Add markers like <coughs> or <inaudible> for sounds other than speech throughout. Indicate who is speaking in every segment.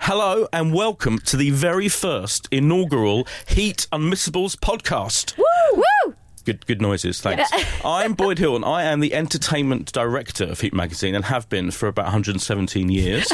Speaker 1: Hello and welcome to the very first inaugural Heat Unmissables podcast.
Speaker 2: Woo! Woo!
Speaker 1: Good, good noises, thanks. I'm Boyd Hill, and I am the entertainment director of Heat Magazine and have been for about 117 years.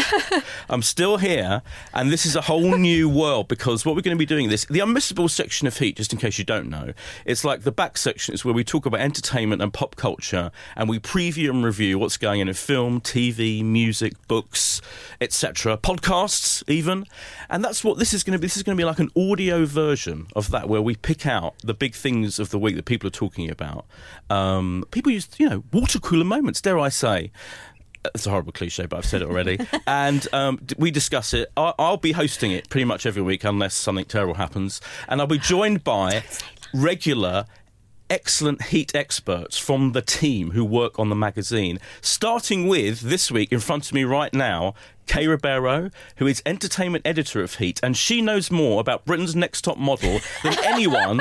Speaker 1: I'm still here, and this is a whole new world because what we're going to be doing this the unmissable section of Heat, just in case you don't know, it's like the back section. It's where we talk about entertainment and pop culture, and we preview and review what's going on in film, TV, music, books, etc., podcasts even, and that's what this is going to be. This is going to be like an audio version of that, where we pick out the big things of the week that people are talking about. Um, people use, you know, water cooler moments. Dare I say? It's a horrible cliche, but I've said it already. and um, d- we discuss it. I- I'll be hosting it pretty much every week, unless something terrible happens. And I'll be joined by regular. Excellent heat experts from the team who work on the magazine. Starting with this week in front of me right now, Kay Ribeiro, who is entertainment editor of Heat, and she knows more about Britain's next top model
Speaker 2: <laughs>
Speaker 1: than anyone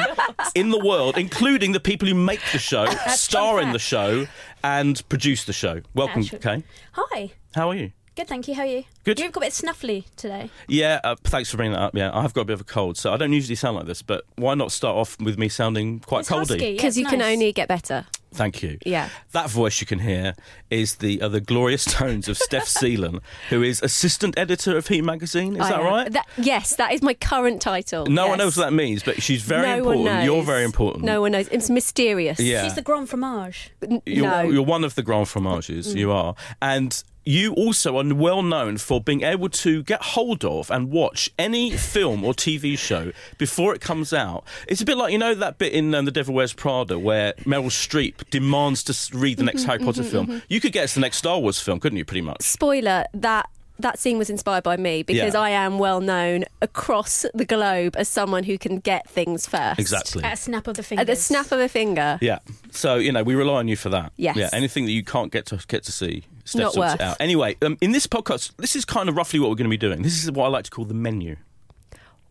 Speaker 1: in the world, including the people who make the show, star in the show, and produce the show. Welcome,
Speaker 2: Actually-
Speaker 1: Kay.
Speaker 2: Hi.
Speaker 1: How are you?
Speaker 2: Good, thank you. How are you?
Speaker 1: Good.
Speaker 2: You've got a bit snuffly today.
Speaker 1: Yeah, uh, thanks for bringing that up. Yeah, I've got a bit of a cold, so I don't usually sound like this, but why not start off with me sounding quite
Speaker 2: It's
Speaker 1: coldy?
Speaker 2: husky. yeah, it's
Speaker 3: Because you can
Speaker 2: nice.
Speaker 3: only get better.
Speaker 1: Thank you.
Speaker 3: Yeah.
Speaker 1: That voice you can hear is the are the glorious tones of
Speaker 3: <laughs>
Speaker 1: Steph Seelan, who is assistant editor of Heat magazine. Is
Speaker 3: I
Speaker 1: that
Speaker 3: am.
Speaker 1: right?
Speaker 3: That- yes, that is my current title.
Speaker 1: No
Speaker 3: yes.
Speaker 1: one knows what that means, but she's very
Speaker 3: No one
Speaker 1: important. You're
Speaker 3: knows.
Speaker 1: very important.
Speaker 3: No one knows. It's mysterious.
Speaker 1: Yeah.
Speaker 2: She's the Grand Fromage.
Speaker 1: you're,
Speaker 3: no. Mm.
Speaker 1: you're one of the grand fromages. You are, and you also are well known for being able to get hold of and watch any film or TV show before it comes out. It's a bit like you know that bit in um, The Devil Wears Prada where Meryl Streep demands to s- read the next
Speaker 3: Mm-hmm,
Speaker 1: Harry Potter film. You could get us the next Star Wars film, couldn't you? Pretty much.
Speaker 3: Spoiler that. That scene was inspired by me because
Speaker 1: Yeah.
Speaker 3: I am well known across the globe as someone who can get things first.
Speaker 1: Exactly.
Speaker 2: At a snap of the fingers.
Speaker 3: At the snap of a finger.
Speaker 1: Yeah. So you know, we rely on you for that.
Speaker 3: Yes.
Speaker 1: Yeah. Anything that you can't get to get to see, Steph
Speaker 3: Not
Speaker 1: sorts it
Speaker 3: worth.
Speaker 1: out. Anyway, um, in this podcast, this is kind of roughly what we're going to be doing. This is what I like to call the menu.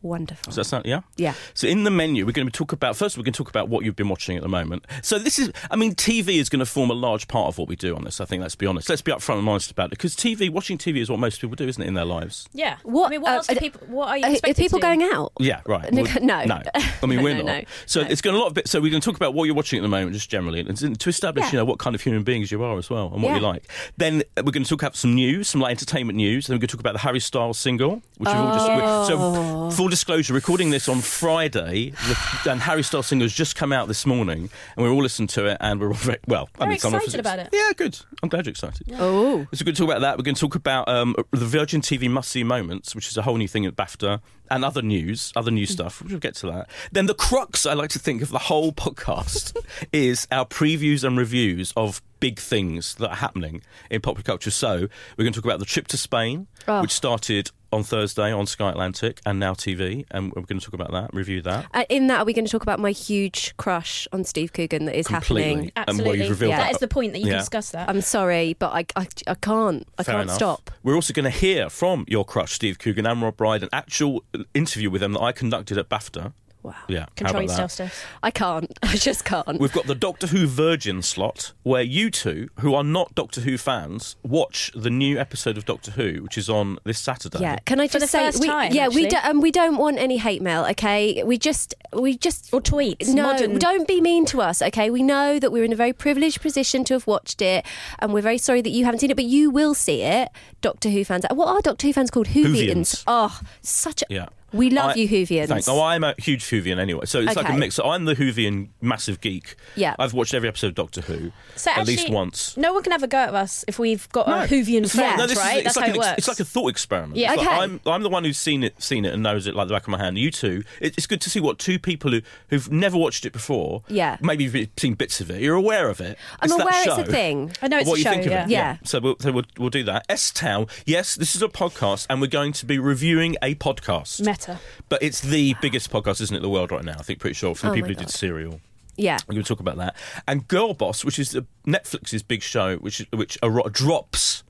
Speaker 3: Wonderful.
Speaker 1: Does
Speaker 3: Uh,
Speaker 1: that sound? Yeah.
Speaker 3: Yeah.
Speaker 1: So in the menu, we're going to be talk about first. We're going to talk about what you've been watching at the moment. So this is, I mean, TV is going to form a large part of what we do on this. I think. Let's be honest. Let's be upfront and honest about it because TV, watching TV, is what most people do, isn't it, in their lives?
Speaker 2: Yeah.
Speaker 3: What-
Speaker 2: I mean, what
Speaker 3: uh,
Speaker 2: else do
Speaker 3: uh,
Speaker 2: people. What are you
Speaker 3: Are, are
Speaker 2: expected
Speaker 3: people
Speaker 2: to do?
Speaker 3: going out?
Speaker 1: Yeah, right.
Speaker 3: No,
Speaker 1: Well,
Speaker 3: no.
Speaker 1: no. I mean,
Speaker 3: <laughs> No,
Speaker 1: we're
Speaker 3: no,
Speaker 1: not.
Speaker 3: no.
Speaker 1: So it's going to a lot of bit. So we're going to talk about what you're watching at the moment, just generally, and to to establish,
Speaker 3: Yeah.
Speaker 1: you know, what kind of human beings you are as well, and what you
Speaker 3: Yeah.
Speaker 1: like. Then uh, we're going to talk about some news, some like entertainment news. Then we're going to talk about the Harry Styles single, which we've all just. we-
Speaker 3: Oh.
Speaker 1: So full disclosure, recording this on Friday, the, and Harry Styles single's just come out this morning, and we're all listening to it, and we're all very well. I
Speaker 2: Very
Speaker 1: mean, some of us-
Speaker 2: excited about it.
Speaker 1: Yeah, good. I'm glad you're excited.
Speaker 3: Oh.
Speaker 1: So we're going to talk about that. We're going to talk about um, the Virgin TV must see moments, which is a whole new thing at BAFTA, and other news, other new stuff. We'll get to that. Then the crux, I like to think, of the whole podcast <laughs> is our previews and reviews of big things that are happening in popular culture. So we're going to talk about the trip to Spain,
Speaker 3: Oh.
Speaker 1: which started on Thursday on Sky Atlantic and Now TV, and we're going to talk about that, review that.
Speaker 3: Uh, in that, are we going to talk about my huge crush on Steve Coogan that is happening?
Speaker 1: Completely. And
Speaker 2: Absolutely.
Speaker 1: what you've revealed.
Speaker 2: That is the point that you
Speaker 1: Yeah.
Speaker 2: can discuss that.
Speaker 3: I'm sorry, but I, I, I can't. I
Speaker 1: Fair
Speaker 3: can't
Speaker 1: enough.
Speaker 3: stop.
Speaker 1: We're also going to hear from your crush, Steve Coogan and Rob Brydon, an actual interview with them that I conducted at BAFTA.
Speaker 3: Wow.
Speaker 1: Yeah,
Speaker 2: Control
Speaker 1: how about
Speaker 2: yourself,
Speaker 1: that?
Speaker 2: Steph. <laughs>
Speaker 3: I can't. I just can't.
Speaker 1: We've got the Doctor Who Virgin slot, where you two, who are not Doctor Who fans, watch the new episode of Doctor Who, which is on this Saturday.
Speaker 3: yeah, can I
Speaker 2: For
Speaker 3: just
Speaker 2: the
Speaker 3: say?
Speaker 2: first
Speaker 3: we,
Speaker 2: time,
Speaker 3: yeah, we
Speaker 2: actually.
Speaker 3: do, um, we don't want any hate mail. Okay, we just we just
Speaker 2: Or tweets.
Speaker 3: no,
Speaker 2: Modern.
Speaker 3: don't be mean to us. Okay, we know that we're in a very privileged position to have watched it, and we're very sorry that you haven't seen it, but you will see it. Doctor Who fans, what are Doctor Who fans called?
Speaker 1: Whovians.
Speaker 3: Whovians. Oh, such. A,
Speaker 1: Yeah.
Speaker 3: we love
Speaker 1: I-
Speaker 3: you, Whovians.
Speaker 1: Thanks. Oh, I'm a huge Whovian anyway, so it's like a
Speaker 3: Okay.
Speaker 1: mix. So I'm the Whovian massive geek.
Speaker 3: Yeah.
Speaker 1: I've watched every episode of Doctor Who
Speaker 2: So
Speaker 1: at
Speaker 2: actually,
Speaker 1: least once.
Speaker 2: No one can have a go at us if we've got
Speaker 1: No.
Speaker 2: a Hoovian
Speaker 1: It's
Speaker 2: friend,
Speaker 1: No, this is-
Speaker 2: right?
Speaker 1: it's
Speaker 2: That's
Speaker 1: like
Speaker 2: how it
Speaker 1: an ex-
Speaker 2: works.
Speaker 1: It's like a thought experiment.
Speaker 2: Yeah.
Speaker 1: It's like
Speaker 3: Okay.
Speaker 1: I'm, I'm the one who's seen it, seen it, and knows it like the back of my hand. You two, it, it's good to see what two people who who've never watched it before.
Speaker 3: Yeah.
Speaker 1: maybe you've seen bits of it. You're aware of it.
Speaker 3: I'm
Speaker 1: It's that
Speaker 3: aware
Speaker 1: show.
Speaker 3: it's a thing.
Speaker 2: I know it's
Speaker 1: what
Speaker 2: a
Speaker 1: you
Speaker 2: show,
Speaker 1: think of
Speaker 2: yeah.
Speaker 1: it.
Speaker 3: Yeah.
Speaker 1: So, we'll, so we'll, we'll do that. S Town. Yes, this is a podcast, and we're going to be reviewing a podcast.
Speaker 2: Meta.
Speaker 1: But it's the biggest podcast, isn't it, in the world right now? I think pretty sure from the
Speaker 3: Oh
Speaker 1: people
Speaker 3: my
Speaker 1: who did
Speaker 3: God.
Speaker 1: Serial.
Speaker 3: Yeah.
Speaker 1: We're going to talk about that. And Girl Boss, which is the Netflix's big show, which which ar- drops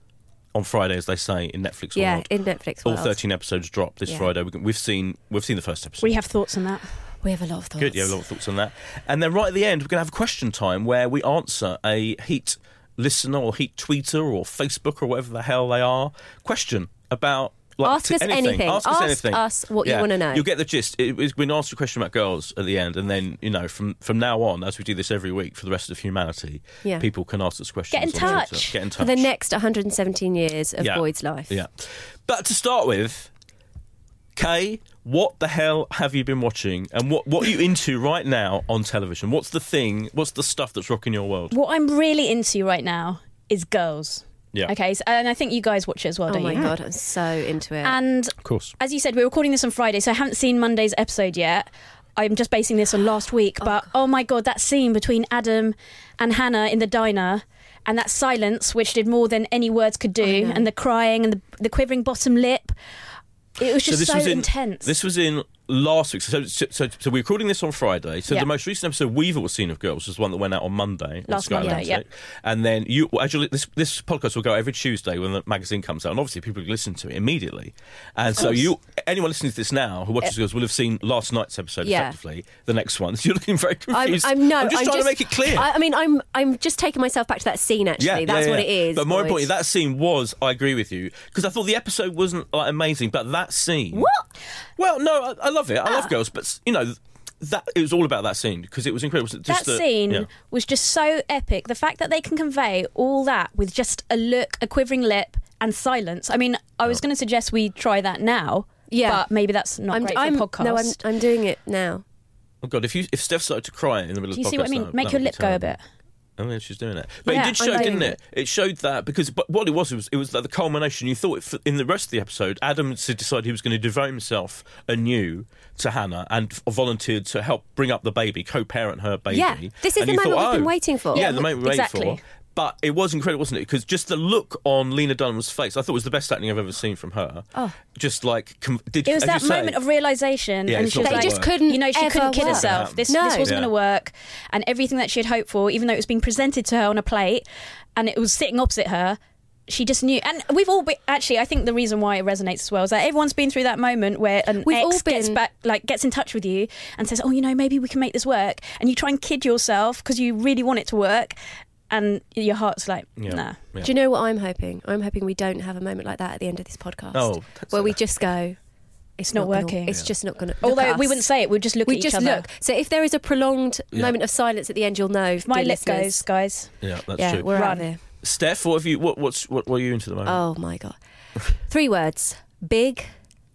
Speaker 1: on Friday, as they say in Netflix
Speaker 3: Yeah,
Speaker 1: world.
Speaker 3: in Netflix
Speaker 1: All
Speaker 3: world.
Speaker 1: thirteen episodes drop this
Speaker 3: Yeah.
Speaker 1: Friday. We can, we've seen we've seen the first episode.
Speaker 2: We have thoughts on that.
Speaker 3: We have a lot of thoughts.
Speaker 1: Good. Yeah, a lot of thoughts on that. And then right at the end, we're going to have a question time where we answer a Heat listener or Heat tweeter or Facebook or whatever the hell they are question about like,
Speaker 3: Ask
Speaker 1: to
Speaker 3: us anything.
Speaker 1: Ask, us
Speaker 3: Ask
Speaker 1: anything.
Speaker 3: us what you wanna know.
Speaker 1: You'll get the gist. It, it's, when you ask a question about girls at the end, and then you know from from now on, as we do this every week for the rest of humanity,
Speaker 3: Yeah.
Speaker 1: people can ask us questions.
Speaker 2: Get in
Speaker 1: on Twitter.
Speaker 2: touch.
Speaker 1: Get in touch
Speaker 3: For the next 117 years of Boyd's life.
Speaker 1: Yeah. But to start with, Kay, what the hell have you been watching and what, what are you into right now on television? What's the thing, what's the stuff that's rocking your world?
Speaker 2: What I'm really into right now is girls.
Speaker 1: Yeah.
Speaker 2: Okay, so, and I think you guys watch it as well,
Speaker 3: Oh
Speaker 2: don't
Speaker 3: my
Speaker 2: you?
Speaker 3: god, I'm so into it.
Speaker 2: And
Speaker 1: Of course.
Speaker 2: as you said, we're recording this on Friday, so I haven't seen Monday's episode yet. I'm just basing this on last week, but oh, my god, that scene between Adam and Hannah in the diner and that silence which did more than any words could do and the crying and the, the quivering bottom lip. It was just so,
Speaker 1: in,
Speaker 2: intense.
Speaker 1: This was in last week. So, so, so, so we're recording this on Friday. So
Speaker 2: Yeah.
Speaker 1: the most recent episode we've all seen of Girls was the one that went out on Monday. on
Speaker 2: Last
Speaker 1: Sky
Speaker 2: Monday,
Speaker 1: Atlantic. And then you actually this this podcast will go out every Tuesday when the magazine comes out, and obviously people listen to it immediately. And so you anyone listening to this now who watches Girls will have seen last night's episode
Speaker 3: Yeah.
Speaker 1: effectively. The next one. <laughs> So you're looking very
Speaker 3: I'm,
Speaker 1: confused.
Speaker 3: I'm no.
Speaker 1: I'm just trying to make it clear.
Speaker 3: I, I mean, I'm I'm just taking myself back to that scene. Actually, that's what it is.
Speaker 1: But more
Speaker 3: boys.
Speaker 1: importantly, that scene was, I agree with you, because I thought the episode wasn't like, amazing, but that scene.
Speaker 3: What?
Speaker 1: Well, no, I, I love it. I
Speaker 2: Ah.
Speaker 1: love girls, but you know, that it was all about that scene because it was incredible. Just
Speaker 2: that
Speaker 1: the-
Speaker 2: scene
Speaker 1: yeah.
Speaker 2: was just so epic. The fact that they can convey all that with just a look, a quivering lip, and silence. I mean, I
Speaker 1: Oh.
Speaker 2: was going to suggest we try that now.
Speaker 3: Yeah.
Speaker 2: But maybe that's not
Speaker 3: I'm,
Speaker 2: great
Speaker 3: I'm
Speaker 2: for a podcast.
Speaker 3: no, I'm I'm doing it now.
Speaker 1: Oh god, if you if Steph started to cry in the middle
Speaker 2: Do you
Speaker 1: of the podcast,
Speaker 2: see what I mean?
Speaker 1: that-
Speaker 2: Make
Speaker 1: that
Speaker 2: your
Speaker 1: would be
Speaker 2: lip go a
Speaker 1: terrible.
Speaker 2: bit.
Speaker 1: I mean, she's doing it, but
Speaker 2: Yeah,
Speaker 1: it did
Speaker 2: I'm
Speaker 1: show,
Speaker 2: doing
Speaker 1: didn't it? It showed that because, but what it was, it was it was like the culmination. You thought it, f- in the rest of the episode, Adam s- decided he was going to devote himself anew to Hannah and f- volunteered to help bring up the baby, co-parent her baby.
Speaker 3: Yeah, this is
Speaker 1: And
Speaker 3: the
Speaker 1: you
Speaker 3: moment
Speaker 1: thought,
Speaker 3: we've been
Speaker 1: oh,
Speaker 3: waiting for.
Speaker 1: Yeah,
Speaker 3: Yeah,
Speaker 1: the moment we've been waiting for.
Speaker 2: exactly.
Speaker 1: But it was incredible, wasn't it? Because just the look on Lena Dunham's face, I thought was the best acting I've ever seen from her. Oh. Just like com- did
Speaker 2: It was
Speaker 1: as
Speaker 2: that
Speaker 1: you say-
Speaker 2: moment of realization,
Speaker 1: Yeah,
Speaker 2: and
Speaker 1: it's
Speaker 2: she was
Speaker 1: not gonna
Speaker 2: like,
Speaker 1: They just work.
Speaker 3: couldn't
Speaker 2: you know, she
Speaker 3: ever
Speaker 2: couldn't kid
Speaker 3: work.
Speaker 2: herself. This
Speaker 3: No.
Speaker 2: this wasn't
Speaker 1: Yeah.
Speaker 2: going to work, and everything that she had hoped for, even though it was being presented to her on a plate, and it was sitting opposite her. She just knew, and we've all been. Actually, I think the reason why it resonates as well is that everyone's been through that moment where an
Speaker 3: We've
Speaker 2: ex
Speaker 3: all
Speaker 2: gets
Speaker 3: been-
Speaker 2: back, like gets in touch with you and says, "Oh, you know, maybe we can make this work," and you try and kid yourself because you really want it to work, and your heart's like,
Speaker 1: Yeah.
Speaker 2: "Nah."
Speaker 1: Yeah.
Speaker 3: Do you know what I'm hoping? I'm hoping we don't have a moment like that at the end of this podcast.
Speaker 1: Oh, that's-
Speaker 3: where we just go. It's
Speaker 2: not
Speaker 3: not, gonna-
Speaker 2: working.
Speaker 3: it's just not going to.
Speaker 2: Although we wouldn't say it, we'd just look
Speaker 3: we
Speaker 2: at each
Speaker 3: just
Speaker 2: other.
Speaker 3: look. So if there is a prolonged moment of silence at the end, you'll know.
Speaker 2: My
Speaker 3: dear
Speaker 2: lip goes,
Speaker 3: listeners.
Speaker 2: guys.
Speaker 1: yeah, that's
Speaker 3: Yeah,
Speaker 1: true.
Speaker 3: we're out
Speaker 2: Run.
Speaker 3: of here.
Speaker 1: Steph, what have you? What what's what, what are you into at the moment?
Speaker 3: Oh my god. Three words: big,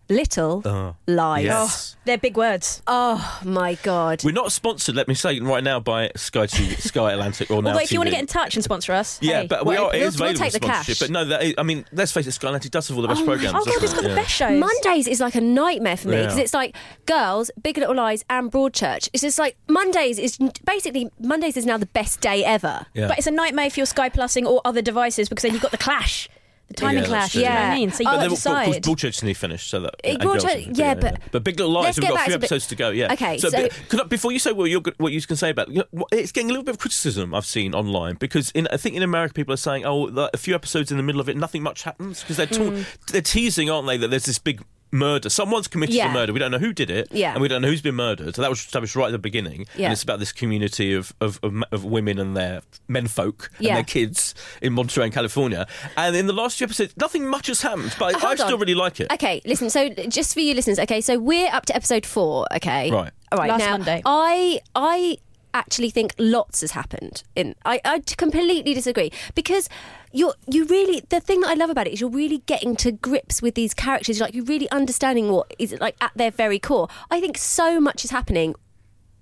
Speaker 3: little,
Speaker 1: Oh.
Speaker 3: lies.
Speaker 1: Yes.
Speaker 2: They're big words.
Speaker 3: Oh my god.
Speaker 1: We're not sponsored, let me say right now, by Sky
Speaker 2: <laughs>
Speaker 1: TV, Sky Atlantic or now.
Speaker 2: Although Oh, if you want to
Speaker 1: TV.
Speaker 2: get in touch and sponsor us,
Speaker 1: yeah,
Speaker 2: hey.
Speaker 1: but we
Speaker 3: Well,
Speaker 1: are. It
Speaker 3: we'll-
Speaker 1: is
Speaker 3: we'll
Speaker 1: available
Speaker 3: take the
Speaker 1: for sponsorship,
Speaker 3: cash.
Speaker 1: but no, that is, I mean, let's face it, Sky Atlantic does have all the best
Speaker 3: Oh my
Speaker 1: programs.
Speaker 2: oh god,
Speaker 1: doesn't
Speaker 2: it's got
Speaker 1: yeah.
Speaker 2: the best shows.
Speaker 3: Mondays is like a nightmare for me
Speaker 1: Yeah.
Speaker 3: because it's like girls, Big Little Lies, and Broadchurch. It's just like Mondays is basically Mondays is now the best day ever.
Speaker 1: Yeah.
Speaker 2: But it's a nightmare if you're Sky Plusing or other devices because then you've got the clash, the
Speaker 1: Yeah,
Speaker 2: timing
Speaker 1: that's
Speaker 2: clash.
Speaker 1: true. Oh,
Speaker 2: You know what
Speaker 3: Yeah.
Speaker 2: I mean? So you've
Speaker 3: But
Speaker 2: got
Speaker 1: And
Speaker 2: to
Speaker 1: then, of course,
Speaker 2: decide.
Speaker 1: Broadchurch nearly finished, so that.
Speaker 3: Eh,
Speaker 1: and girls
Speaker 3: Broadchurch-
Speaker 1: haven't,
Speaker 3: yeah, but-
Speaker 1: but Big Little Lies,
Speaker 3: Let's
Speaker 1: we've
Speaker 3: get
Speaker 1: got
Speaker 3: back
Speaker 1: three
Speaker 3: to Big-
Speaker 1: episodes to go. Yeah.
Speaker 3: Okay,
Speaker 1: So, a
Speaker 3: so-
Speaker 1: bit- could I, before you say what, you're, go- what you can say about, you know, it's getting a little bit of criticism I've seen online because in I think in America people are saying, oh, the, a few episodes in the middle of it, nothing much happens because they're ta-
Speaker 3: Hmm.
Speaker 1: they're teasing, aren't they, that there's this big. Murder. Someone's committed
Speaker 3: Yeah.
Speaker 1: a murder. We don't know who did it,
Speaker 3: Yeah.
Speaker 1: and we don't know who's been murdered. So that was established right at the beginning.
Speaker 3: Yeah.
Speaker 1: And it's about this community of of, of, ma- of women and their menfolk and
Speaker 3: Yeah.
Speaker 1: their kids in Monterey, California. And in the last few episodes, nothing much has happened, but I
Speaker 3: Hold
Speaker 1: still
Speaker 3: on.
Speaker 1: really like it.
Speaker 3: Okay, listen. So just for you listeners, okay. So we're up to episode four. Okay.
Speaker 1: Right.
Speaker 3: All right.
Speaker 2: Last
Speaker 3: now,
Speaker 2: Monday.
Speaker 3: I I actually think lots has happened. In I I t- completely disagree because. You're, you really the thing that I love about it is you're really getting to grips with these characters. You're like you're really understanding what is like at their very core. I think so much is happening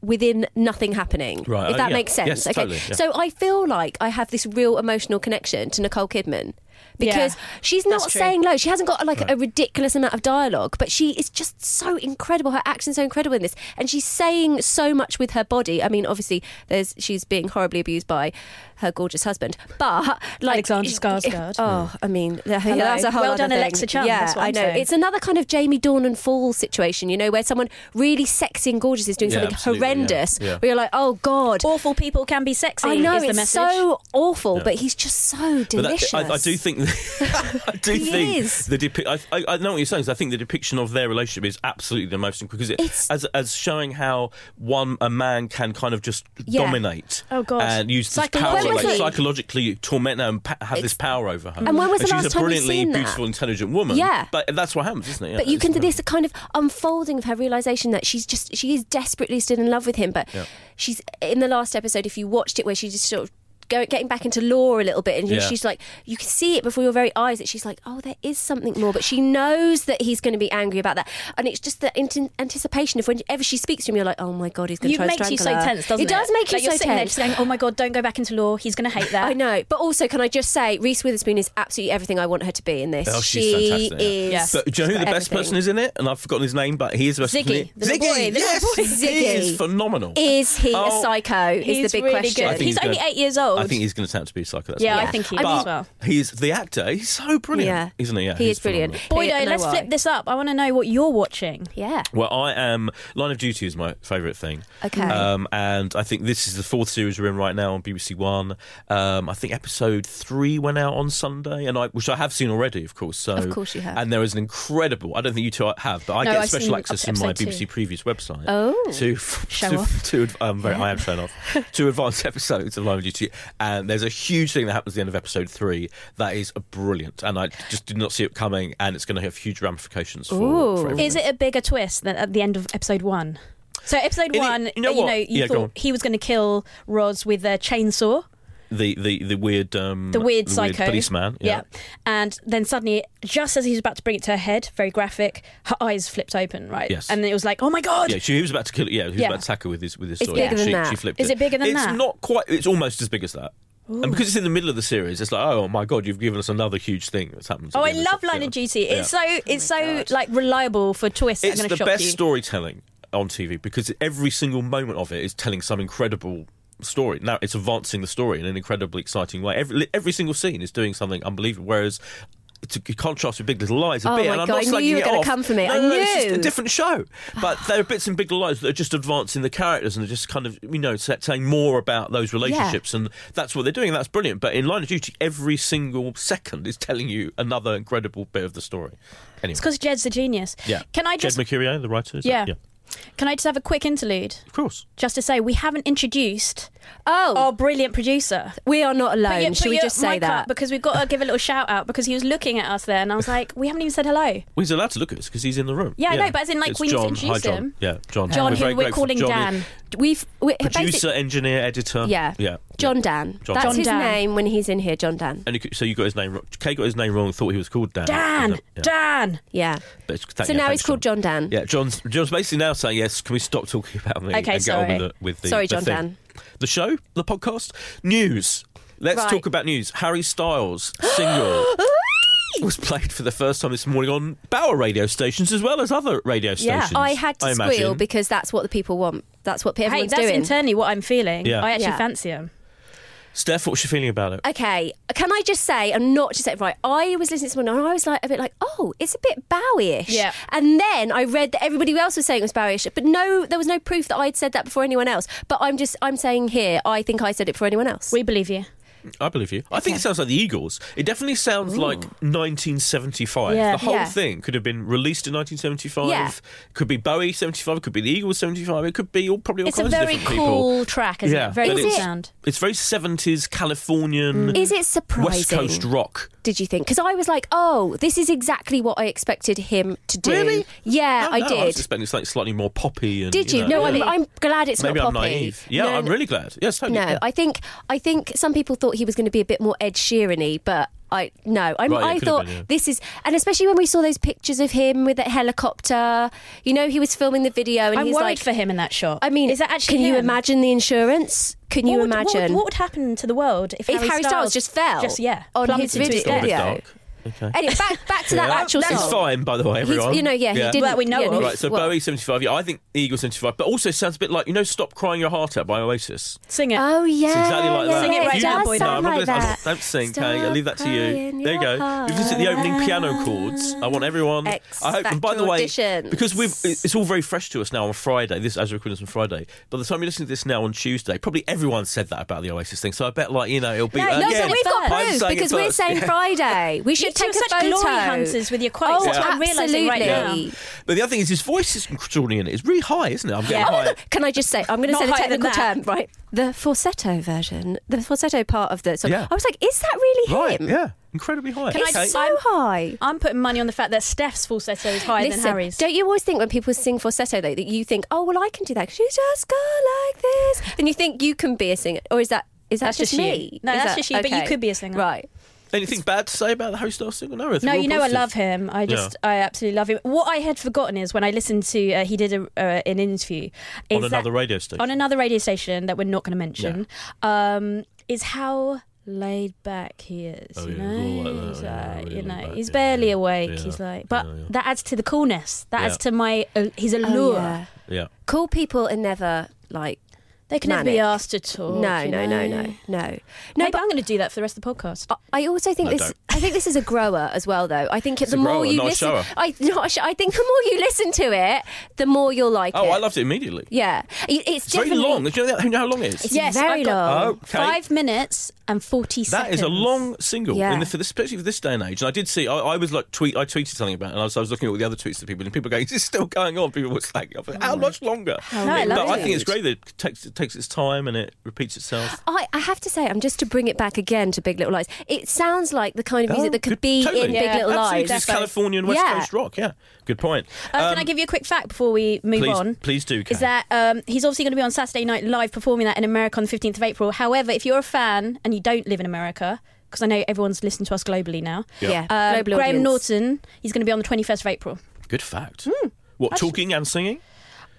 Speaker 3: within nothing happening.
Speaker 1: Right,
Speaker 3: If
Speaker 1: oh,
Speaker 3: that
Speaker 1: yeah.
Speaker 3: makes sense.
Speaker 1: Yes,
Speaker 3: okay.
Speaker 1: totally, yeah.
Speaker 3: So I feel like I have this real emotional connection to Nicole Kidman because
Speaker 2: Yeah,
Speaker 3: she's not
Speaker 2: that's true.
Speaker 3: saying low. She hasn't got like a ridiculous amount of dialogue, but she is just so incredible. Her acting's so incredible in this, and she's saying so much with her body. I mean, obviously, there's she's being horribly abused by her gorgeous husband, but like
Speaker 2: Alexander Skarsgård.
Speaker 3: Oh, I mean, yeah,
Speaker 2: Hello.
Speaker 3: that's a whole
Speaker 2: Well
Speaker 3: other
Speaker 2: done,
Speaker 3: thing.
Speaker 2: Alexa Chung,
Speaker 3: Yeah,
Speaker 2: that's what I'm
Speaker 3: I know.
Speaker 2: saying.
Speaker 3: It's another kind of Jamie Dawn and Fall situation, you know, where someone really sexy and gorgeous is doing
Speaker 1: Yeah,
Speaker 3: something
Speaker 1: absolutely, yeah,
Speaker 3: horrendous.
Speaker 1: yeah.
Speaker 3: Where you're like, oh god.
Speaker 2: Awful people can be sexy.
Speaker 3: I know
Speaker 2: is the
Speaker 3: it's
Speaker 2: message.
Speaker 3: so awful, but he's just so
Speaker 1: But that-
Speaker 3: delicious.
Speaker 1: I, I do think think
Speaker 3: <laughs>
Speaker 1: the, <laughs> I do
Speaker 3: He
Speaker 1: think
Speaker 3: is.
Speaker 1: the depi- I, I, I know what you're saying. 'cause I think the depiction of their relationship is absolutely the most because it,
Speaker 3: It's-
Speaker 1: as as showing how one a man can kind of just
Speaker 3: Yeah.
Speaker 1: dominate.
Speaker 2: Oh, God.
Speaker 1: And use this power,
Speaker 3: Psychologically.
Speaker 1: like psychologically torment her and pa- have this
Speaker 3: It's-
Speaker 1: power over her.
Speaker 3: And when was the
Speaker 1: she's
Speaker 3: last
Speaker 1: a
Speaker 3: time we've
Speaker 1: brilliantly
Speaker 3: seen that?
Speaker 1: beautiful, intelligent woman.
Speaker 3: Yeah.
Speaker 1: but that's what happens, isn't it? Yeah,
Speaker 3: But you
Speaker 1: it's
Speaker 3: can
Speaker 1: kind of-
Speaker 3: this kind of unfolding of her realization that she's just she is desperately still in love with him, but
Speaker 1: Yeah.
Speaker 3: she's in the last episode. If you watched it, where she just sort of go, getting back into law a little bit, and
Speaker 1: Yeah.
Speaker 3: she's like, you can see it before your very eyes that she's like, oh, there is something more. But she knows that he's going to be angry about that, and it's just the int- anticipation of whenever she speaks to him, you're like, oh my god, he's going to
Speaker 2: You
Speaker 3: try and
Speaker 2: makes you
Speaker 3: strangle
Speaker 2: so
Speaker 3: her.
Speaker 2: tense, doesn't it?
Speaker 3: It does make you
Speaker 2: like, you're
Speaker 3: so
Speaker 2: sitting there
Speaker 3: tense.
Speaker 2: just going, "Oh my god, don't go back into law. He's going to hate that."
Speaker 3: I know, but also, can I just say, Reese Witherspoon is absolutely everything I want her to be in this.
Speaker 1: Oh, she's
Speaker 3: she
Speaker 1: fantastic, yeah.
Speaker 3: is.
Speaker 2: Yeah.
Speaker 1: But do you know who the best person is in it? And I've forgotten his name, but he is the best person. in
Speaker 2: Ziggy,
Speaker 1: it.
Speaker 2: the
Speaker 1: Ziggy,
Speaker 2: little boy, the little
Speaker 1: yes,
Speaker 2: boy.
Speaker 1: he
Speaker 3: Ziggy.
Speaker 1: is phenomenal.
Speaker 3: Is he
Speaker 1: Oh,
Speaker 3: a psycho?
Speaker 2: He's
Speaker 3: Is the big
Speaker 2: really
Speaker 3: question.
Speaker 1: I
Speaker 2: Good.
Speaker 1: think
Speaker 2: He's
Speaker 1: he's
Speaker 2: only
Speaker 1: gonna-
Speaker 2: eight years old.
Speaker 1: I think he's going to turn out to be a psycho. That's
Speaker 2: Yeah,
Speaker 1: what
Speaker 2: I think he
Speaker 1: but
Speaker 2: is as well.
Speaker 1: He's the actor. He's so brilliant,
Speaker 3: yeah,
Speaker 1: isn't he? Yeah,
Speaker 3: he
Speaker 1: he's
Speaker 3: is brilliant.
Speaker 1: phenomenal.
Speaker 2: Boydo, let's flip this up. I want to know what you're watching.
Speaker 3: Yeah.
Speaker 1: Well, I am. Line of Duty is my favourite thing.
Speaker 3: Okay.
Speaker 1: Um, and I think this is the fourth series we're in right now on BBC One. Um, I think episode three went out on Sunday, and I, which I have seen already, of course. So,
Speaker 3: Of course you have.
Speaker 1: And there is an incredible. I don't think you two have, but I
Speaker 2: No,
Speaker 1: get
Speaker 2: I've seen
Speaker 1: special
Speaker 2: up
Speaker 1: access
Speaker 2: to
Speaker 1: in my
Speaker 2: episode two.
Speaker 1: BBC Previews website.
Speaker 3: Oh.
Speaker 1: To <laughs>
Speaker 2: Show
Speaker 1: to,
Speaker 2: off.
Speaker 1: to adv- um, very, I am showing
Speaker 2: <laughs>
Speaker 1: off. to advanced <laughs> episodes of Line of Duty, and there's a huge thing that happens at the end of episode three that is brilliant, and I just did not see it coming, and it's going to have huge ramifications for.
Speaker 3: Ooh.
Speaker 1: for everyone.
Speaker 2: Is it a bigger twist than at the end of episode one? So episode
Speaker 1: It-
Speaker 2: one,
Speaker 1: you know
Speaker 2: you
Speaker 1: what?
Speaker 2: know, you
Speaker 1: Yeah, go on.
Speaker 2: thought he was going to kill Roz with a chainsaw,
Speaker 1: the the the weird um
Speaker 2: the weird psycho
Speaker 1: policeman. Yeah.
Speaker 2: and then suddenly, just as he's about to bring it to her head, very graphic, her eyes flipped open, right?
Speaker 1: Yes.
Speaker 2: and it was like, oh my god,
Speaker 1: Yeah, she he was about to kill. Yeah, he was
Speaker 2: Yeah.
Speaker 1: about to attack her with his with his
Speaker 3: It's
Speaker 1: sword.
Speaker 3: bigger
Speaker 1: she,
Speaker 3: than that.
Speaker 1: she flipped
Speaker 2: Is it bigger than
Speaker 1: it's
Speaker 2: that?
Speaker 1: It's not quite. It's almost as big as that. And because it's in the middle of the series, it's like, oh my god, you've given us another huge thing that's happened. at
Speaker 2: Oh,
Speaker 1: the
Speaker 2: I
Speaker 1: end of
Speaker 2: love
Speaker 1: the-
Speaker 2: Line
Speaker 1: yeah.
Speaker 2: of Duty. It's so it's
Speaker 3: Oh my
Speaker 2: so
Speaker 3: God.
Speaker 2: like reliable for twists. that are
Speaker 1: It's
Speaker 2: going
Speaker 1: the
Speaker 2: to shock
Speaker 1: best
Speaker 2: you.
Speaker 1: storytelling on TV because every single moment of it is telling some incredible story. Now it's advancing the story in an incredibly exciting way. Every every single scene is doing something unbelievable. Whereas. To contrast with Big Little Lies, a
Speaker 3: Oh
Speaker 1: bit,
Speaker 3: my
Speaker 1: and I'm
Speaker 3: God,
Speaker 1: not
Speaker 3: I knew
Speaker 1: slagging
Speaker 3: you were
Speaker 1: it
Speaker 3: gonna
Speaker 1: off.
Speaker 3: come for me.
Speaker 1: No,
Speaker 3: I
Speaker 1: no, no, it's just a
Speaker 3: knew.
Speaker 1: different show, but there are bits and Big Little Lies that are just advancing the characters and are just kind of you know sa- saying more about those relationships, and that's what they're doing. and That's brilliant. But in Line of Duty, every single second is telling you another incredible bit of the story. Anyway,
Speaker 2: It's because Jed's a genius.
Speaker 1: yeah.
Speaker 2: Can I just
Speaker 1: Jed Mercurio, the writer? is that-
Speaker 2: yeah. Can I just have a quick interlude?
Speaker 1: Of course.
Speaker 2: Just to say, we haven't introduced
Speaker 3: Oh,
Speaker 2: our brilliant producer.
Speaker 3: we are not alone.
Speaker 2: Put your-
Speaker 3: Shall
Speaker 2: put
Speaker 3: we
Speaker 2: your
Speaker 3: just say
Speaker 2: mic up
Speaker 3: that?
Speaker 2: Because we've got to give a little shout out because he was looking at us there and I was like, we haven't even said hello.
Speaker 1: Well, he's allowed to look at us because he's in the room.
Speaker 2: Yeah, I know, but as in, like,
Speaker 1: It's
Speaker 2: we need to
Speaker 1: John. Hi,
Speaker 2: introduce
Speaker 1: John.
Speaker 2: him.
Speaker 1: Yeah, John.
Speaker 2: John,
Speaker 1: very
Speaker 2: who we're
Speaker 1: grateful.
Speaker 2: calling
Speaker 1: John is
Speaker 2: Dan.
Speaker 3: We've we,
Speaker 1: Producer,
Speaker 3: basic-
Speaker 1: engineer, editor.
Speaker 3: Yeah.
Speaker 1: Yeah.
Speaker 3: John Dan.
Speaker 1: John
Speaker 3: That's
Speaker 1: Dan.
Speaker 3: his
Speaker 2: John Dan.
Speaker 3: name when he's in here. John Dan.
Speaker 1: And you, could- so you got his name wrong. Kay got his name wrong and thought he was called Dan. <laughs>
Speaker 2: Dan,
Speaker 1: Yeah. Yeah.
Speaker 2: Dan.
Speaker 3: Yeah.
Speaker 1: But it's- thank-
Speaker 3: So
Speaker 1: yeah,
Speaker 3: now
Speaker 1: thanks,
Speaker 3: he's called John Dan.
Speaker 1: Yeah, John's, John's basically now saying, yes, can we stop talking about me
Speaker 2: Okay,
Speaker 1: and get
Speaker 2: sorry.
Speaker 1: on with the, with the
Speaker 3: Sorry,
Speaker 1: the
Speaker 3: John
Speaker 1: thing.
Speaker 3: Dan.
Speaker 1: The show, the podcast, news. Let's
Speaker 3: Right.
Speaker 1: talk about news. Harry Styles,
Speaker 2: <gasps>
Speaker 1: single. Was played for the first time this morning on Bauer radio stations as well as other radio
Speaker 2: Yeah,
Speaker 1: stations.
Speaker 3: I had to
Speaker 1: I
Speaker 3: squeal
Speaker 1: imagine.
Speaker 3: because that's what the people want. That's what
Speaker 2: Hey,
Speaker 3: everyone's
Speaker 2: that's
Speaker 3: doing.
Speaker 2: internally what I'm feeling.
Speaker 1: Yeah.
Speaker 2: I actually
Speaker 3: Yeah.
Speaker 2: fancy him.
Speaker 1: Steph, what's your feeling about
Speaker 3: Uh,
Speaker 1: it?
Speaker 3: okay, can I just say, and not just say, right, I was listening to someone and I was like, a bit like, oh, it's a bit Bowie-ish.
Speaker 2: Yeah.
Speaker 3: And then I read that everybody else was saying it was Bowie-ish, but no, there was no proof that I'd said that before anyone else. But I'm just, I'm saying here, I think I said it before anyone else.
Speaker 2: We believe you.
Speaker 1: I believe you. I think it sounds like the Eagles. It definitely sounds like 1975.
Speaker 2: Yeah.
Speaker 1: The whole
Speaker 3: Yeah.
Speaker 1: thing could have been released in 1975.
Speaker 3: Yeah.
Speaker 1: Could be Bowie 75. It could be the Eagles 75. It could be all probably all
Speaker 2: It's a
Speaker 1: kinds
Speaker 2: very
Speaker 1: of different people.
Speaker 2: cool track, isn't
Speaker 1: Yeah,
Speaker 2: it? Very
Speaker 1: but
Speaker 2: cool
Speaker 1: it's-
Speaker 2: sound.
Speaker 1: It's very 70s Californian
Speaker 3: Is it
Speaker 1: West
Speaker 3: surprising?
Speaker 1: Coast rock.
Speaker 3: Did you think? Because I was like, oh, this is exactly what I expected him to do.
Speaker 1: Really?
Speaker 3: Yeah,
Speaker 1: don't
Speaker 3: I
Speaker 1: know. Oh, I was
Speaker 3: did.
Speaker 1: expecting something slightly more poppy. And,
Speaker 3: Did you?
Speaker 1: know,
Speaker 3: No,
Speaker 1: yeah.
Speaker 3: I'm, I'm glad it's
Speaker 1: Maybe
Speaker 3: not
Speaker 1: I'm
Speaker 3: poppy.
Speaker 1: naive. Yeah,
Speaker 3: No,
Speaker 1: I'm really glad. Yes, totally.
Speaker 3: No, I think I think some people thought he was going to be a bit more Ed Sheeran-y, but I no, I'm,
Speaker 1: Right, yeah,
Speaker 3: I
Speaker 1: could have
Speaker 3: thought
Speaker 1: been, yeah.
Speaker 3: this is, and especially when we saw those pictures of him with that helicopter. You know, he was filming the video, and
Speaker 2: I'm
Speaker 3: he's
Speaker 2: worried
Speaker 3: like,
Speaker 2: for him in that shot.
Speaker 3: I mean,
Speaker 2: is that actually?
Speaker 3: Can you
Speaker 2: him?
Speaker 3: imagine the insurance? Can you
Speaker 2: what would-
Speaker 3: imagine
Speaker 2: what would, what would happen to the world if,
Speaker 3: if Harry Styles, just fell
Speaker 2: Just yeah,
Speaker 3: on
Speaker 2: plummeted
Speaker 3: his
Speaker 2: to his
Speaker 3: video?
Speaker 2: death?
Speaker 1: It's dark. Okay.
Speaker 3: Anyway, back back to that
Speaker 1: Yeah.
Speaker 3: actual song.
Speaker 1: He's fine, by the way,
Speaker 3: He's-
Speaker 1: everyone.
Speaker 3: you know, yeah, he did
Speaker 2: That we know of.
Speaker 1: Right, so Bowie 75. Yeah, I think Eagle 75. But also sounds a bit like, you know, Stop Crying Your Heart Out by Oasis.
Speaker 2: Sing it.
Speaker 3: Oh yeah,
Speaker 1: It's exactly like
Speaker 3: yeah,
Speaker 1: that.
Speaker 2: Sing it
Speaker 3: yeah,
Speaker 2: right
Speaker 1: You-
Speaker 2: now,
Speaker 3: does
Speaker 2: boy.
Speaker 1: No,
Speaker 3: sound
Speaker 1: I'm not
Speaker 3: like
Speaker 1: gonna-
Speaker 3: that.
Speaker 1: Don't sing, Kay. I leave that to
Speaker 3: Stop
Speaker 1: you. There you go.
Speaker 3: crying
Speaker 1: If you listen to the
Speaker 3: your
Speaker 1: opening piano
Speaker 3: heart
Speaker 1: chords, I want everyone.
Speaker 3: X
Speaker 1: I hope. And by the
Speaker 3: Factor
Speaker 1: way,
Speaker 3: auditions.
Speaker 1: because we've, it's all very fresh to us now on Friday. This as we're recording this on Friday. By the time you listen to this now on Tuesday, probably everyone said that about the Oasis thing. So I bet, like you know, it'll be
Speaker 3: No, no,
Speaker 1: again.
Speaker 3: so we've got
Speaker 1: I'm
Speaker 3: proof
Speaker 1: saying it
Speaker 3: because we're
Speaker 1: first.
Speaker 3: saying Friday. We should
Speaker 2: You two
Speaker 3: take
Speaker 2: are
Speaker 3: a
Speaker 2: such
Speaker 3: photo.
Speaker 2: glory hunters with your quotes.
Speaker 3: Oh,
Speaker 2: That's what I'm realizing right
Speaker 3: absolutely.
Speaker 2: now.
Speaker 1: But the other thing is, his voice is extraordinary. in it. It's really high, isn't it? I'm getting
Speaker 2: Yeah.
Speaker 3: Oh my
Speaker 1: high.
Speaker 3: God. <laughs> Can I just say, I'm going to
Speaker 2: Not
Speaker 3: say the
Speaker 2: higher than
Speaker 3: technical
Speaker 2: that.
Speaker 3: term, right? The falsetto version, the falsetto part of the song.
Speaker 1: Yeah.
Speaker 3: I was like, is that really
Speaker 1: Right,
Speaker 3: him?
Speaker 1: yeah, incredibly high.
Speaker 2: Can I
Speaker 3: It's
Speaker 1: Okay.
Speaker 2: just-
Speaker 3: so high.
Speaker 2: I'm putting money on the fact that Steph's falsetto is higher
Speaker 3: Listen,
Speaker 2: than Harry's.
Speaker 3: don't you always think when people sing falsetto though that you think, oh well, I can do that because you just go like this, and you think you can be a singer, or is that is that
Speaker 2: That's just
Speaker 3: me?
Speaker 2: you. No,
Speaker 3: Is
Speaker 2: that's
Speaker 3: that-
Speaker 2: just you, but you
Speaker 3: okay.
Speaker 2: could be a singer.
Speaker 3: right?
Speaker 1: Anything bad to say about the host or single? No, I think
Speaker 2: No,
Speaker 1: we're
Speaker 2: you know
Speaker 1: positive.
Speaker 2: I love him. I just, I absolutely love him. What I had forgotten is when I listened to, uh, he did a, uh, an interview. Is
Speaker 1: on
Speaker 2: that-
Speaker 1: another radio station.
Speaker 2: on another radio station that we're not going to mention. Um, is how laid back he is.
Speaker 1: Oh,
Speaker 2: you
Speaker 1: yeah,
Speaker 2: know,
Speaker 1: he's all like that,
Speaker 2: he's
Speaker 1: yeah,
Speaker 2: like,
Speaker 1: really
Speaker 2: you know,
Speaker 1: laid back,
Speaker 2: he's
Speaker 1: yeah,
Speaker 2: barely
Speaker 1: yeah,
Speaker 2: awake.
Speaker 1: yeah,
Speaker 2: he's like, but
Speaker 1: yeah, yeah.
Speaker 2: that adds to the coolness. That
Speaker 1: Yeah.
Speaker 2: adds to my uh, his allure.
Speaker 3: Oh, yeah.
Speaker 1: yeah.
Speaker 3: Cool people are never like
Speaker 2: They can never be
Speaker 3: Manic.
Speaker 2: asked to talk.
Speaker 3: no,
Speaker 2: Oh, you
Speaker 3: no,
Speaker 2: know?
Speaker 3: no, no, no, no.
Speaker 2: Maybe I'm going to do that for the rest of the podcast.
Speaker 3: I also think
Speaker 1: No,
Speaker 3: this.
Speaker 1: don't.
Speaker 3: I think this is a grower as well, though. I think the
Speaker 1: a
Speaker 3: more
Speaker 1: grower,
Speaker 3: you
Speaker 1: not a
Speaker 3: listen,
Speaker 1: shower.
Speaker 3: I not a sh- I think the more you listen to it, the more you'll like
Speaker 1: Oh,
Speaker 3: it.
Speaker 1: I loved it immediately.
Speaker 3: Yeah, It- it's,
Speaker 1: It's very
Speaker 3: definitely-
Speaker 1: long. Do you know, that, you know how long it is?
Speaker 3: It's
Speaker 2: Yes,
Speaker 3: very
Speaker 2: I've got-
Speaker 3: long.
Speaker 1: Oh, okay.
Speaker 2: Five minutes and forty
Speaker 1: That
Speaker 2: seconds.
Speaker 1: is a long single,
Speaker 3: Yeah.
Speaker 1: in the, for this, especially for this day and age. And I did see, I, I was like, tweet, I tweeted something about it, and I was, I was looking at all the other tweets of people, and people were going, "Is this still going on?" People were slacking off. How much longer?
Speaker 2: Oh No, I
Speaker 1: but
Speaker 2: love
Speaker 1: I
Speaker 2: it.
Speaker 1: think it's great that it takes, it takes its time and it repeats itself.
Speaker 3: I, I have to say, I'm just to bring it back again to Big Little Lies. It sounds like the kind of music
Speaker 1: Oh,
Speaker 3: that could
Speaker 1: good-
Speaker 3: be
Speaker 1: totally.
Speaker 3: in
Speaker 2: Yeah,
Speaker 3: Big Little
Speaker 1: Absolutely, 'cause
Speaker 3: Lies.
Speaker 1: it's Californian West
Speaker 3: Yeah. Oh,
Speaker 1: Coast rock. Yeah, good point.
Speaker 2: Uh,
Speaker 1: Um,
Speaker 2: can I give you a quick fact before we move
Speaker 1: please,
Speaker 2: on?
Speaker 1: please do. Kay.
Speaker 2: is that um, he's obviously going to be on Saturday Night Live performing that in America on the 15th of April. However, if you're a fan and you don't live in America, because I know everyone's listening to us globally now,
Speaker 1: Yeah.
Speaker 3: Yeah,
Speaker 2: um,
Speaker 3: global
Speaker 2: Graham
Speaker 3: audience.
Speaker 2: Norton, he's going to be on the 21st of April.
Speaker 1: good fact?
Speaker 3: Hmm.
Speaker 1: what talking and singing?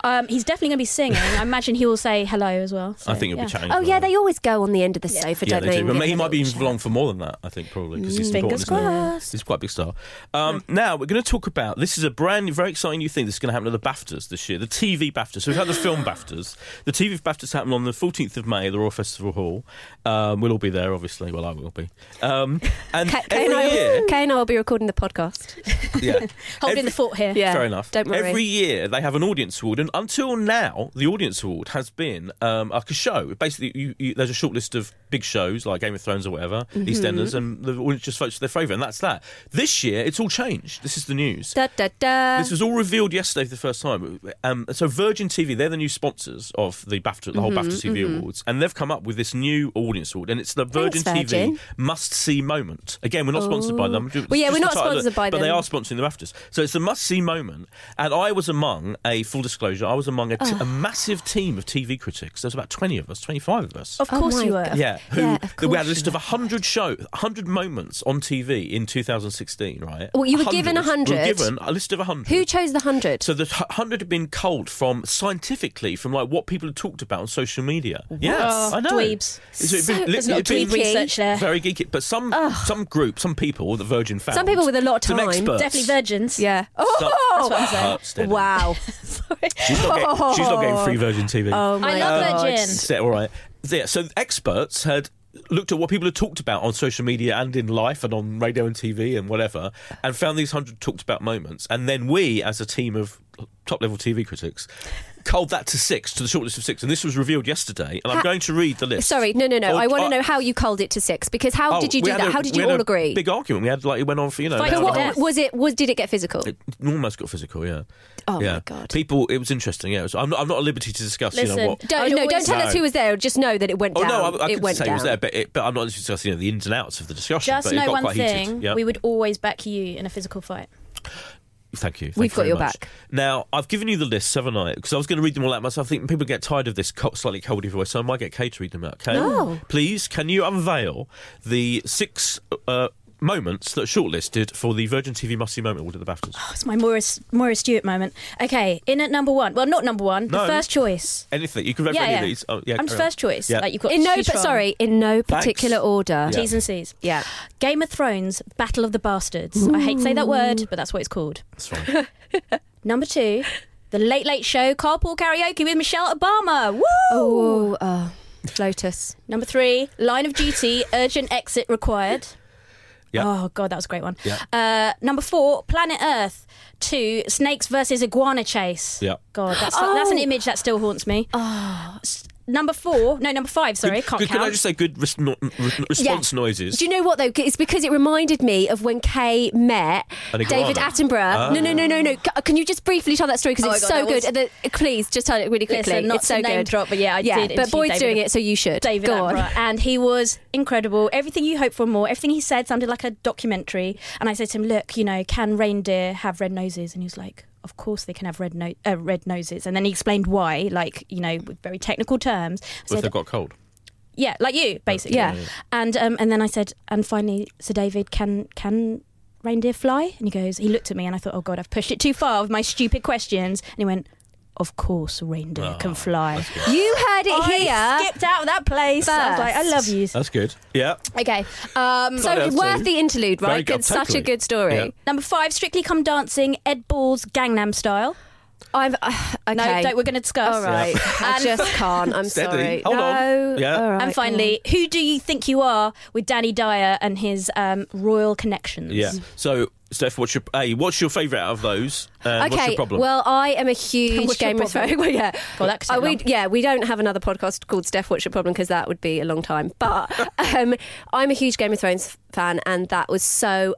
Speaker 2: Um, he's definitely going to be singing. I imagine he will say hello as well. so,
Speaker 1: I think it'll
Speaker 2: yeah.
Speaker 1: be chatting.
Speaker 3: Oh
Speaker 1: as
Speaker 3: yeah,
Speaker 1: well.
Speaker 3: they always go on the end of the sofa,
Speaker 1: Yeah,
Speaker 3: don't
Speaker 1: they
Speaker 3: they?
Speaker 1: do. But
Speaker 3: Yeah.
Speaker 1: he might be even long for more than that, I think, probably, because he's
Speaker 2: Mm.
Speaker 1: important.
Speaker 2: Fingers
Speaker 1: isn't he?
Speaker 2: crossed.
Speaker 1: He's quite a big star. Um, now, we're going to talk about this is a brand new, very exciting new thing that's going to happen at the BAFTAs this year, the TV BAFTAs. So we've had the film BAFTAs. The TV BAFTAs happen on the 14th of May, at the Royal Festival Hall. Um, we'll all be there, obviously. Well, I will be. Um,
Speaker 3: <laughs>
Speaker 1: and
Speaker 3: Kay, Kay and
Speaker 1: every
Speaker 3: I
Speaker 1: year.
Speaker 3: <laughs> will, Kay and I will be recording the podcast.
Speaker 1: Yeah.
Speaker 2: Holding
Speaker 1: Every-
Speaker 2: the fort here.
Speaker 3: Yeah,
Speaker 1: Fair enough.
Speaker 3: Don't worry.
Speaker 1: Every year they have an audience award, and until now, the audience award has been um, like a show. Basically, you, you, there's a short list of big shows like Game of Thrones or whatever,
Speaker 3: Mm-hmm.
Speaker 1: EastEnders, and the audience just votes for their favourite, and that's that. This year, it's all changed. This is the news.
Speaker 3: da, da, da.
Speaker 1: This was all revealed yesterday for the first time. Um, so Virgin TV, they're the new sponsors of the BAFTA, the whole
Speaker 3: Mm-hmm,
Speaker 1: BAFTA TV awards, and they've come up with this new audience award, and it's the Virgin
Speaker 3: Thanks,
Speaker 1: TV
Speaker 3: Virgin. Oh.
Speaker 1: must see moment. Again, we're not sponsored by them.
Speaker 3: Well, yeah,
Speaker 1: Just
Speaker 3: we're
Speaker 1: the
Speaker 3: not
Speaker 1: title,
Speaker 3: sponsored by
Speaker 1: but they
Speaker 3: them.
Speaker 1: are sponsoring the BAFTAs. So it's the must see moment, and I was among a full disclosure. I was among a,
Speaker 3: Oh.
Speaker 1: t- a massive team of TV critics. There was about twenty of us, twenty five of us.
Speaker 2: Of
Speaker 3: Oh
Speaker 2: course
Speaker 3: my
Speaker 2: you were.
Speaker 3: God.
Speaker 1: Yeah, who
Speaker 3: Yeah, of
Speaker 1: we had
Speaker 3: course
Speaker 1: a list
Speaker 3: you
Speaker 1: of 100 show 100 moments on TV in 2016, right?
Speaker 3: Well, you were given
Speaker 1: We were
Speaker 3: 100.
Speaker 1: given a list of 100.
Speaker 3: Who chose the hundred?
Speaker 1: So the h- 100 had been culled from scientifically, from like what people had talked about on social media. Yeah,
Speaker 2: Oh,
Speaker 1: I know.
Speaker 2: dweebs.
Speaker 1: So it'd
Speaker 3: So-
Speaker 1: been,
Speaker 2: There's
Speaker 3: There's
Speaker 2: a lot of
Speaker 1: it'd been
Speaker 2: tweet
Speaker 3: tweaking.
Speaker 2: research there.
Speaker 1: very geeky. But some some group, some people that Virgin found.
Speaker 3: Some people with a lot of
Speaker 1: Some
Speaker 3: time.
Speaker 1: experts.
Speaker 2: Definitely virgins.
Speaker 3: yeah.
Speaker 1: Some-
Speaker 3: Oh,
Speaker 2: what I'm saying.
Speaker 1: Uh, steady.
Speaker 3: wow.
Speaker 1: She's not, getting, she's not getting free Virgin TV.
Speaker 3: Oh my
Speaker 2: I love
Speaker 3: God.
Speaker 2: Virgin.
Speaker 1: Is that Uh, all right? Yeah, so experts had looked at what people had talked about on social media and in life and on radio and TV and whatever and found these 100 talked about moments. And then we, as a team of top level TV critics, culled that to six, to the shortlist of six. And this was revealed yesterday. And I'm going to read the list.
Speaker 3: Sorry, no, no, no.
Speaker 1: Oh,
Speaker 3: I want
Speaker 1: oh,
Speaker 3: to know how you culled it to six because how
Speaker 1: oh,
Speaker 3: did you
Speaker 1: we
Speaker 3: do
Speaker 1: had
Speaker 3: that?
Speaker 1: a-
Speaker 3: how did
Speaker 1: we
Speaker 3: you
Speaker 1: had
Speaker 3: all
Speaker 1: a
Speaker 3: agree?
Speaker 1: Big argument. We had, like, it went on for, you know,
Speaker 2: Fight
Speaker 1: an
Speaker 2: to
Speaker 1: hour
Speaker 3: But
Speaker 1: and a
Speaker 2: the
Speaker 1: half.
Speaker 3: what, was it? Was did it get physical?
Speaker 1: almost got physical, yeah.
Speaker 3: Oh, my
Speaker 1: yeah.
Speaker 3: God.
Speaker 1: People, it was interesting, yeah. It was- I'm, not, I'm not at liberty to discuss, you
Speaker 2: Listen,
Speaker 1: know, what.
Speaker 2: I'd
Speaker 3: Don't no, don't
Speaker 2: always-
Speaker 3: tell us
Speaker 1: No.
Speaker 3: who was there. Just know that it went
Speaker 1: Oh
Speaker 3: down.
Speaker 1: no, I, I
Speaker 3: it
Speaker 1: could
Speaker 3: went
Speaker 1: say
Speaker 3: down.
Speaker 1: it was there, but, it, but I'm not discussing you know, the ins and outs of the discussion.
Speaker 2: Just
Speaker 1: but it
Speaker 2: know
Speaker 1: got
Speaker 2: one
Speaker 1: quite
Speaker 2: thing:
Speaker 1: heated. Yeah.
Speaker 2: we would always back you in a physical fight.
Speaker 1: Thank you. Thank
Speaker 3: We've
Speaker 1: you
Speaker 3: got
Speaker 1: very
Speaker 3: your
Speaker 1: much.
Speaker 3: back.
Speaker 1: Now, I've given you the list, haven't I? Because I was going to read them all out myself. I think people get tired of this co- slightly coldy voice, so I might get Kay to read them out. Kay,
Speaker 3: No.
Speaker 1: please, can you unveil the six uh, moments that are shortlisted for the Virgin TV Must See Moment Award at the BAFTAs.
Speaker 2: Oh, it's my Morris Morris Stewart moment. Okay, in at number one. Well, not number one.
Speaker 1: No.
Speaker 2: The first choice.
Speaker 1: Anything you can read
Speaker 2: Yeah,
Speaker 1: any
Speaker 2: yeah.
Speaker 1: of these? Oh, yeah,
Speaker 2: I'm
Speaker 1: carry on.
Speaker 2: first choice.
Speaker 1: Yeah.
Speaker 2: Like you've got
Speaker 3: in no,
Speaker 2: to choose
Speaker 3: but
Speaker 2: from.
Speaker 3: sorry, in no particular order.
Speaker 1: Yeah.
Speaker 2: T's and C's.
Speaker 3: Yeah.
Speaker 2: Game of Thrones: Battle of the Bastards. I hate to say that word, but that's what it's called.
Speaker 1: That's
Speaker 2: <laughs>
Speaker 1: fine.
Speaker 2: Number two, The Late Late Show: Carpool Karaoke with Michelle Obama. Woo!
Speaker 3: Oh, oh, Lotus.
Speaker 2: Number three, Line of Duty: Urgent Exit Required.
Speaker 1: Yeah.
Speaker 2: Oh god, that was a great one.
Speaker 1: Yeah.
Speaker 2: Uh, number four, Planet Earth. Two, Snakes versus Iguana Chase.
Speaker 1: Yeah.
Speaker 2: God, that's that's an
Speaker 3: Oh.
Speaker 2: image that still haunts me. Oh. Number four, no, number five. Sorry,
Speaker 1: Good-
Speaker 2: can't
Speaker 1: good-
Speaker 2: count.
Speaker 1: Can I just say good res- no- re- response noises?
Speaker 3: Do you know what though? It's because it reminded me of when Kay met
Speaker 1: An iguana.
Speaker 3: David
Speaker 1: Ah.
Speaker 3: Attenborough. No, no, no, no, no. C- Can you just briefly tell that story because
Speaker 2: Oh my
Speaker 3: it's
Speaker 2: God,
Speaker 3: so
Speaker 2: that was-
Speaker 3: good? And the- please, just tell it really quickly.
Speaker 2: Listen, not
Speaker 3: it's
Speaker 2: to
Speaker 3: so
Speaker 2: name
Speaker 3: good.
Speaker 2: drop, but yeah, I
Speaker 3: yeah,
Speaker 2: did
Speaker 3: But
Speaker 2: interview
Speaker 3: Boyd's
Speaker 2: David-
Speaker 3: doing it, so you should.
Speaker 2: David
Speaker 3: Go on.
Speaker 2: Attenborough, and he was incredible. Everything you hope for, and more. Everything he said sounded like a documentary. And I said to him, "Look, you know, can reindeer have red noses?" And he was like, "Of course they can have red no- uh, red noses." And then he explained why, like you know, with very technical terms. I
Speaker 1: Or if
Speaker 2: said,
Speaker 1: they've got cold.
Speaker 2: yeah, like you, basically.
Speaker 3: Yeah.
Speaker 2: And um, and then I said, and finally, Sir David, can can reindeer fly? And he goes, he looked at me, and I thought, oh god, I've pushed it too far with my stupid questions. And he went, of course, reindeer can fly.
Speaker 3: You heard it
Speaker 2: I
Speaker 3: here.
Speaker 2: skipped out of that place. I was like, I love you.
Speaker 1: That's good. Yeah.
Speaker 2: Okay. Um,
Speaker 1: Got
Speaker 3: So
Speaker 1: it,
Speaker 3: worth
Speaker 1: too.
Speaker 3: the interlude,
Speaker 1: Very
Speaker 3: right?
Speaker 1: good,
Speaker 3: 'Cause such a
Speaker 1: totally.
Speaker 3: good story.
Speaker 1: Yeah.
Speaker 2: number five, Strictly Come Dancing, Ed Ball's Gangnam Style.
Speaker 3: I've <sighs> uh, okay.
Speaker 2: No, don't, we're going to discuss.
Speaker 1: <laughs>
Speaker 3: All right. I
Speaker 2: And-
Speaker 3: just can't. I'm
Speaker 1: Steady.
Speaker 3: sorry.
Speaker 1: Hold on.
Speaker 3: no.
Speaker 1: Yeah.
Speaker 3: All right. Mm.
Speaker 2: And finally, who do you think you are with Danny Dyer and his um, royal connections?
Speaker 1: Yeah. So, Steph, what's your a? What's your favourite out of those? Uh,
Speaker 3: okay.
Speaker 1: What's your problem?
Speaker 3: Well, I am a
Speaker 2: <laughs>
Speaker 3: huge
Speaker 2: What's your
Speaker 3: Game of
Speaker 2: problem?
Speaker 3: Thrones. <laughs> Well, yeah.
Speaker 2: God, that could take
Speaker 3: Uh, we-
Speaker 2: long.
Speaker 3: yeah, we don't have another podcast called Steph What's Your Problem because that would be a long time. But <laughs> um, I'm a huge Game of Thrones f- fan, and that was so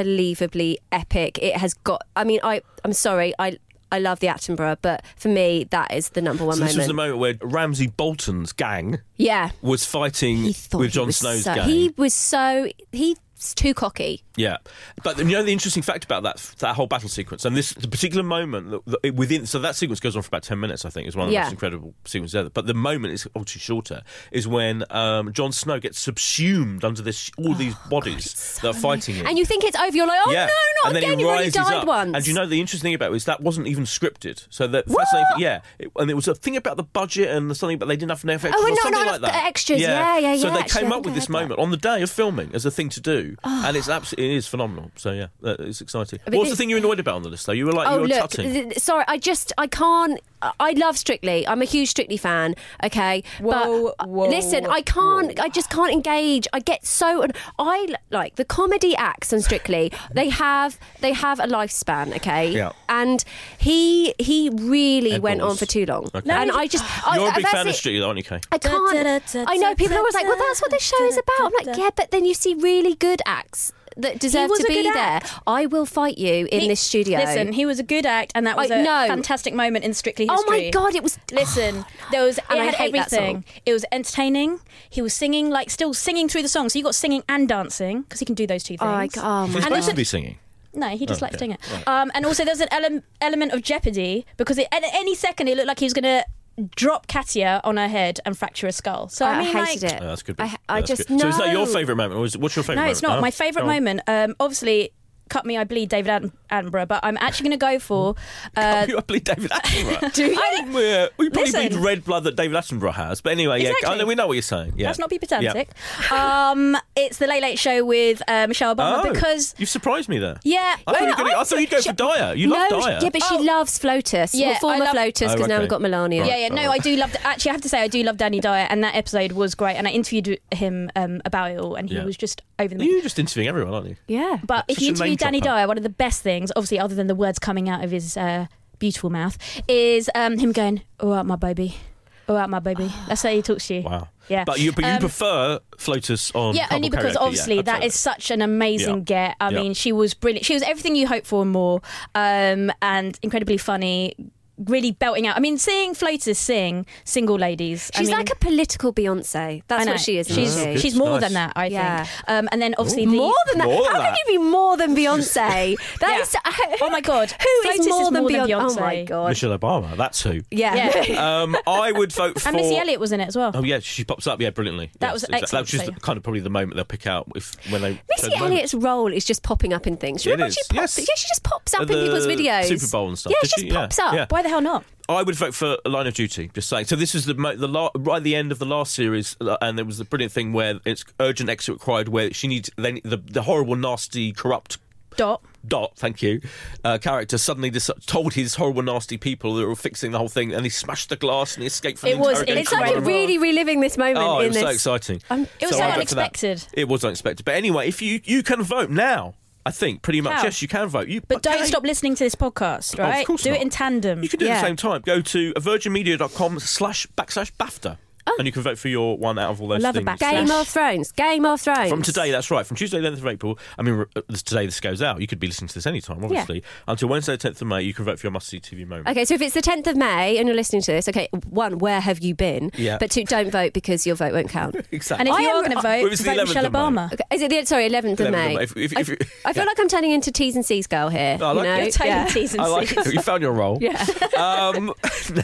Speaker 3: unbelievably epic. It has got. I mean, I I'm sorry. I I love the Attenborough, but for me, that is the number one
Speaker 1: so this
Speaker 3: moment.
Speaker 1: was the moment where Ramsay Bolton's gang
Speaker 3: yeah.
Speaker 1: was fighting
Speaker 3: He thought
Speaker 1: with
Speaker 3: he
Speaker 1: Jon
Speaker 3: was
Speaker 1: Snow's
Speaker 3: so,
Speaker 1: gang.
Speaker 3: He was so he's too cocky.
Speaker 1: Yeah, but you know the interesting fact about that that whole battle sequence and this the particular moment that, that it- within so that sequence goes on for about ten minutes I think is one of the
Speaker 3: Yeah.
Speaker 1: most incredible sequences ever. But the moment is obviously shorter is when um, Jon Snow gets subsumed under this all these
Speaker 3: Oh,
Speaker 1: bodies that are fighting him.
Speaker 3: And you think it's over. You're like, oh
Speaker 1: yeah, and
Speaker 3: no, not
Speaker 1: then
Speaker 3: again.
Speaker 1: he
Speaker 3: You've already
Speaker 1: rises
Speaker 3: died
Speaker 1: up.
Speaker 3: once.
Speaker 1: And you know the interesting thing about it is that wasn't even scripted. So the fascinating, thing- yeah, It- and there was a thing about the budget and something, but they didn't have enough extras
Speaker 3: and
Speaker 1: or
Speaker 3: not
Speaker 1: something
Speaker 3: enough
Speaker 1: like that.
Speaker 3: extras. Yeah, yeah,
Speaker 1: So
Speaker 3: yeah,
Speaker 1: they
Speaker 3: actually,
Speaker 1: came up
Speaker 3: I think
Speaker 1: with
Speaker 3: I
Speaker 1: this
Speaker 3: heard that.
Speaker 1: moment on the day of filming as a thing to do, and it's absolutely it is phenomenal. So yeah, uh, it's exciting. What was
Speaker 3: this-
Speaker 1: the thing you were annoyed about on the list though? You were like
Speaker 3: Oh
Speaker 1: you were
Speaker 3: look,
Speaker 1: tutting.
Speaker 3: th- sorry, I just I can't. I- I love Strictly. I'm a huge Strictly fan. Okay,
Speaker 2: Whoa,
Speaker 3: but
Speaker 2: whoa,
Speaker 3: listen, I can't. I just can't engage. I get so. an- I l- like the comedy acts on Strictly. they have they have a lifespan. Okay,
Speaker 1: Yeah.
Speaker 3: and he he really
Speaker 1: Ed
Speaker 3: went on
Speaker 1: Balls.
Speaker 3: for too long.
Speaker 1: Okay.
Speaker 3: And I just
Speaker 1: <gasps>
Speaker 3: I,
Speaker 1: You're a
Speaker 3: I-
Speaker 1: big
Speaker 3: oh, that's
Speaker 1: fan of
Speaker 3: it.
Speaker 1: Street, aren't you, Kay?
Speaker 3: I can't. I know people are always like, "Well, that's what the show is about." I'm like, "Yeah, but then you see really good acts that deserve
Speaker 2: was
Speaker 3: to
Speaker 2: a
Speaker 3: be
Speaker 2: good
Speaker 3: there."
Speaker 2: act.
Speaker 3: I will fight you in
Speaker 2: He-
Speaker 3: this studio.
Speaker 2: Listen, he was a good act, and that was
Speaker 3: I
Speaker 2: a
Speaker 3: know.
Speaker 2: fantastic moment in Strictly
Speaker 3: oh
Speaker 2: History.
Speaker 3: my god, it was.
Speaker 2: Listen, there was it
Speaker 3: <sighs> And I
Speaker 2: had
Speaker 3: hate that
Speaker 2: everything. It was entertaining. He was singing, like still singing through the song. So you got singing and dancing because he can do those two things.
Speaker 3: Oh my god, oh my
Speaker 1: He's
Speaker 2: And
Speaker 1: supposed
Speaker 2: there's
Speaker 1: to
Speaker 2: a,
Speaker 1: be singing.
Speaker 2: no, he just likes
Speaker 1: okay.
Speaker 2: doing it. Um, and also there's an ele- element of jeopardy because it, at any second it looked like he was going to drop Katia on her head and fracture a skull. So I,
Speaker 3: I
Speaker 2: mean,
Speaker 3: hated
Speaker 2: like,
Speaker 3: it.
Speaker 1: Oh, that's good.
Speaker 3: Uh, I,
Speaker 1: bit.
Speaker 3: I
Speaker 1: That's
Speaker 3: just
Speaker 1: good.
Speaker 3: know.
Speaker 1: So is that your favourite moment, or is, what's your favourite?
Speaker 2: No,
Speaker 1: moment?
Speaker 2: it's not
Speaker 1: Oh,
Speaker 2: my
Speaker 1: <laughs>
Speaker 2: favorite
Speaker 1: go on.
Speaker 2: moment. Um, obviously. Cut me, I bleed, David Atten- Attenborough. But I'm actually going to
Speaker 1: <laughs>
Speaker 2: go for uh,
Speaker 1: I believe David
Speaker 3: <laughs>
Speaker 1: Attenborough.
Speaker 2: Do you?
Speaker 1: I think we're- we probably
Speaker 2: Listen.
Speaker 1: need red blood that David Attenborough has. But anyway, yeah, I
Speaker 2: Exactly.
Speaker 1: know, we know what you're saying. Yeah.
Speaker 2: Let's not be
Speaker 1: Yeah.
Speaker 2: pedantic. Um, it's the Late Late Show with uh, Michelle Obama
Speaker 1: Oh,
Speaker 2: because
Speaker 1: you've surprised me there.
Speaker 2: yeah,
Speaker 1: I thought, you were
Speaker 2: well,
Speaker 1: gonna, I thought you'd go for Dyer. You
Speaker 3: no,
Speaker 1: love Dyer.
Speaker 3: yeah, but she
Speaker 2: Oh.
Speaker 3: loves Flotus.
Speaker 2: Yeah,
Speaker 3: well, former
Speaker 2: I love-
Speaker 3: Flotus,
Speaker 1: Oh,
Speaker 3: because now
Speaker 1: okay.
Speaker 3: we've got Melania.
Speaker 1: Right.
Speaker 2: yeah, yeah. No, I do love. The, actually, I have to say, I do love Danny Dyer, and that episode was great. And I interviewed him um, about it all, and he
Speaker 1: Yeah.
Speaker 2: was just over the moon.
Speaker 1: You're just interviewing everyone, aren't you?
Speaker 3: yeah.
Speaker 2: But if
Speaker 1: Such
Speaker 2: you
Speaker 1: a name
Speaker 2: interview Danny
Speaker 1: dropper.
Speaker 2: Dyer, one of the best things, obviously, other than the words coming out of his uh, beautiful mouth, is um, him going, "All right, my baby, all right, my
Speaker 1: <gasps>
Speaker 2: baby." That's how he talks to you.
Speaker 1: Wow.
Speaker 2: Yeah.
Speaker 1: But you, but you
Speaker 2: Um,
Speaker 1: prefer Flotus on.
Speaker 2: Yeah, only
Speaker 1: Carpool Karaoke,
Speaker 2: because
Speaker 1: yeah,
Speaker 2: obviously that
Speaker 1: absolutely.
Speaker 2: is such an amazing
Speaker 1: Yeah.
Speaker 2: get. I
Speaker 1: Yeah.
Speaker 2: mean, she was brilliant. She was everything you hope for and more, um, and incredibly funny. really belting out. I mean, seeing floaters sing single ladies. I
Speaker 3: She's
Speaker 2: mean-
Speaker 3: like a political Beyonce.
Speaker 2: I
Speaker 3: That's
Speaker 2: know.
Speaker 3: what she is.
Speaker 2: She's
Speaker 1: Oh,
Speaker 3: isn't
Speaker 1: good.
Speaker 3: she?
Speaker 2: she's more
Speaker 1: Nice.
Speaker 2: than that, I
Speaker 3: Yeah.
Speaker 2: think. Um, and then obviously the
Speaker 3: more than that.
Speaker 1: More than
Speaker 3: How can
Speaker 1: that.
Speaker 3: you be more
Speaker 1: <laughs>
Speaker 3: than Beyonce? That
Speaker 2: Yeah.
Speaker 3: is. who-
Speaker 2: Oh my God.
Speaker 3: Who
Speaker 2: Flatus
Speaker 3: is
Speaker 2: is
Speaker 3: more than
Speaker 2: more than
Speaker 3: Beyonce?
Speaker 2: Beyonce.
Speaker 3: Oh my god.
Speaker 1: Michelle Obama, that's who.
Speaker 3: Yeah.
Speaker 2: Yeah.
Speaker 1: Um, I would vote for.
Speaker 2: <laughs> and Missy Elliott was in it as well.
Speaker 1: Oh yeah, she pops up. Yeah, brilliantly.
Speaker 2: That
Speaker 1: Yes,
Speaker 2: was
Speaker 1: exactly.
Speaker 2: excellent,
Speaker 1: That was
Speaker 2: so,
Speaker 1: just
Speaker 2: yeah.
Speaker 1: kind of probably the moment they'll pick out if when they. show
Speaker 3: <laughs> Missy
Speaker 1: the moment.
Speaker 3: Elliott's role is just popping up in things.
Speaker 1: It
Speaker 3: Remember when
Speaker 1: is,
Speaker 3: she pops,
Speaker 1: yes.
Speaker 3: Yeah, she just pops up
Speaker 1: The
Speaker 3: in people's videos.
Speaker 1: Super Bowl and stuff,
Speaker 3: Yeah,
Speaker 1: did
Speaker 3: she
Speaker 1: she?
Speaker 3: just
Speaker 1: Yeah.
Speaker 3: pops up.
Speaker 1: Yeah.
Speaker 2: Why the hell not?
Speaker 1: I would vote for Line of Duty. Just saying. So this was the mo- the la- right at the end of the last series, uh, and there was the brilliant thing where it's urgent exit required, where she needs then the the horrible, nasty, corrupt
Speaker 2: Dot.
Speaker 1: Dot, thank you, uh, character suddenly dis- told his horrible, nasty people that were fixing the whole thing, and he smashed the glass and he escaped from
Speaker 2: It
Speaker 1: the
Speaker 2: was
Speaker 1: interrogation
Speaker 3: It's like
Speaker 1: room.
Speaker 3: you're
Speaker 2: Incredible.
Speaker 3: really reliving this moment
Speaker 1: Oh,
Speaker 3: in
Speaker 1: it was
Speaker 3: this.
Speaker 1: so exciting.
Speaker 2: Um, It was
Speaker 1: So
Speaker 2: so
Speaker 1: I vote for that.
Speaker 2: unexpected.
Speaker 1: It was unexpected. But anyway, if you you can vote now, I think pretty much
Speaker 2: How?
Speaker 1: yes, you can vote. You
Speaker 2: But don't
Speaker 1: okay.
Speaker 2: stop listening to this podcast,
Speaker 1: Oh, of
Speaker 2: right?
Speaker 1: course
Speaker 2: Do
Speaker 1: not.
Speaker 2: it in tandem.
Speaker 1: You can do it at
Speaker 3: Yeah.
Speaker 1: the same time. Go to virginmedia.com slash backslash BAFTA,
Speaker 3: Oh.
Speaker 1: and you can vote for your one out of all those
Speaker 2: Love a
Speaker 1: things.
Speaker 2: backslash.
Speaker 3: Game
Speaker 2: Yes.
Speaker 3: of Thrones. Game of Thrones.
Speaker 1: From today, that's right. From Tuesday, 11th of April. I mean, re- uh, this- today this goes out. You could be listening to this anytime, obviously. Until Wednesday, 10th of May, you can vote for your must see TV moment.
Speaker 3: Okay, so if it's the 10th of May and you're listening to this, okay, one, where have you been?
Speaker 1: Yeah.
Speaker 3: But two, don't vote because your vote won't
Speaker 1: <laughs>
Speaker 3: count. Okay,
Speaker 1: Exactly.
Speaker 2: and if
Speaker 3: I
Speaker 2: you
Speaker 3: am-
Speaker 2: are going to
Speaker 1: Well, it
Speaker 2: vote,
Speaker 1: was the
Speaker 2: vote
Speaker 1: 11th
Speaker 2: Michelle
Speaker 1: of May.
Speaker 2: Obama.
Speaker 3: is it the, sorry, 11th
Speaker 1: 11th
Speaker 3: of
Speaker 1: of
Speaker 3: May?
Speaker 1: May. If- if- if-
Speaker 3: I,
Speaker 1: yeah. Oh,
Speaker 3: I feel like I'm turning into T's and C's girl here.
Speaker 1: I
Speaker 3: you
Speaker 1: like
Speaker 3: know?
Speaker 1: it.
Speaker 2: You're totally
Speaker 3: Yeah.
Speaker 2: T's and
Speaker 1: I like
Speaker 2: C's.
Speaker 1: it. You found your role.
Speaker 3: Yeah.
Speaker 1: <laughs> Um,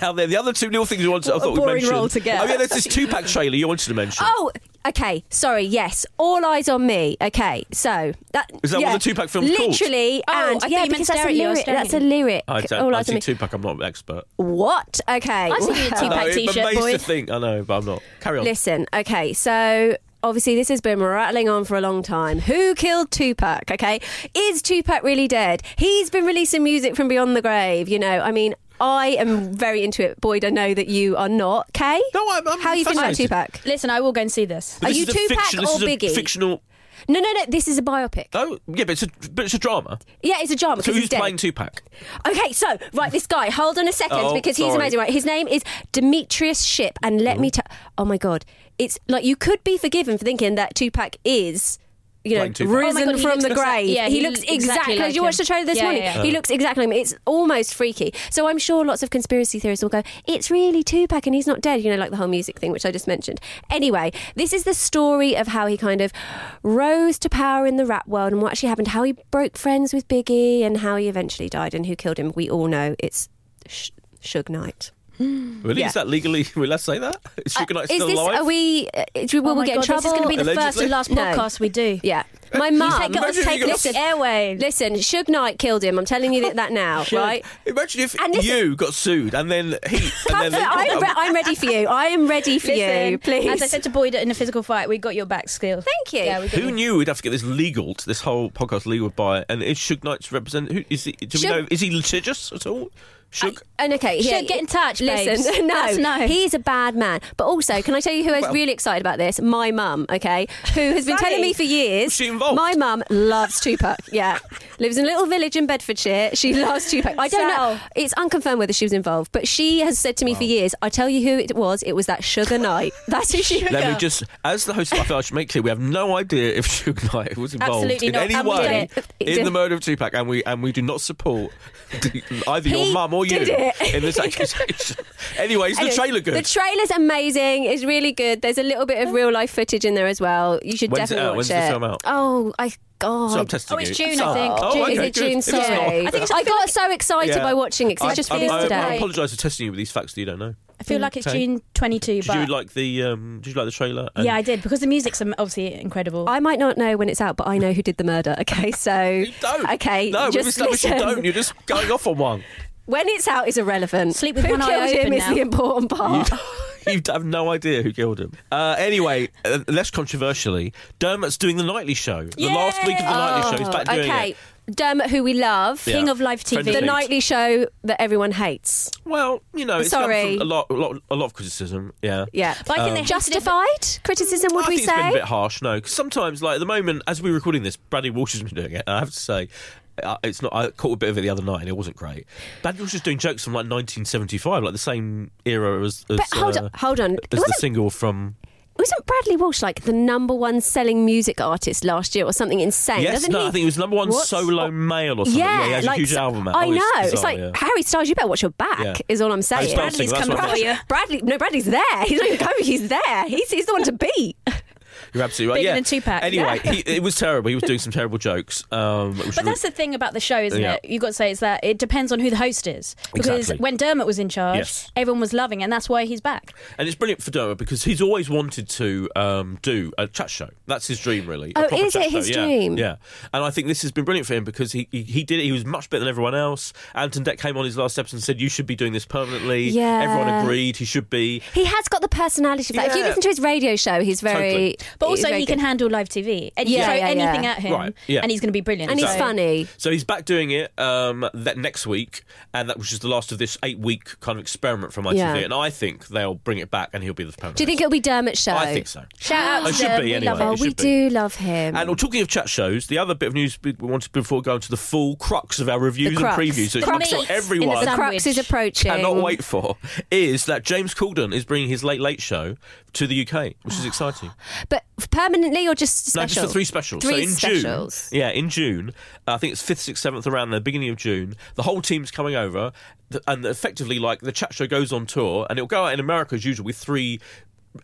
Speaker 1: now, the, the other two little things you wanted, I thought we'd
Speaker 2: boring
Speaker 1: mention.
Speaker 2: role to get.
Speaker 1: Oh, yeah, there's this two pack trailer you wanted to mention.
Speaker 3: Oh, okay. Sorry. Yes. All eyes on me. Okay. So that
Speaker 1: Is that what
Speaker 3: yeah.
Speaker 1: the Tupac film's called?
Speaker 3: Literally.
Speaker 2: Oh, I
Speaker 3: and
Speaker 2: thought you
Speaker 3: yeah,
Speaker 2: meant
Speaker 3: because
Speaker 2: stare
Speaker 3: that's a
Speaker 2: at you, I was
Speaker 3: lyric. That's a
Speaker 2: staring.
Speaker 3: lyric.
Speaker 1: I don't.
Speaker 3: All
Speaker 1: I
Speaker 3: eyes on
Speaker 1: see
Speaker 3: me.
Speaker 1: two pack. I'm not an expert.
Speaker 3: What? Okay.
Speaker 2: I
Speaker 3: <laughs>
Speaker 2: see you in a
Speaker 1: I know,
Speaker 2: Tupac
Speaker 1: it
Speaker 2: t-shirt,
Speaker 1: amazed
Speaker 2: boy.
Speaker 1: to think. I know, but I'm not. Carry on.
Speaker 3: Listen, okay, so obviously this has been rattling on for a long time. Who killed Tupac? Okay, is Tupac really dead? He's been releasing music from beyond the grave. You know, I mean, I am very into it. Boyd, I know that you are not. Kay,
Speaker 1: No, I'm- I'm
Speaker 3: how you feeling about
Speaker 1: fascinated.
Speaker 3: Tupac?
Speaker 2: Listen, I will go and see this.
Speaker 1: But
Speaker 3: Are
Speaker 1: this
Speaker 3: you
Speaker 1: is a
Speaker 3: Tupac
Speaker 1: fiction, this
Speaker 3: or
Speaker 1: is a
Speaker 3: Biggie?
Speaker 1: Fictional.
Speaker 3: No, no, no. This is a biopic.
Speaker 1: Oh, yeah, but it's a but it's a drama.
Speaker 3: Yeah, it's a drama.
Speaker 1: So
Speaker 3: 'cause he's
Speaker 1: who's
Speaker 3: dead.
Speaker 1: playing Tupac?
Speaker 3: Okay, so right, this guy. Hold on a second
Speaker 1: Oh,
Speaker 3: because he's
Speaker 1: sorry. Mm-hmm.
Speaker 3: amazing. Right, his name is Demetrius Ship, and let me tell. Oh my god, it's like you could be forgiven for thinking that Tupac is. You know,
Speaker 1: Like Tupac.
Speaker 2: Oh my
Speaker 3: risen
Speaker 2: God, he
Speaker 3: from
Speaker 2: looks
Speaker 3: the
Speaker 2: exact-
Speaker 3: grave.
Speaker 2: yeah,
Speaker 3: he,
Speaker 2: he
Speaker 3: looks
Speaker 2: looks
Speaker 3: exactly.
Speaker 2: exactly
Speaker 3: like
Speaker 2: like
Speaker 3: you watched the
Speaker 2: him.
Speaker 3: trailer this
Speaker 2: Yeah,
Speaker 3: morning.
Speaker 2: yeah, yeah.
Speaker 3: He looks exactly like him. It's almost freaky. So I'm sure lots of conspiracy theorists will go, "It's really Tupac, and he's not dead." You know, like the whole music thing, which I just mentioned. Anyway, this is the story of how he kind of rose to power in the rap world and what actually happened. How he broke friends with Biggie and how he eventually died and who killed him. We all know it's Sh- Suge Knight.
Speaker 1: Really?
Speaker 3: Yeah. Uh,
Speaker 1: Is that legally? <laughs> Will I say that? Is Sugar Knight
Speaker 3: Is
Speaker 1: still
Speaker 3: this?
Speaker 1: alive?
Speaker 3: Are we? Uh, do- will
Speaker 2: Oh
Speaker 3: we
Speaker 2: my
Speaker 3: get in
Speaker 2: God,
Speaker 3: trouble?
Speaker 2: This is going to be the
Speaker 1: Allegedly.
Speaker 2: first and last
Speaker 3: No.
Speaker 2: podcast we do.
Speaker 3: yeah, my mum.
Speaker 2: Take it off,
Speaker 1: Imagine you
Speaker 2: take
Speaker 1: got-
Speaker 2: it off the airwaves.
Speaker 3: Listen, Suge Knight killed him. I'm telling you that,
Speaker 1: <laughs>
Speaker 3: that now, right?
Speaker 1: Imagine if
Speaker 3: And this-
Speaker 1: you got sued and then he. and then
Speaker 3: Comfort, I'm, re- I'm ready for you. I am ready for you.
Speaker 2: Listen,
Speaker 3: Please.
Speaker 2: As I said to Boyd in a physical fight, we got your back, Skill.
Speaker 3: Thank you.
Speaker 2: Yeah, we got
Speaker 1: Who
Speaker 2: you.
Speaker 1: knew we'd have to get this legal, this whole podcast legal by? And is Suge Knight's represent? Who is he? Do
Speaker 3: Suge-
Speaker 1: we know? Is he litigious at all? Suge.
Speaker 3: and okay,
Speaker 2: Should
Speaker 3: here,
Speaker 2: get in touch,
Speaker 3: Listen, <laughs>
Speaker 2: babes.
Speaker 3: no,
Speaker 2: Let us know.
Speaker 3: he's a bad man. But also, can I tell you who I was
Speaker 1: Well-
Speaker 3: really excited about this? My mum, okay, who has been
Speaker 2: Sally.
Speaker 3: telling me for years.
Speaker 1: Was she involved?
Speaker 3: My mum loves Tupac. Yeah, lives in a little village in Bedfordshire. She loves Tupac. I don't know.
Speaker 2: Sal.
Speaker 3: It's unconfirmed whether she was involved, but she has said to me for years. I tell you who it was. It was that Sugar Knight. <laughs> That's who she.
Speaker 1: Let me just, as the host, of I feel I should make clear we have no idea if Suge Knight was involved
Speaker 2: Absolutely
Speaker 1: in
Speaker 2: not.
Speaker 1: any
Speaker 2: And we
Speaker 1: way
Speaker 3: did it.
Speaker 1: in the murder of Tupac, and we and we do not support
Speaker 3: <laughs>
Speaker 1: either your
Speaker 3: He
Speaker 1: mum or you
Speaker 3: did it. <laughs>
Speaker 1: in this accusation. anyway, is the
Speaker 3: Anyway,
Speaker 1: trailer good?
Speaker 3: The trailer's amazing. It's really good. There's a little bit of real life footage in there as well. You should
Speaker 1: When's it out?
Speaker 3: definitely watch
Speaker 1: When's
Speaker 3: it.
Speaker 1: the film out?
Speaker 3: Oh, I God.
Speaker 1: so I'm testing
Speaker 2: Oh, it's
Speaker 1: you.
Speaker 2: June, I
Speaker 1: Sorry.
Speaker 2: think.
Speaker 1: Oh,
Speaker 2: June.
Speaker 1: okay,
Speaker 3: is it
Speaker 1: good.
Speaker 3: June?
Speaker 1: If it's not-
Speaker 3: Sorry. I,
Speaker 2: think it's- I feel
Speaker 3: got
Speaker 2: like-
Speaker 3: so excited
Speaker 1: Yeah.
Speaker 3: by watching it 'cause it just
Speaker 1: I,
Speaker 3: feels
Speaker 1: I,
Speaker 3: today.
Speaker 1: I apologise for testing you with these facts that you don't know.
Speaker 2: I feel like it's
Speaker 1: Okay.
Speaker 2: June 22,
Speaker 1: Did
Speaker 2: but
Speaker 1: you like the um, Did you like the trailer? And
Speaker 2: yeah, I did because the music's um, obviously incredible.
Speaker 3: I might not know when it's out, but I know who did the murder. <laughs> Okay, so
Speaker 1: You don't.
Speaker 3: Okay,
Speaker 1: No, we've
Speaker 3: just
Speaker 1: established
Speaker 3: listen.
Speaker 1: you don't. You're just going off on
Speaker 3: <laughs>
Speaker 1: one.
Speaker 3: When it's out is irrelevant.
Speaker 2: Sleep with
Speaker 3: who
Speaker 2: one eye
Speaker 3: killed him
Speaker 2: open
Speaker 3: is
Speaker 2: now.
Speaker 3: the important
Speaker 1: <laughs>
Speaker 3: part.
Speaker 1: You have no idea who killed him. Uh, anyway, uh, less controversially, Dermot's doing the nightly show. The
Speaker 2: Yay!
Speaker 1: last week of the nightly show, he's back doing
Speaker 3: Oh, okay,
Speaker 1: it.
Speaker 3: Dermot, who we love,
Speaker 1: Yeah.
Speaker 2: King of Live TV.
Speaker 1: Friendly
Speaker 3: the
Speaker 1: Please.
Speaker 3: nightly show that everyone hates.
Speaker 1: Well, you know, it's come
Speaker 3: Sorry.
Speaker 1: from a lot, a lot, a lot of criticism. Yeah,
Speaker 3: Yeah,
Speaker 2: But
Speaker 1: Um,
Speaker 2: I think they
Speaker 3: justified criticism. Would
Speaker 1: I
Speaker 3: we
Speaker 1: think
Speaker 3: say?
Speaker 1: it's been a bit harsh. No, 'cause sometimes, like at the moment, as we're recording this, Bradley Walsh has been doing it. And I have to say. uh, It's not. I caught a bit of it the other night, and it wasn't great. Bradley Walsh was doing jokes from like 1975, like the same era as. as
Speaker 3: But hold
Speaker 1: uh,
Speaker 3: on, hold on. It
Speaker 1: As the
Speaker 3: wasn't-
Speaker 1: single from
Speaker 3: Wasn't Bradley Walsh like the number one selling music artist last year or something insane?
Speaker 1: Yes,
Speaker 3: doesn't
Speaker 1: no,
Speaker 3: he?
Speaker 1: I think it was number one
Speaker 3: What's-
Speaker 1: solo male or something.
Speaker 3: Yeah,
Speaker 1: Yeah, he has
Speaker 3: like
Speaker 1: a huge
Speaker 3: so-
Speaker 1: album out.
Speaker 3: I
Speaker 1: Oh,
Speaker 3: know. It's,
Speaker 1: bizarre,
Speaker 3: like
Speaker 1: yeah.
Speaker 3: Harry Styles. You better watch your back.
Speaker 1: Yeah.
Speaker 3: Is all I'm saying.
Speaker 1: Styles Bradley's sings, that's
Speaker 2: come
Speaker 1: what
Speaker 2: for
Speaker 1: matters.
Speaker 2: you.
Speaker 3: Bradley, no, Bradley's there. He's not even going. He's there. He's, he's the one to beat.
Speaker 1: You're absolutely right.
Speaker 2: Bigger
Speaker 1: yeah.
Speaker 2: than Tupac.
Speaker 1: Anyway, he, it was terrible.
Speaker 3: <laughs>
Speaker 1: He was doing some terrible jokes. Um, which
Speaker 2: But
Speaker 1: were-
Speaker 2: that's the thing about the show, isn't
Speaker 1: Yeah.
Speaker 2: it? You've got to say is that it depends on who the host is. Because
Speaker 1: Exactly.
Speaker 2: when Dermot was in charge,
Speaker 1: Yes.
Speaker 2: everyone was loving, and that's why he's back.
Speaker 1: and it's brilliant for Doa because he's always wanted to um, do a chat show. That's his dream, really. a
Speaker 3: Oh,
Speaker 1: proper
Speaker 3: is
Speaker 1: chat
Speaker 3: it his
Speaker 1: show, yeah.
Speaker 3: dream?
Speaker 1: Yeah. And I think this has been brilliant for him because he, he, he did it. He was much better than everyone else. Anton Deck came on his last episode and said, You should be doing this permanently.
Speaker 3: Yeah.
Speaker 1: Everyone agreed he should be.
Speaker 3: He has got the personality for that. If you
Speaker 1: Yeah.
Speaker 3: listen to his radio show, he's very.
Speaker 1: Totally.
Speaker 2: But
Speaker 3: he's
Speaker 2: also,
Speaker 3: very
Speaker 2: he can
Speaker 3: good.
Speaker 2: handle live TV. And you
Speaker 3: Yeah,
Speaker 2: throw
Speaker 3: yeah,
Speaker 2: anything
Speaker 3: yeah.
Speaker 2: at him,
Speaker 1: Right, yeah.
Speaker 2: and he's going to be brilliant.
Speaker 3: and he's
Speaker 2: So-
Speaker 3: funny.
Speaker 1: So he's back doing it um, that next week, and that was just the last of this eight week kind of experiment from ITV.
Speaker 3: Yeah.
Speaker 1: And I think they'll bring it back and he'll be the permanent.
Speaker 3: Do you think it'll be Dermot's show?
Speaker 1: I think so.
Speaker 2: Shout out
Speaker 1: It
Speaker 2: to
Speaker 1: should
Speaker 2: them.
Speaker 1: be,
Speaker 2: we
Speaker 1: anyway.
Speaker 2: love
Speaker 1: It
Speaker 3: Oh,
Speaker 2: them.
Speaker 1: should
Speaker 3: we
Speaker 1: be.
Speaker 3: do love him.
Speaker 1: And well, talking of chat shows, the other bit of news we wanted before going to the full crux of our reviews and
Speaker 3: crux.
Speaker 1: previews, so it's
Speaker 2: Crux
Speaker 1: something
Speaker 2: in the
Speaker 1: everyone
Speaker 3: the
Speaker 2: sandwich.
Speaker 3: crux is approaching.
Speaker 1: cannot wait for, is that James Corden is bringing his Late Late Show to the UK, which
Speaker 2: Ah.
Speaker 1: is exciting.
Speaker 3: But permanently or just special?
Speaker 1: No, just for three specials. so
Speaker 3: Three
Speaker 1: in
Speaker 3: specials.
Speaker 1: June, yeah, in June, uh, I think it's fifth, sixth, seventh, around the beginning of June. The whole team's coming over, th- and effectively, like the chat show goes on tour, and it'll go out in America as usual with three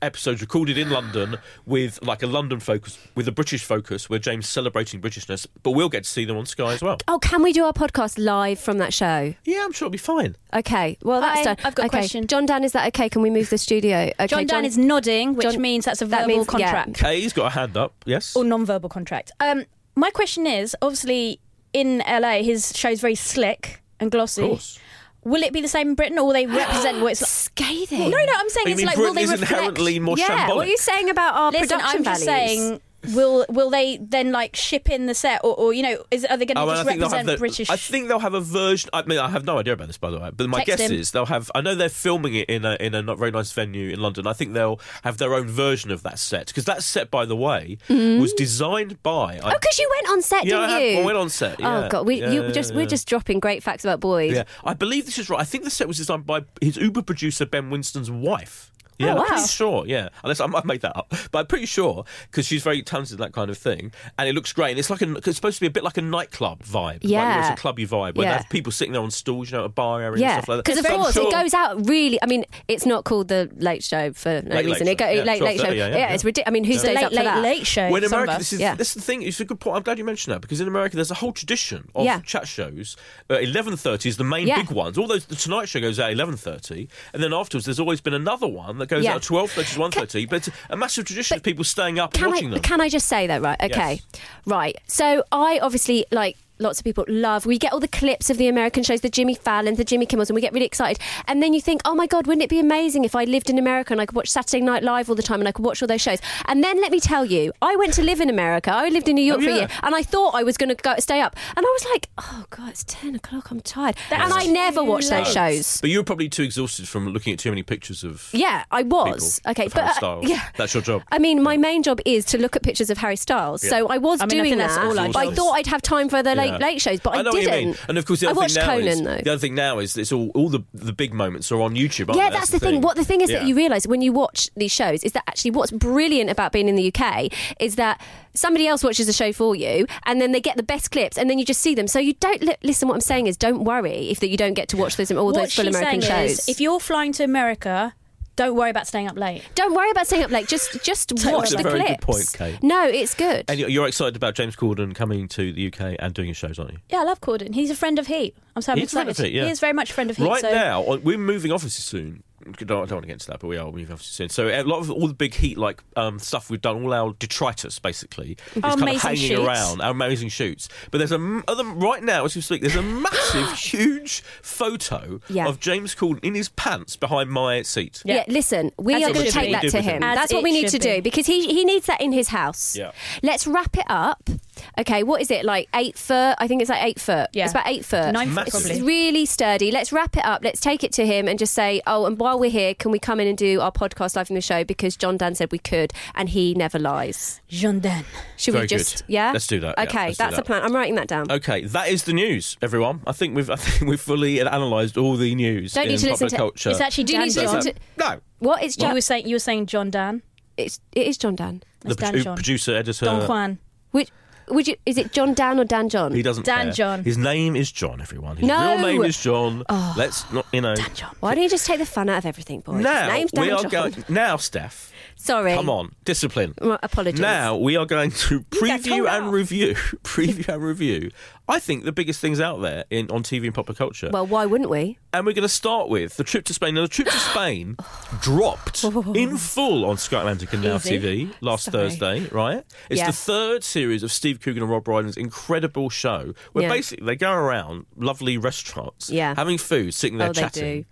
Speaker 1: episodes recorded in London with like a London focus, with a British focus, where James celebrating Britishness. But we'll get to see them on Sky as well.
Speaker 3: Oh, can we do our podcast live from that show?
Speaker 1: Yeah, I'm sure it'll be fine.
Speaker 3: Okay. Well, that's
Speaker 2: Hi,
Speaker 3: done.
Speaker 2: I've got a
Speaker 3: okay.
Speaker 2: question.
Speaker 3: John Dan, is that okay? Can we move the studio? Okay,
Speaker 2: John Dan is nodding, which
Speaker 3: John-
Speaker 2: means that's a
Speaker 3: that
Speaker 2: verbal
Speaker 3: means- yeah.
Speaker 2: contract.
Speaker 1: Kay's got a hand up. Yes.
Speaker 3: Oh,
Speaker 2: or non-verbal contract. Um, my question is, obviously, in LA, his show's very slick and glossy.
Speaker 1: Of course.
Speaker 2: Will it be the same in Britain,
Speaker 1: <gasps>
Speaker 2: or will they represent what it's like?
Speaker 3: scathing.
Speaker 2: No, no, I'm saying
Speaker 1: I
Speaker 2: it's
Speaker 1: Oh, mean,
Speaker 2: like, will
Speaker 1: Britain
Speaker 2: they
Speaker 1: is
Speaker 2: reflect?
Speaker 1: inherently more
Speaker 3: yeah.
Speaker 1: shambolic.
Speaker 3: What are you saying about our
Speaker 2: Listen,
Speaker 3: production
Speaker 2: I'm just
Speaker 3: values?
Speaker 2: saying, will will they then like ship in the set, or, or you know, is are they going to
Speaker 1: Oh, and
Speaker 2: just
Speaker 1: I think they'll
Speaker 2: represent
Speaker 1: have the,
Speaker 2: British?
Speaker 1: I think they'll have a version. I mean, I have no idea about this, by the way. But my
Speaker 2: Text
Speaker 1: guess
Speaker 2: him.
Speaker 1: is they'll have. I know they're filming it in a in a not very nice venue in London. I think they'll have their own version of that set because that set, by the way, was designed by. I,
Speaker 3: Oh, because you went on set,
Speaker 1: yeah,
Speaker 3: Mm-hmm. didn't
Speaker 1: I,
Speaker 3: you?
Speaker 1: have, I went on set.
Speaker 3: Oh
Speaker 1: yeah.
Speaker 3: God, we
Speaker 1: Yeah,
Speaker 3: you
Speaker 1: yeah,
Speaker 3: just
Speaker 1: yeah.
Speaker 3: we're just dropping great facts about boys.
Speaker 1: Yeah, I believe this is right. I think the set was designed by his Uber producer Ben Winston's wife. Yeah,
Speaker 3: Oh, wow.
Speaker 1: I'm pretty sure. Yeah, unless I might make that up, but I'm pretty sure because she's very talented at that kind of thing, and it looks great. And it's like a, it's supposed to be a bit like a nightclub vibe.
Speaker 3: Yeah.
Speaker 1: like, it's a clubby vibe where
Speaker 3: Yeah.
Speaker 1: they have people sitting there on stools, you know, at a bar area
Speaker 3: Yeah,
Speaker 1: and stuff like that.
Speaker 3: because of
Speaker 1: So I'm
Speaker 3: course it
Speaker 1: sure-
Speaker 3: goes out really. I mean, it's not called the Late Show for
Speaker 1: Late
Speaker 3: no
Speaker 1: Late
Speaker 3: reason. it
Speaker 1: Show,
Speaker 3: go,
Speaker 1: yeah,
Speaker 3: Late Late Show.
Speaker 1: 12:30, yeah,
Speaker 3: Yeah,
Speaker 1: yeah, yeah.
Speaker 3: it's ridiculous. I mean, who
Speaker 2: It's a
Speaker 3: stays
Speaker 2: late,
Speaker 3: up for
Speaker 2: late,
Speaker 3: that?
Speaker 2: late show.
Speaker 1: Well, in
Speaker 2: for some of
Speaker 1: America,
Speaker 2: us.
Speaker 1: this is
Speaker 3: yeah.
Speaker 1: this is the thing. It's a good point. I'm glad you mentioned that because in America, there's a whole tradition of
Speaker 3: Yeah.
Speaker 1: chat shows. Uh, 11:30 is the main
Speaker 3: Yeah.
Speaker 1: big ones. All those the Tonight Show goes out at 11:30, and then afterwards, there's always been another one that goes
Speaker 3: Yeah.
Speaker 1: out at 12:30 to 1:30. But it's a massive tradition of people staying up and
Speaker 3: Can
Speaker 1: watching
Speaker 3: I
Speaker 1: them.
Speaker 3: can I just say that right? Okay, right. So I obviously like lots of people love. We get all the clips of the American shows, the Jimmy Fallon, the Jimmy Kimmels, and we get really excited. And then you think, oh my god, wouldn't it be amazing if I lived in America and I could watch Saturday Night Live all the time and I could watch all those shows? And then let me tell you, I went to live in America. I lived in New York
Speaker 1: Oh,
Speaker 3: for a
Speaker 1: yeah.
Speaker 3: year, and I thought I was going to go stay up, and I was like, oh god, it's ten o'clock. I'm tired, and I never watched
Speaker 1: No.
Speaker 3: those shows.
Speaker 1: Uh, But you were probably too exhausted from looking at too many pictures of
Speaker 3: Yeah, I
Speaker 1: people
Speaker 3: was okay,
Speaker 1: of
Speaker 3: but
Speaker 1: Harry
Speaker 3: uh,
Speaker 1: Styles.
Speaker 3: yeah,
Speaker 1: that's your job.
Speaker 3: I mean, my main job is to look at pictures of Harry Styles.
Speaker 1: Yeah.
Speaker 3: So I was
Speaker 2: I mean, I think
Speaker 3: doing
Speaker 2: that's
Speaker 3: that.
Speaker 2: all our
Speaker 3: but I
Speaker 1: jobs.
Speaker 3: thought I'd have time for the late
Speaker 1: Yeah.
Speaker 3: late shows, but I,
Speaker 1: know
Speaker 3: didn't.
Speaker 1: What you mean. And of course, the
Speaker 3: I
Speaker 1: other
Speaker 3: watched
Speaker 1: thing now
Speaker 3: Conan
Speaker 1: is,
Speaker 3: though.
Speaker 1: the other thing now is it's all all the the big moments are on YouTube. Aren't
Speaker 3: yeah,
Speaker 1: they?
Speaker 3: that's, the thing. What the thing is
Speaker 1: Yeah.
Speaker 3: that you realise when you watch these shows is that actually what's brilliant about being in the UK is that somebody else watches the show for you, and then they get the best clips, and then you just see them. So you don't li- listen. What I'm saying is, don't worry if that you don't get to watch those all
Speaker 2: what
Speaker 3: those full
Speaker 2: she's
Speaker 3: American
Speaker 2: saying
Speaker 3: shows.
Speaker 2: is, if you're flying to America, don't worry about staying up late.
Speaker 3: don't worry about staying up late. Just just watch
Speaker 1: That's a
Speaker 3: the
Speaker 1: very
Speaker 3: clips.
Speaker 1: good point, Kate.
Speaker 3: No, it's good.
Speaker 1: And you're- you're excited about James Corden coming to the UK and doing his shows, aren't you?
Speaker 2: Yeah, I love Corden. He's a friend of Heat. I'm so I'm
Speaker 1: He's a friend of
Speaker 2: excited.
Speaker 1: Heat, yeah.
Speaker 2: He is very much a friend of Heat.
Speaker 1: Right
Speaker 2: so
Speaker 1: now, on- we're moving offices soon. I don't, I don't want to get into that, but we are moving offices soon. So a lot of all the big heat like um, stuff we've done, all our detritus basically, is
Speaker 2: Our
Speaker 1: kind of
Speaker 2: amazing
Speaker 1: hanging
Speaker 2: shoots.
Speaker 1: around our amazing shoots. But there's a m- other, right now as we speak,
Speaker 3: <gasps>
Speaker 1: there's a massive, huge photo
Speaker 3: Yeah.
Speaker 1: of James Corden in his pants behind my seat.
Speaker 3: Yeah.
Speaker 2: Yeah.
Speaker 3: listen, we
Speaker 2: As
Speaker 3: are
Speaker 2: it
Speaker 3: going to
Speaker 2: should
Speaker 3: take
Speaker 2: be.
Speaker 3: that to him.
Speaker 2: As
Speaker 3: That's what
Speaker 2: it
Speaker 3: we need to
Speaker 2: should
Speaker 3: do
Speaker 2: be.
Speaker 3: because he he needs that in his house.
Speaker 1: Yeah.
Speaker 3: Let's wrap it up. Okay, what is it like? Eight foot? I think it's like eight foot.
Speaker 2: Yeah.
Speaker 3: It's about eight foot.
Speaker 2: Nine foot
Speaker 1: Massive.
Speaker 3: It's
Speaker 2: probably.
Speaker 3: really sturdy. Let's wrap it up. Let's take it to him and just say, oh, and while we're here, can we come in and do our podcast live from the show because John Dan said we could and he never lies.
Speaker 2: Jean Dan.
Speaker 3: Should we
Speaker 1: Very good.
Speaker 3: just? Yeah.
Speaker 1: Let's do that, yeah.
Speaker 3: Okay,
Speaker 1: Let's do
Speaker 3: that's
Speaker 1: that. Uh,
Speaker 3: a plan. I'm writing that down.
Speaker 1: Okay, that is the news, everyone. I think we've <laughs> I think we've fully analysed all the news
Speaker 3: Don't
Speaker 1: in
Speaker 3: need to listen
Speaker 1: popular
Speaker 3: to-
Speaker 1: culture.
Speaker 2: It's actually
Speaker 3: Do you
Speaker 2: Dan
Speaker 3: need to
Speaker 2: John.
Speaker 3: listen to-
Speaker 1: no.
Speaker 3: What is
Speaker 2: You
Speaker 3: John?
Speaker 2: were saying you were saying John Dan.
Speaker 3: It's it is John Dan.
Speaker 1: The
Speaker 2: Dan
Speaker 1: produ-
Speaker 2: John.
Speaker 1: producer, editor.
Speaker 2: Don Juan.
Speaker 3: Which would you? Is it John Dan or Dan John?
Speaker 1: He doesn't
Speaker 2: Dan
Speaker 1: care.
Speaker 2: John.
Speaker 1: His name is John, everyone. His
Speaker 3: No!
Speaker 1: real name is John. Let's not, you know. Dan John.
Speaker 3: Why don't you just take the fun out of everything, boys? His
Speaker 1: Now,
Speaker 3: name's Dan
Speaker 1: we are
Speaker 3: John.
Speaker 1: going. Now, Steph,
Speaker 3: Sorry.
Speaker 1: come on. Discipline.
Speaker 3: Right, apologies.
Speaker 1: Now, we are going to
Speaker 3: guys hold
Speaker 1: preview and
Speaker 3: off.
Speaker 1: review. <laughs> Preview and review. I think the biggest things out there in on TV and popular culture.
Speaker 3: Well, why wouldn't we?
Speaker 1: And we're going to start with the trip to Spain. Now, the trip
Speaker 3: <gasps>
Speaker 1: to Spain
Speaker 3: <laughs>
Speaker 1: dropped in full on Sky Atlantic and Now
Speaker 2: Easy.
Speaker 1: TV last
Speaker 3: Sorry.
Speaker 1: Thursday, right? It's the
Speaker 3: Yes.
Speaker 1: third series of Steve Coogan and Rob Brydon's incredible show where
Speaker 3: Yeah.
Speaker 1: basically they go around lovely restaurants,
Speaker 3: Yeah.
Speaker 1: having food, sitting there
Speaker 3: Oh, they
Speaker 1: chatting.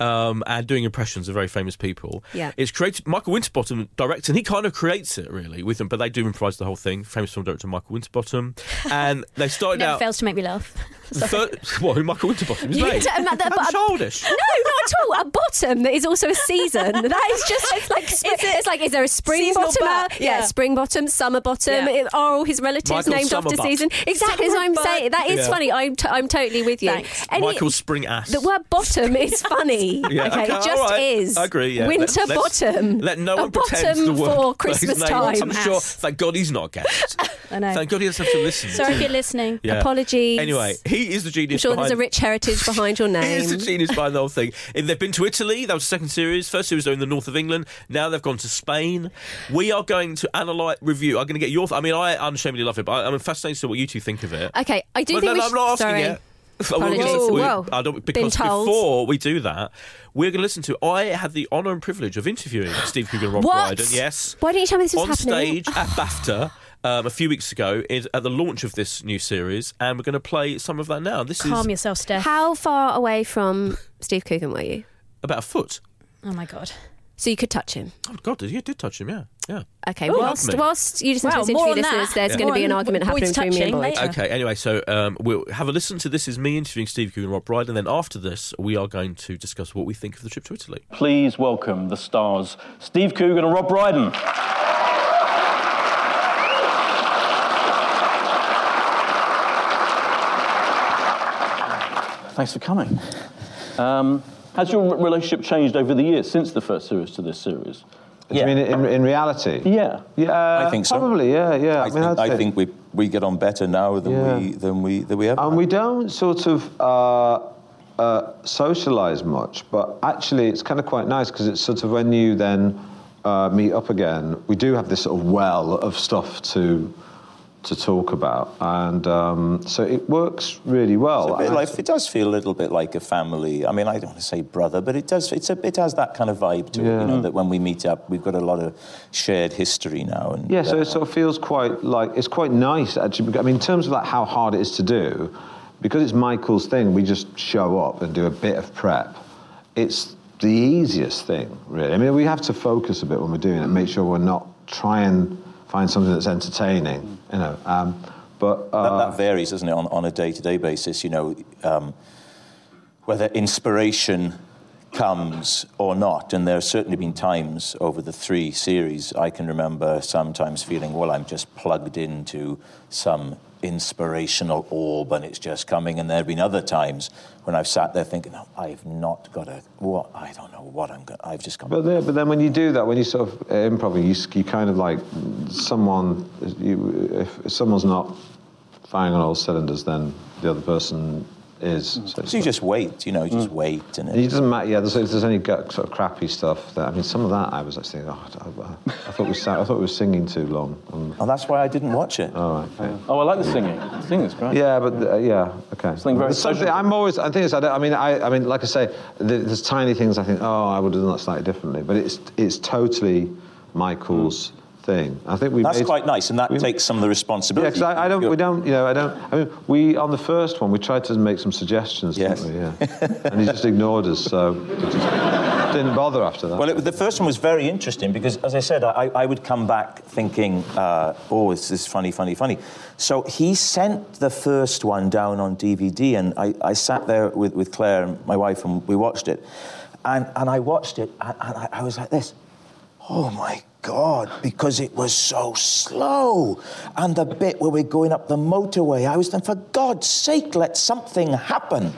Speaker 1: Um, and doing impressions of very famous people.
Speaker 3: Yeah.
Speaker 1: It's created, Michael Winterbottom directs, and he kind of creates it really with them, but they do improvise the whole thing. Famous film director Michael Winterbottom. And they
Speaker 3: <laughs>
Speaker 1: started
Speaker 2: Never
Speaker 1: out.
Speaker 2: fails to make me laugh.
Speaker 1: the third, <laughs> well, who Michael Winterbottom is
Speaker 3: You
Speaker 1: made.
Speaker 3: don't- but-
Speaker 1: How
Speaker 3: but-
Speaker 1: childish.
Speaker 3: No, not at all. A bottom that is also a
Speaker 1: <laughs>
Speaker 3: season. That is just like it's, it's like is there a spring
Speaker 2: Seasonal
Speaker 3: bottom?
Speaker 2: butt,
Speaker 3: out? Yeah.
Speaker 2: yeah.
Speaker 3: spring bottom, summer bottom.
Speaker 2: Yeah.
Speaker 3: It- Are all his relatives
Speaker 1: Michael
Speaker 3: named after
Speaker 1: Summerbutt.
Speaker 3: season? Exactly. That's what I'm
Speaker 2: Summerbutt.
Speaker 3: saying. That is
Speaker 1: Yeah.
Speaker 3: funny. I'm t- I'm totally with you.
Speaker 2: Thanks.
Speaker 3: Any-
Speaker 1: Michael's spring ass.
Speaker 3: the word
Speaker 1: <laughs>
Speaker 3: bottom is funny.
Speaker 1: Yeah,
Speaker 3: okay, it
Speaker 1: all
Speaker 3: just
Speaker 1: right.
Speaker 3: is.
Speaker 1: I agree. Yeah.
Speaker 3: Winter
Speaker 1: Let- let's-
Speaker 3: bottom.
Speaker 1: Let no
Speaker 3: A
Speaker 1: one pretend
Speaker 3: bottom
Speaker 1: the <laughs> word
Speaker 3: for
Speaker 1: by his
Speaker 3: Christmas
Speaker 1: name. I'm
Speaker 3: time.
Speaker 1: sure.
Speaker 2: Ass.
Speaker 1: Thank God he's not a
Speaker 3: <laughs>
Speaker 1: guest.
Speaker 2: I know.
Speaker 1: Thank God he doesn't have to listen.
Speaker 2: Sorry if you're listening.
Speaker 1: Yeah.
Speaker 3: Apologies.
Speaker 1: Anyway, he is the genius.
Speaker 3: I'm sure there's
Speaker 1: behind-
Speaker 3: a rich heritage
Speaker 1: <laughs>
Speaker 3: behind your name.
Speaker 1: He is the genius behind the whole
Speaker 3: <laughs>
Speaker 1: thing. And they've been to Italy. That was the second series. First series they were in the north of England. Now they've gone to Spain. We are going to analyze, review. I'm going to get your. I mean, I unashamedly love it, but I, I'm fascinated to see what you two think of it.
Speaker 3: Okay, I do
Speaker 1: Well,
Speaker 3: think
Speaker 1: no,
Speaker 3: we
Speaker 1: no,
Speaker 3: should.
Speaker 1: I'm not asking
Speaker 3: sorry.
Speaker 1: yet. <laughs> Well, we're
Speaker 3: Apologies.
Speaker 1: gonna- we-
Speaker 3: Whoa.
Speaker 1: I don't,
Speaker 3: Been
Speaker 1: because
Speaker 3: told.
Speaker 1: before we do that, we're going to listen to. I had the honour and privilege of interviewing Steve Coogan and Rob
Speaker 3: What?
Speaker 1: Brydon. Yes,
Speaker 3: Why didn't you tell me this was
Speaker 1: on
Speaker 3: happening?
Speaker 1: stage at BAFTA um, a few weeks ago is at the launch of this new series, and we're going to play some of that now. This is
Speaker 2: Calm yourself, Steph.
Speaker 3: How far away from Steve Coogan were you?
Speaker 1: about a foot.
Speaker 2: oh my god.
Speaker 3: So you could touch him.
Speaker 1: Oh God, did- you did touch him, yeah, yeah.
Speaker 3: Okay,
Speaker 1: Ooh,
Speaker 3: whilst
Speaker 1: lovely.
Speaker 3: whilst you listen to
Speaker 2: Wow,
Speaker 3: this
Speaker 2: more on
Speaker 3: interview,
Speaker 2: that.
Speaker 3: listeners, there's
Speaker 2: Yeah.
Speaker 3: going to be an
Speaker 2: More on
Speaker 3: argument
Speaker 2: Boyd's
Speaker 3: happening between me and
Speaker 2: touching
Speaker 3: Boyd.
Speaker 2: later.
Speaker 1: Okay. Anyway, so um, we'll have a listen to this. Is me interviewing Steve Coogan and Rob Brydon. Then after this, we are going to discuss what we think of the trip to Italy.
Speaker 4: Please welcome the stars Steve Coogan and Rob Brydon. Thanks for coming. Um, has your re- relationship changed over the years since the first series to this series?
Speaker 5: Do you mean in, in reality?
Speaker 4: Yeah.
Speaker 5: Yeah,
Speaker 6: I think so.
Speaker 5: Probably, yeah, yeah.
Speaker 6: I,
Speaker 5: mean,
Speaker 6: think,
Speaker 5: I'd
Speaker 6: I
Speaker 5: say-
Speaker 6: think we we get on better now than
Speaker 5: Yeah.
Speaker 6: we than we than we ever.
Speaker 5: And
Speaker 6: have.
Speaker 5: we don't sort of uh, uh, socialise much, but actually it's kind of quite nice because it's sort of when you then uh, meet up again, we do have this sort of well of stuff to to talk about, and um, so it works really well.
Speaker 6: It's a bit
Speaker 5: And-
Speaker 6: like- it does feel a little bit like a family. I mean, I don't want to say brother, but it does. It's a, it has that kind of vibe to it.
Speaker 5: Yeah.
Speaker 6: You know, that when we meet up, we've got a lot of shared history now. And
Speaker 5: Yeah, so
Speaker 6: uh,
Speaker 5: it sort of feels quite like it's quite nice actually. Because, I mean, in terms of like how hard it is to do, because it's Michael's thing, we just show up and do a bit of prep. It's the easiest thing, really. I mean, we have to focus a bit when we're doing it, make sure we're not try and find something that's entertaining, you know. Um, but uh,
Speaker 6: that, that varies, doesn't it, on, on a day-to-day basis? You know, um, whether inspiration comes or not. And there have certainly been times over the three series I can remember sometimes feeling, well, I'm just plugged into some inspirational orb and it's just coming. And there have been other times when I've sat there thinking, "No, I've not got a what I don't know what I'm going. I've just got.
Speaker 5: But then, but then when you do that, when you sort of uh, improv, you, s- you kind of like someone, you, if, if someone's not firing on all cylinders, then the other person is. So, it's
Speaker 6: so you
Speaker 5: like-
Speaker 6: just wait. You know, you just wait and.
Speaker 5: and
Speaker 6: It,
Speaker 5: it doesn't matter, yeah, there's, if there's any gut sort of crappy stuff, that, I mean, some of that I was like thinking, oh, I, I, I thought we sang, I thought we were singing too long. Um,
Speaker 6: Oh, that's why I didn't watch it.
Speaker 5: all right, okay.
Speaker 4: Oh, I like the singing. The singing's great.
Speaker 5: Yeah, but uh, yeah, okay.
Speaker 4: Something very
Speaker 5: There's something-
Speaker 4: social.
Speaker 5: I'm always. I think it's. I, don't, I mean, I. I mean, like I say, th- there's tiny things I think. Oh, I would have done that slightly differently. But it's. It's totally Michael's thing. I think we.
Speaker 6: That's
Speaker 5: made,
Speaker 6: quite nice, and that
Speaker 5: we-
Speaker 6: takes some of the
Speaker 5: Yeah,
Speaker 6: responsibility.
Speaker 5: because I, I don't.
Speaker 6: You're-
Speaker 5: We don't. You know, I don't. I mean, we on the first one we tried to make some suggestions,
Speaker 6: Yes.
Speaker 5: didn't we? Yeah. and he just ignored us, so we just didn't bother after that.
Speaker 6: Well, it, the first one was very interesting because, as I said, I, I would come back thinking, uh, oh, this is funny, funny, funny. So he sent the first one down on DVD, and I, I sat there with, with Claire and my wife, and we watched it. And, and I watched it, and, and I, I was like this oh my God, because it was so slow. And the bit where we're going up the motorway, I was thinking, for God's sake, let something <laughs> happen.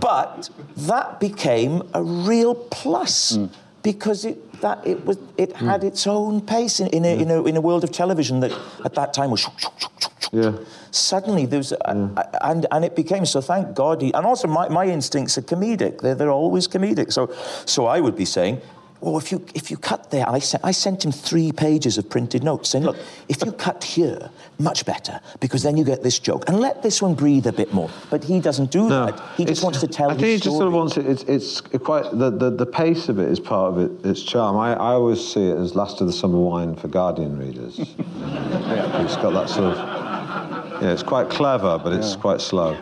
Speaker 6: but that became a real plus. because it that it was it had its own pace in, in, a, in a in a world of television that at that time was.
Speaker 5: Yeah.
Speaker 6: Suddenly, there was, a, and and it became so. Thank God, he, and also my, my instincts are comedic. They're they're always comedic. So so I would be saying, well, if you if you cut there, I sent I sent him three pages of printed notes saying, look, if you cut here, much better because then you get this joke and let this one breathe a bit more. But he doesn't do
Speaker 5: No,
Speaker 6: that. He
Speaker 5: it's-
Speaker 6: just wants to tell.
Speaker 5: I
Speaker 6: his
Speaker 5: think he just sort of
Speaker 6: story.
Speaker 5: wants it. It's, it's quite the, the, the pace of it is part of it, its charm. I, I always see it as last of the summer wine for Guardian
Speaker 6: <laughs>
Speaker 5: readers. It's got that sort of. Yeah, it's quite clever, but it's quite slow.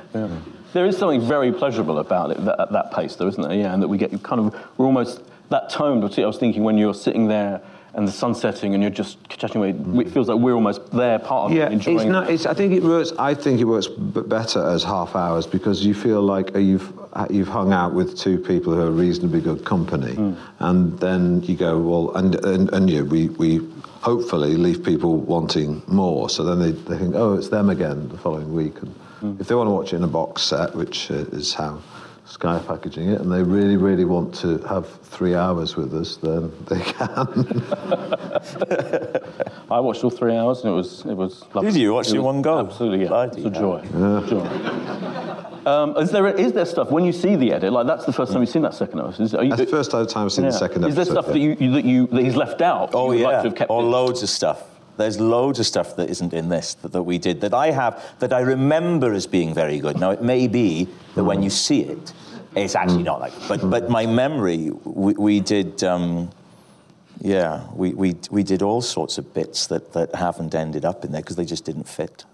Speaker 7: There is something very pleasurable about it that, at that pace, though, isn't there? Yeah, and that we get you kind of we're almost that tone. Particularly, I was thinking when you're sitting there and the sun's setting and you're just chatting away, it feels like we're almost there, part of
Speaker 5: Mm. Yeah,
Speaker 7: it, enjoying.
Speaker 5: it's
Speaker 7: it.
Speaker 5: not. It's, I think it works. I think it works b- better as half hours because you feel like uh, you've uh, you've hung out with two people who are reasonably good company,
Speaker 7: Hmm.
Speaker 5: and then you go well, and and, and you we we hopefully leave people wanting more. So then they, they think, oh, it's them again the following week, and
Speaker 7: Hmm.
Speaker 5: if they want to watch it in a box set, which uh, is how. Sky are packaging it, and they really, really want to have three hours with us, then they can. <laughs>
Speaker 7: I watched all three hours and it was it was lovely.
Speaker 6: Did you? You watched
Speaker 7: It
Speaker 6: it
Speaker 7: was
Speaker 6: one go?
Speaker 7: Absolutely, yeah.
Speaker 6: Bloody
Speaker 7: It's a
Speaker 6: hell.
Speaker 7: joy. Joy. Um, is there is there stuff when you see the edit like that's the first time you've seen that second episode? Is, are you,
Speaker 5: That's the first time I've seen the
Speaker 7: yeah.
Speaker 5: second
Speaker 7: Is there
Speaker 5: episode.
Speaker 7: stuff
Speaker 5: yeah.
Speaker 7: that you, you that you that he's left out?
Speaker 6: Oh
Speaker 7: you would
Speaker 6: yeah,
Speaker 7: like to have kept
Speaker 6: or
Speaker 7: in?
Speaker 6: loads of stuff. There's loads of stuff that isn't in this that, that we did that I have that I remember as being very good. Now it may be that when you see it, it's actually not like. But but my memory, we, we did. Um, yeah, we, we, we did all sorts of bits that, that haven't ended up in there because they just didn't fit.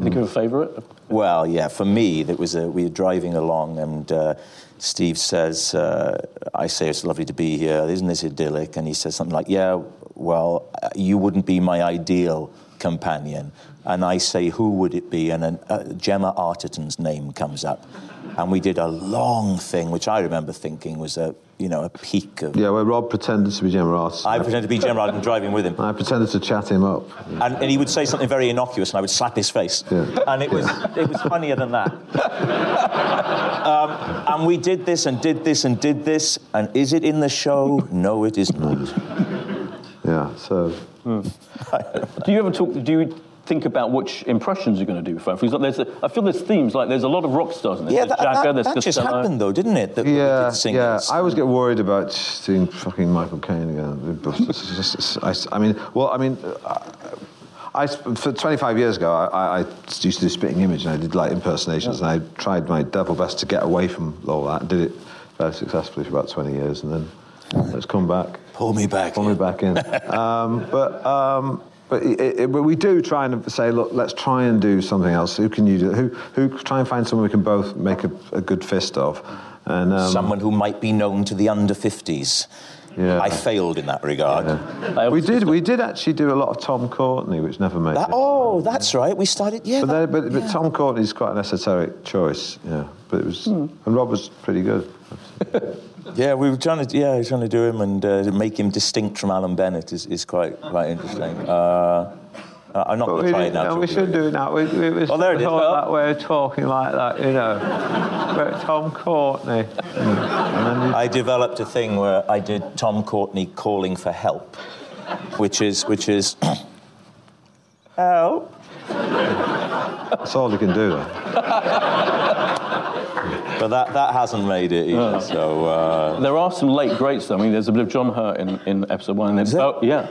Speaker 7: Think of a favourite.
Speaker 6: Well, yeah, for me, that was a, we were driving along, and uh, Steve says, uh, "I say it's lovely to be here. Isn't this idyllic?" And he says something like, "Yeah, well, uh, you wouldn't be my ideal companion." And I say, "Who would it be?" And an, uh, Gemma Arterton's name comes up, and we did a long thing, which I remember thinking was a you know a peak of.
Speaker 5: Yeah, where Rob pretended to be Jim Ross. I,
Speaker 6: I pretended to be Gemma Arterton driving with him.
Speaker 5: pretended to chat him up.
Speaker 6: And, and he would say something very innocuous, and I would slap his face.
Speaker 5: Yeah.
Speaker 6: And it was, it was funnier than that. um, and we did this and did this and did this. And is it in the show? No, it is not.
Speaker 5: Mm. Yeah, so
Speaker 7: Do you ever talk? Do you think about which impressions you're going to do? For example, there's a, I feel there's themes like there's a lot of rock stars in this.
Speaker 6: Yeah,
Speaker 7: there's
Speaker 6: that,
Speaker 7: Jagger,
Speaker 6: that,
Speaker 7: there's
Speaker 6: that just
Speaker 7: Costello.
Speaker 6: happened, though, didn't it? That we
Speaker 5: yeah,
Speaker 6: did
Speaker 5: yeah.
Speaker 6: singers.
Speaker 5: I always get worried about seeing fucking Michael Caine again. It's just- it's- I, s- I mean, well, I mean, uh, I sp- for 25 years ago, I, I, I used to do spitting image and I did like impersonations and I tried my devil best to get away from all that. and Did it very successfully for about 20 years and then let's come back.
Speaker 6: Pull me back.
Speaker 5: Pull me back in. um, but um, but it, it, but we do try and say, look, let's try and do something else. Who can you do? Who who try and find someone we can both make a, a good fist of, and um,
Speaker 6: Someone who might be known to the under 50s.
Speaker 5: Yeah.
Speaker 6: I failed in that regard.
Speaker 7: I
Speaker 5: we
Speaker 7: always-
Speaker 5: did we did actually do a lot of Tom Courtney, which never made
Speaker 6: That,
Speaker 5: it.
Speaker 6: oh, that's right. We started, yeah.
Speaker 5: But,
Speaker 6: that-
Speaker 5: then, but, but Tom Courtney's quite an esoteric choice, yeah. But it was, and Rob was pretty good.
Speaker 6: Yeah, we were trying to yeah, we were trying to do him and uh, make him distinct from Alan Bennett is, is quite quite interesting. Uh, I- I'm
Speaker 5: But
Speaker 6: not
Speaker 5: we,
Speaker 6: going to try
Speaker 5: didn't-
Speaker 6: it now.
Speaker 5: no,
Speaker 6: shall
Speaker 5: we
Speaker 6: we?
Speaker 5: should do it now. We, we, we
Speaker 6: Oh, there it is.
Speaker 5: all
Speaker 6: Well-
Speaker 5: that way of talking like that, you know. but Tom Courtney. And then you
Speaker 6: I developed a thing where I did Tom Courtney calling for help, which is which is <coughs> help.
Speaker 5: That's all you can do. Though.
Speaker 6: But that, that hasn't made it
Speaker 5: Oh.
Speaker 6: either. So uh,
Speaker 7: There are some late greats, though. I mean, there's a bit of John Hurt in, in episode one. And there's,
Speaker 6: there?
Speaker 7: oh, yeah.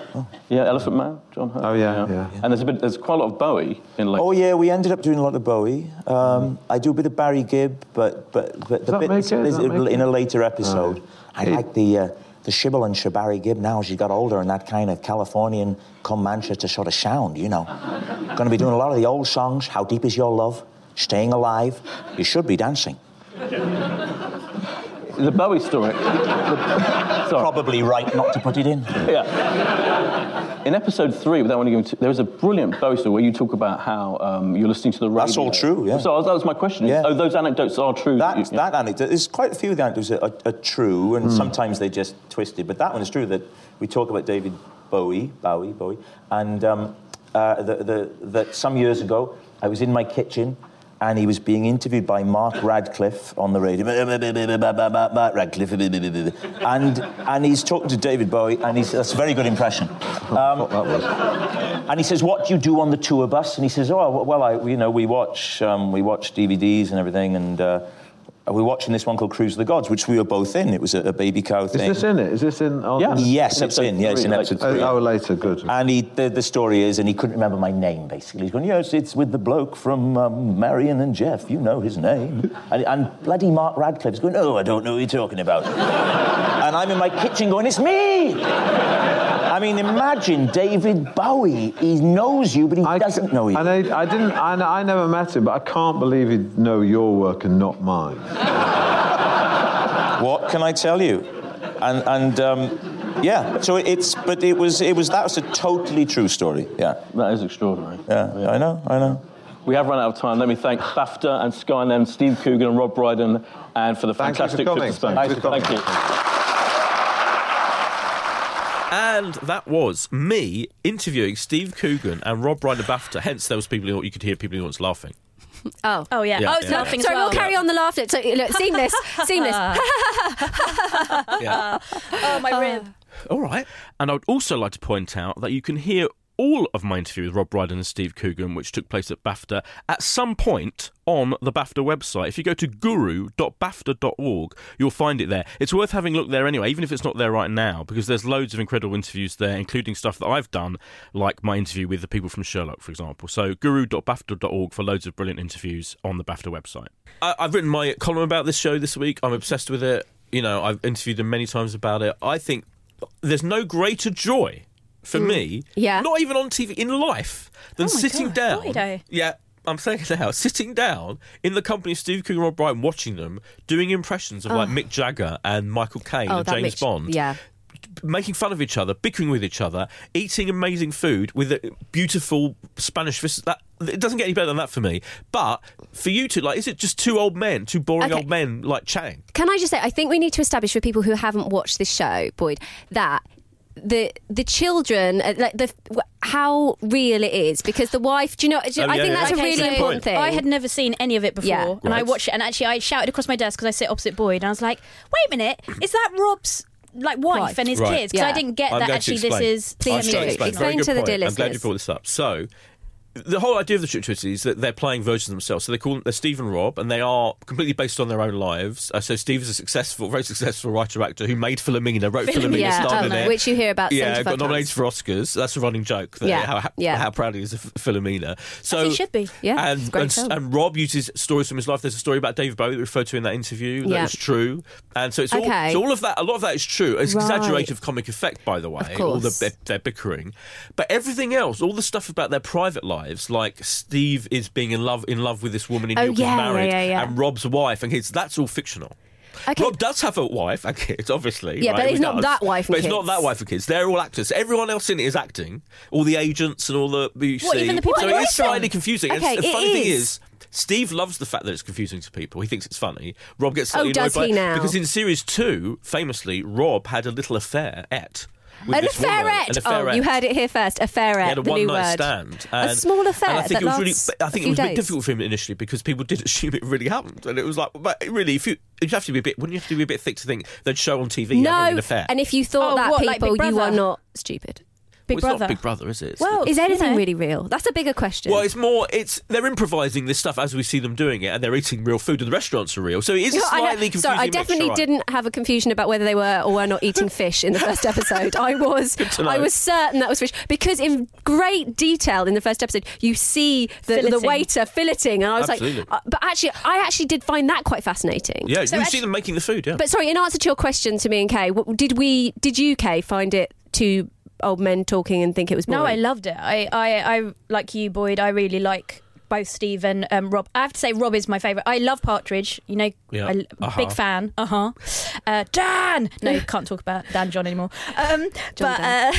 Speaker 7: Yeah, Elephant Man, John Hurt.
Speaker 5: Oh, yeah, yeah.
Speaker 7: And there's, a bit, there's quite a lot of Bowie in like.
Speaker 6: oh yeah, we ended up doing a lot of Bowie. Um, I do a bit of Barry Gibb, but but but the
Speaker 5: that
Speaker 6: bit
Speaker 5: make it? Does that make
Speaker 6: in a
Speaker 5: it?
Speaker 6: later episode. I
Speaker 5: It-
Speaker 6: like the. Uh, the shibble and Shabari Gibb now she got older and that kind of Californian come Manchester sort of sound,
Speaker 5: <laughs>
Speaker 6: you know. Gonna be doing a lot of the old songs, How Deep Is Your Love, Staying Alive. You should be dancing.
Speaker 7: The Bowie story. <laughs>
Speaker 6: Probably right not to put it in.
Speaker 7: yeah. In episode three, without wanting to give too, there was a brilliant Bowie story where you talk about how um, you're listening to the radio.
Speaker 6: That's all true, yeah.
Speaker 7: So that was my question.
Speaker 6: Yeah.
Speaker 7: Oh, those anecdotes are true. that
Speaker 6: That,
Speaker 7: you-
Speaker 6: that anecdote, there's quite a few of the anecdotes that are, are true, and sometimes they're just twisted, but that one is true that we talk about David Bowie, Bowie, Bowie, and um, uh, the, the, that some years ago I was in my kitchen and he was being interviewed by Mark Radcliffe on the radio. Radcliffe, and and he's talking to David Bowie, and he's that's a very good impression. Um, and he says, "What do you do on the tour bus?" And he says, "Oh, well, I, you know, we watch um, we watch DVDs and everything, and." Uh, we were watching this one called Cruise of the Gods, which we were both in. It was a, a baby cow
Speaker 5: Is
Speaker 6: thing.
Speaker 5: this in it? Is this in? on-
Speaker 7: Yeah.
Speaker 6: Yes, it's in. Yeah, it's in
Speaker 7: Three,
Speaker 6: episode
Speaker 5: Oh,
Speaker 6: three.
Speaker 5: oh, later, good.
Speaker 6: And he, the, the story is, and he couldn't remember my name, basically. He's going, yes, it's with the bloke from um, Marion and Jeff. You know his name. And, and bloody Mark Radcliffe's going, oh, I don't know who you're talking about. <laughs> and I'm in my kitchen going, it's me! I mean, imagine David Bowie. He knows you, but he
Speaker 5: I c-
Speaker 6: doesn't know you.
Speaker 5: And I, I didn't. I, I never met him, but I can't believe he'd know your work and not mine.
Speaker 6: What can I tell you? And, and um, yeah, so it's, but it was, it was, that was a totally true story. Yeah,
Speaker 7: That is extraordinary.
Speaker 6: yeah, I know, I know.
Speaker 7: We have run out of time. Let me thank BAFTA and Skyland, Steve Coogan and Rob Brydon, and for the
Speaker 5: Thank you for
Speaker 7: fantastic
Speaker 5: coming.
Speaker 7: trip to Spain.
Speaker 5: Thank you for coming.
Speaker 7: Thank you.
Speaker 1: And that was me interviewing Steve Coogan and Rob Ryder BAFTA. Hence, there was people who you could hear people who was laughing.
Speaker 3: Oh.
Speaker 2: Oh, yeah.
Speaker 1: Yeah,
Speaker 3: Oh,
Speaker 1: yeah.
Speaker 3: so, sorry,
Speaker 2: Laughing as
Speaker 3: we'll
Speaker 2: well. Uh,
Speaker 3: carry on the laughter. So,
Speaker 2: <laughs>
Speaker 3: look, seamless, seamless.
Speaker 1: Yeah.
Speaker 2: Oh, my rib.
Speaker 1: All right. And I would also like to point out that you can hear all of my interview with Rob Brydon and Steve Coogan, which took place at BAFTA, at some point on the BAFTA website. If you go to guru.bafta.org, you'll find it there. It's worth having a look there anyway, even if it's not there right now, because there's loads of incredible interviews there, including stuff that I've done, like my interview with the people from Sherlock, for example. So guru.bafta.org for loads of brilliant interviews on the BAFTA website. I- I've written my column about this show this week. I'm obsessed with it. You know, I've interviewed them many times about it. I think there's no greater joy for me,
Speaker 3: Mm. Yeah. Oh
Speaker 1: not even on TV, in life, than
Speaker 2: my
Speaker 1: sitting
Speaker 2: God,
Speaker 1: down.
Speaker 2: Guido.
Speaker 1: Yeah, I'm saying it now. Sitting down in the company of Steve Coogan and Rob Brydon, watching them doing impressions of like Mick Jagger and Michael Caine
Speaker 3: <laughs> Oh,
Speaker 1: and
Speaker 3: that
Speaker 1: James
Speaker 3: makes-
Speaker 1: Bond.
Speaker 3: yeah.
Speaker 1: Making fun of each other, bickering with each other, eating amazing food with a beautiful Spanish vis- that it doesn't get any better than that for me. But for you two, like, is it just two old men, two boring
Speaker 3: Okay.
Speaker 1: old men like chatting?
Speaker 3: Can I just say, I think we need to establish for people who haven't watched this show, Boyd, that the the children, uh, like the how real it is, because the wife. Do you know? do you-
Speaker 1: Oh,
Speaker 3: I
Speaker 1: yeah,
Speaker 3: think
Speaker 1: yeah.
Speaker 3: that's a
Speaker 1: Okay,
Speaker 3: really
Speaker 1: so
Speaker 3: important thing.
Speaker 2: I had never seen any of it before,
Speaker 3: Yeah.
Speaker 2: and I
Speaker 1: Right.
Speaker 2: watched it. And actually, I shouted across my desk because I sit opposite Boyd, and I was like, "Wait a minute, is that Rob's like wife,
Speaker 3: Wife.
Speaker 2: and his
Speaker 1: Right.
Speaker 2: kids?" Because
Speaker 3: Yeah.
Speaker 2: I didn't get
Speaker 1: I'm
Speaker 2: that
Speaker 1: going
Speaker 2: actually.
Speaker 1: to
Speaker 2: This
Speaker 1: explain.
Speaker 2: is
Speaker 1: I'm
Speaker 3: Please
Speaker 1: going to
Speaker 3: do.
Speaker 1: explain.
Speaker 3: Explain
Speaker 1: Very good
Speaker 3: to the
Speaker 1: point.
Speaker 3: dear
Speaker 1: I'm glad you
Speaker 3: listeners.
Speaker 1: brought this up. So. The whole idea of the strip twist is that they're playing versions of themselves. So they call they're Steve and Rob, and they are completely based on their own lives. Uh, so Steve is a successful, very successful writer actor who made Philomena, wrote Philomena,
Speaker 3: yeah,
Speaker 1: starred in
Speaker 3: um,
Speaker 1: it.
Speaker 3: which you hear about.
Speaker 1: yeah,
Speaker 3: 75
Speaker 1: got nominated
Speaker 3: times.
Speaker 1: for Oscars. That's a running joke. There,
Speaker 3: Yeah,
Speaker 1: how, how,
Speaker 3: yeah.
Speaker 1: how proud he is of Philomena. So
Speaker 2: As he should be.
Speaker 3: Yeah, it's a
Speaker 1: and,
Speaker 3: great
Speaker 1: and,
Speaker 3: film.
Speaker 1: and Rob uses stories from his life. There's a story about David Bowie that we referred to in that interview that
Speaker 3: Yeah.
Speaker 1: was true, and so it's all,
Speaker 3: Okay.
Speaker 1: so all of that. A lot of that is true. It's
Speaker 3: Right.
Speaker 1: exaggerative comic effect, by the way. all the,
Speaker 3: course.
Speaker 1: their, their bickering, but everything else, all the stuff about their private lives, like Steve is being in love in love with this woman in
Speaker 3: Oh,
Speaker 1: York,
Speaker 3: yeah, yeah,
Speaker 1: married,
Speaker 3: yeah, yeah.
Speaker 1: and Rob's wife and kids. That's all fictional.
Speaker 3: Okay.
Speaker 1: Rob does have a wife and kids, obviously.
Speaker 3: Yeah,
Speaker 1: right?
Speaker 3: but
Speaker 1: He
Speaker 3: it's not
Speaker 1: does.
Speaker 3: that wife and
Speaker 1: But it's not
Speaker 3: kids.
Speaker 1: that wife and kids. They're all actors. Everyone else in it is acting. All the agents and all the you
Speaker 2: What,
Speaker 1: see.
Speaker 2: even the people
Speaker 1: so
Speaker 2: who
Speaker 1: it
Speaker 2: write
Speaker 1: is
Speaker 2: them?
Speaker 1: slightly confusing. And
Speaker 3: Okay,
Speaker 1: the
Speaker 3: it
Speaker 1: funny thing
Speaker 3: is.
Speaker 1: is, Steve loves the fact that it's confusing to people. He thinks it's funny. Rob gets slightly
Speaker 3: Oh, does
Speaker 1: annoyed
Speaker 3: he
Speaker 1: by it
Speaker 3: now?
Speaker 1: because in series two, famously, Rob had a little affair at. With
Speaker 3: An
Speaker 1: this woman.
Speaker 3: affairette.
Speaker 1: An
Speaker 3: Oh,
Speaker 1: affairette.
Speaker 3: you heard it here first. Affairette.
Speaker 1: He had a
Speaker 3: the
Speaker 1: one
Speaker 3: new
Speaker 1: night
Speaker 3: word.
Speaker 1: stand.
Speaker 3: a small affair.
Speaker 1: And I think
Speaker 3: that
Speaker 1: it was
Speaker 3: lasts
Speaker 1: really. I think
Speaker 3: a
Speaker 1: it was
Speaker 3: few
Speaker 1: a
Speaker 3: days.
Speaker 1: bit difficult for him initially because people did <laughs> assume it really happened, and it was like, but really, if you you have to be a bit, wouldn't you have to be a bit thick to think they'd show on TV
Speaker 3: No,
Speaker 1: having an affair?
Speaker 3: and if you thought
Speaker 2: Oh,
Speaker 3: that,
Speaker 2: what, like Big
Speaker 3: people, you are
Speaker 2: Brother?
Speaker 3: not stupid.
Speaker 2: Big
Speaker 1: Well, it's
Speaker 2: Brother.
Speaker 1: not Big Brother, is it? It's-
Speaker 2: Well,
Speaker 3: Is anything
Speaker 2: You know.
Speaker 3: really real? That's a bigger question.
Speaker 1: well,
Speaker 3: <laughs>
Speaker 1: it's more. It's they're improvising this stuff as we see them doing it, and they're eating real food, and the restaurants are real. So it is a
Speaker 3: No, I know.
Speaker 1: slightly confusing.
Speaker 3: Sorry, I
Speaker 1: mixture,
Speaker 3: definitely
Speaker 1: right?
Speaker 3: didn't have a confusion about whether they were or were not
Speaker 1: <laughs>
Speaker 3: eating fish in the first episode. I was,
Speaker 1: to know.
Speaker 3: I was certain that was fish because in great detail in the first episode you see the, the
Speaker 2: Filleting.
Speaker 3: waiter filleting, and I was
Speaker 1: Absolutely.
Speaker 3: like, uh, but actually, I actually did find that quite fascinating.
Speaker 1: Yeah,
Speaker 2: So
Speaker 1: you see
Speaker 2: actually-
Speaker 1: them making the food. Yeah.
Speaker 3: But sorry, in answer to your question to me and Kay, what, did we, did you, Kay, find it two old men talking and think it was boring?
Speaker 2: No, I loved it. I, I, I like you, Boyd. I really like both Steve and um, Rob. I have to say, Rob is my favourite. I love Partridge. You know,
Speaker 1: Yeah.
Speaker 2: I,
Speaker 1: Uh-huh.
Speaker 2: big fan. Uh-huh. Uh Dan. No, can't talk about Dan John anymore. Um, but uh,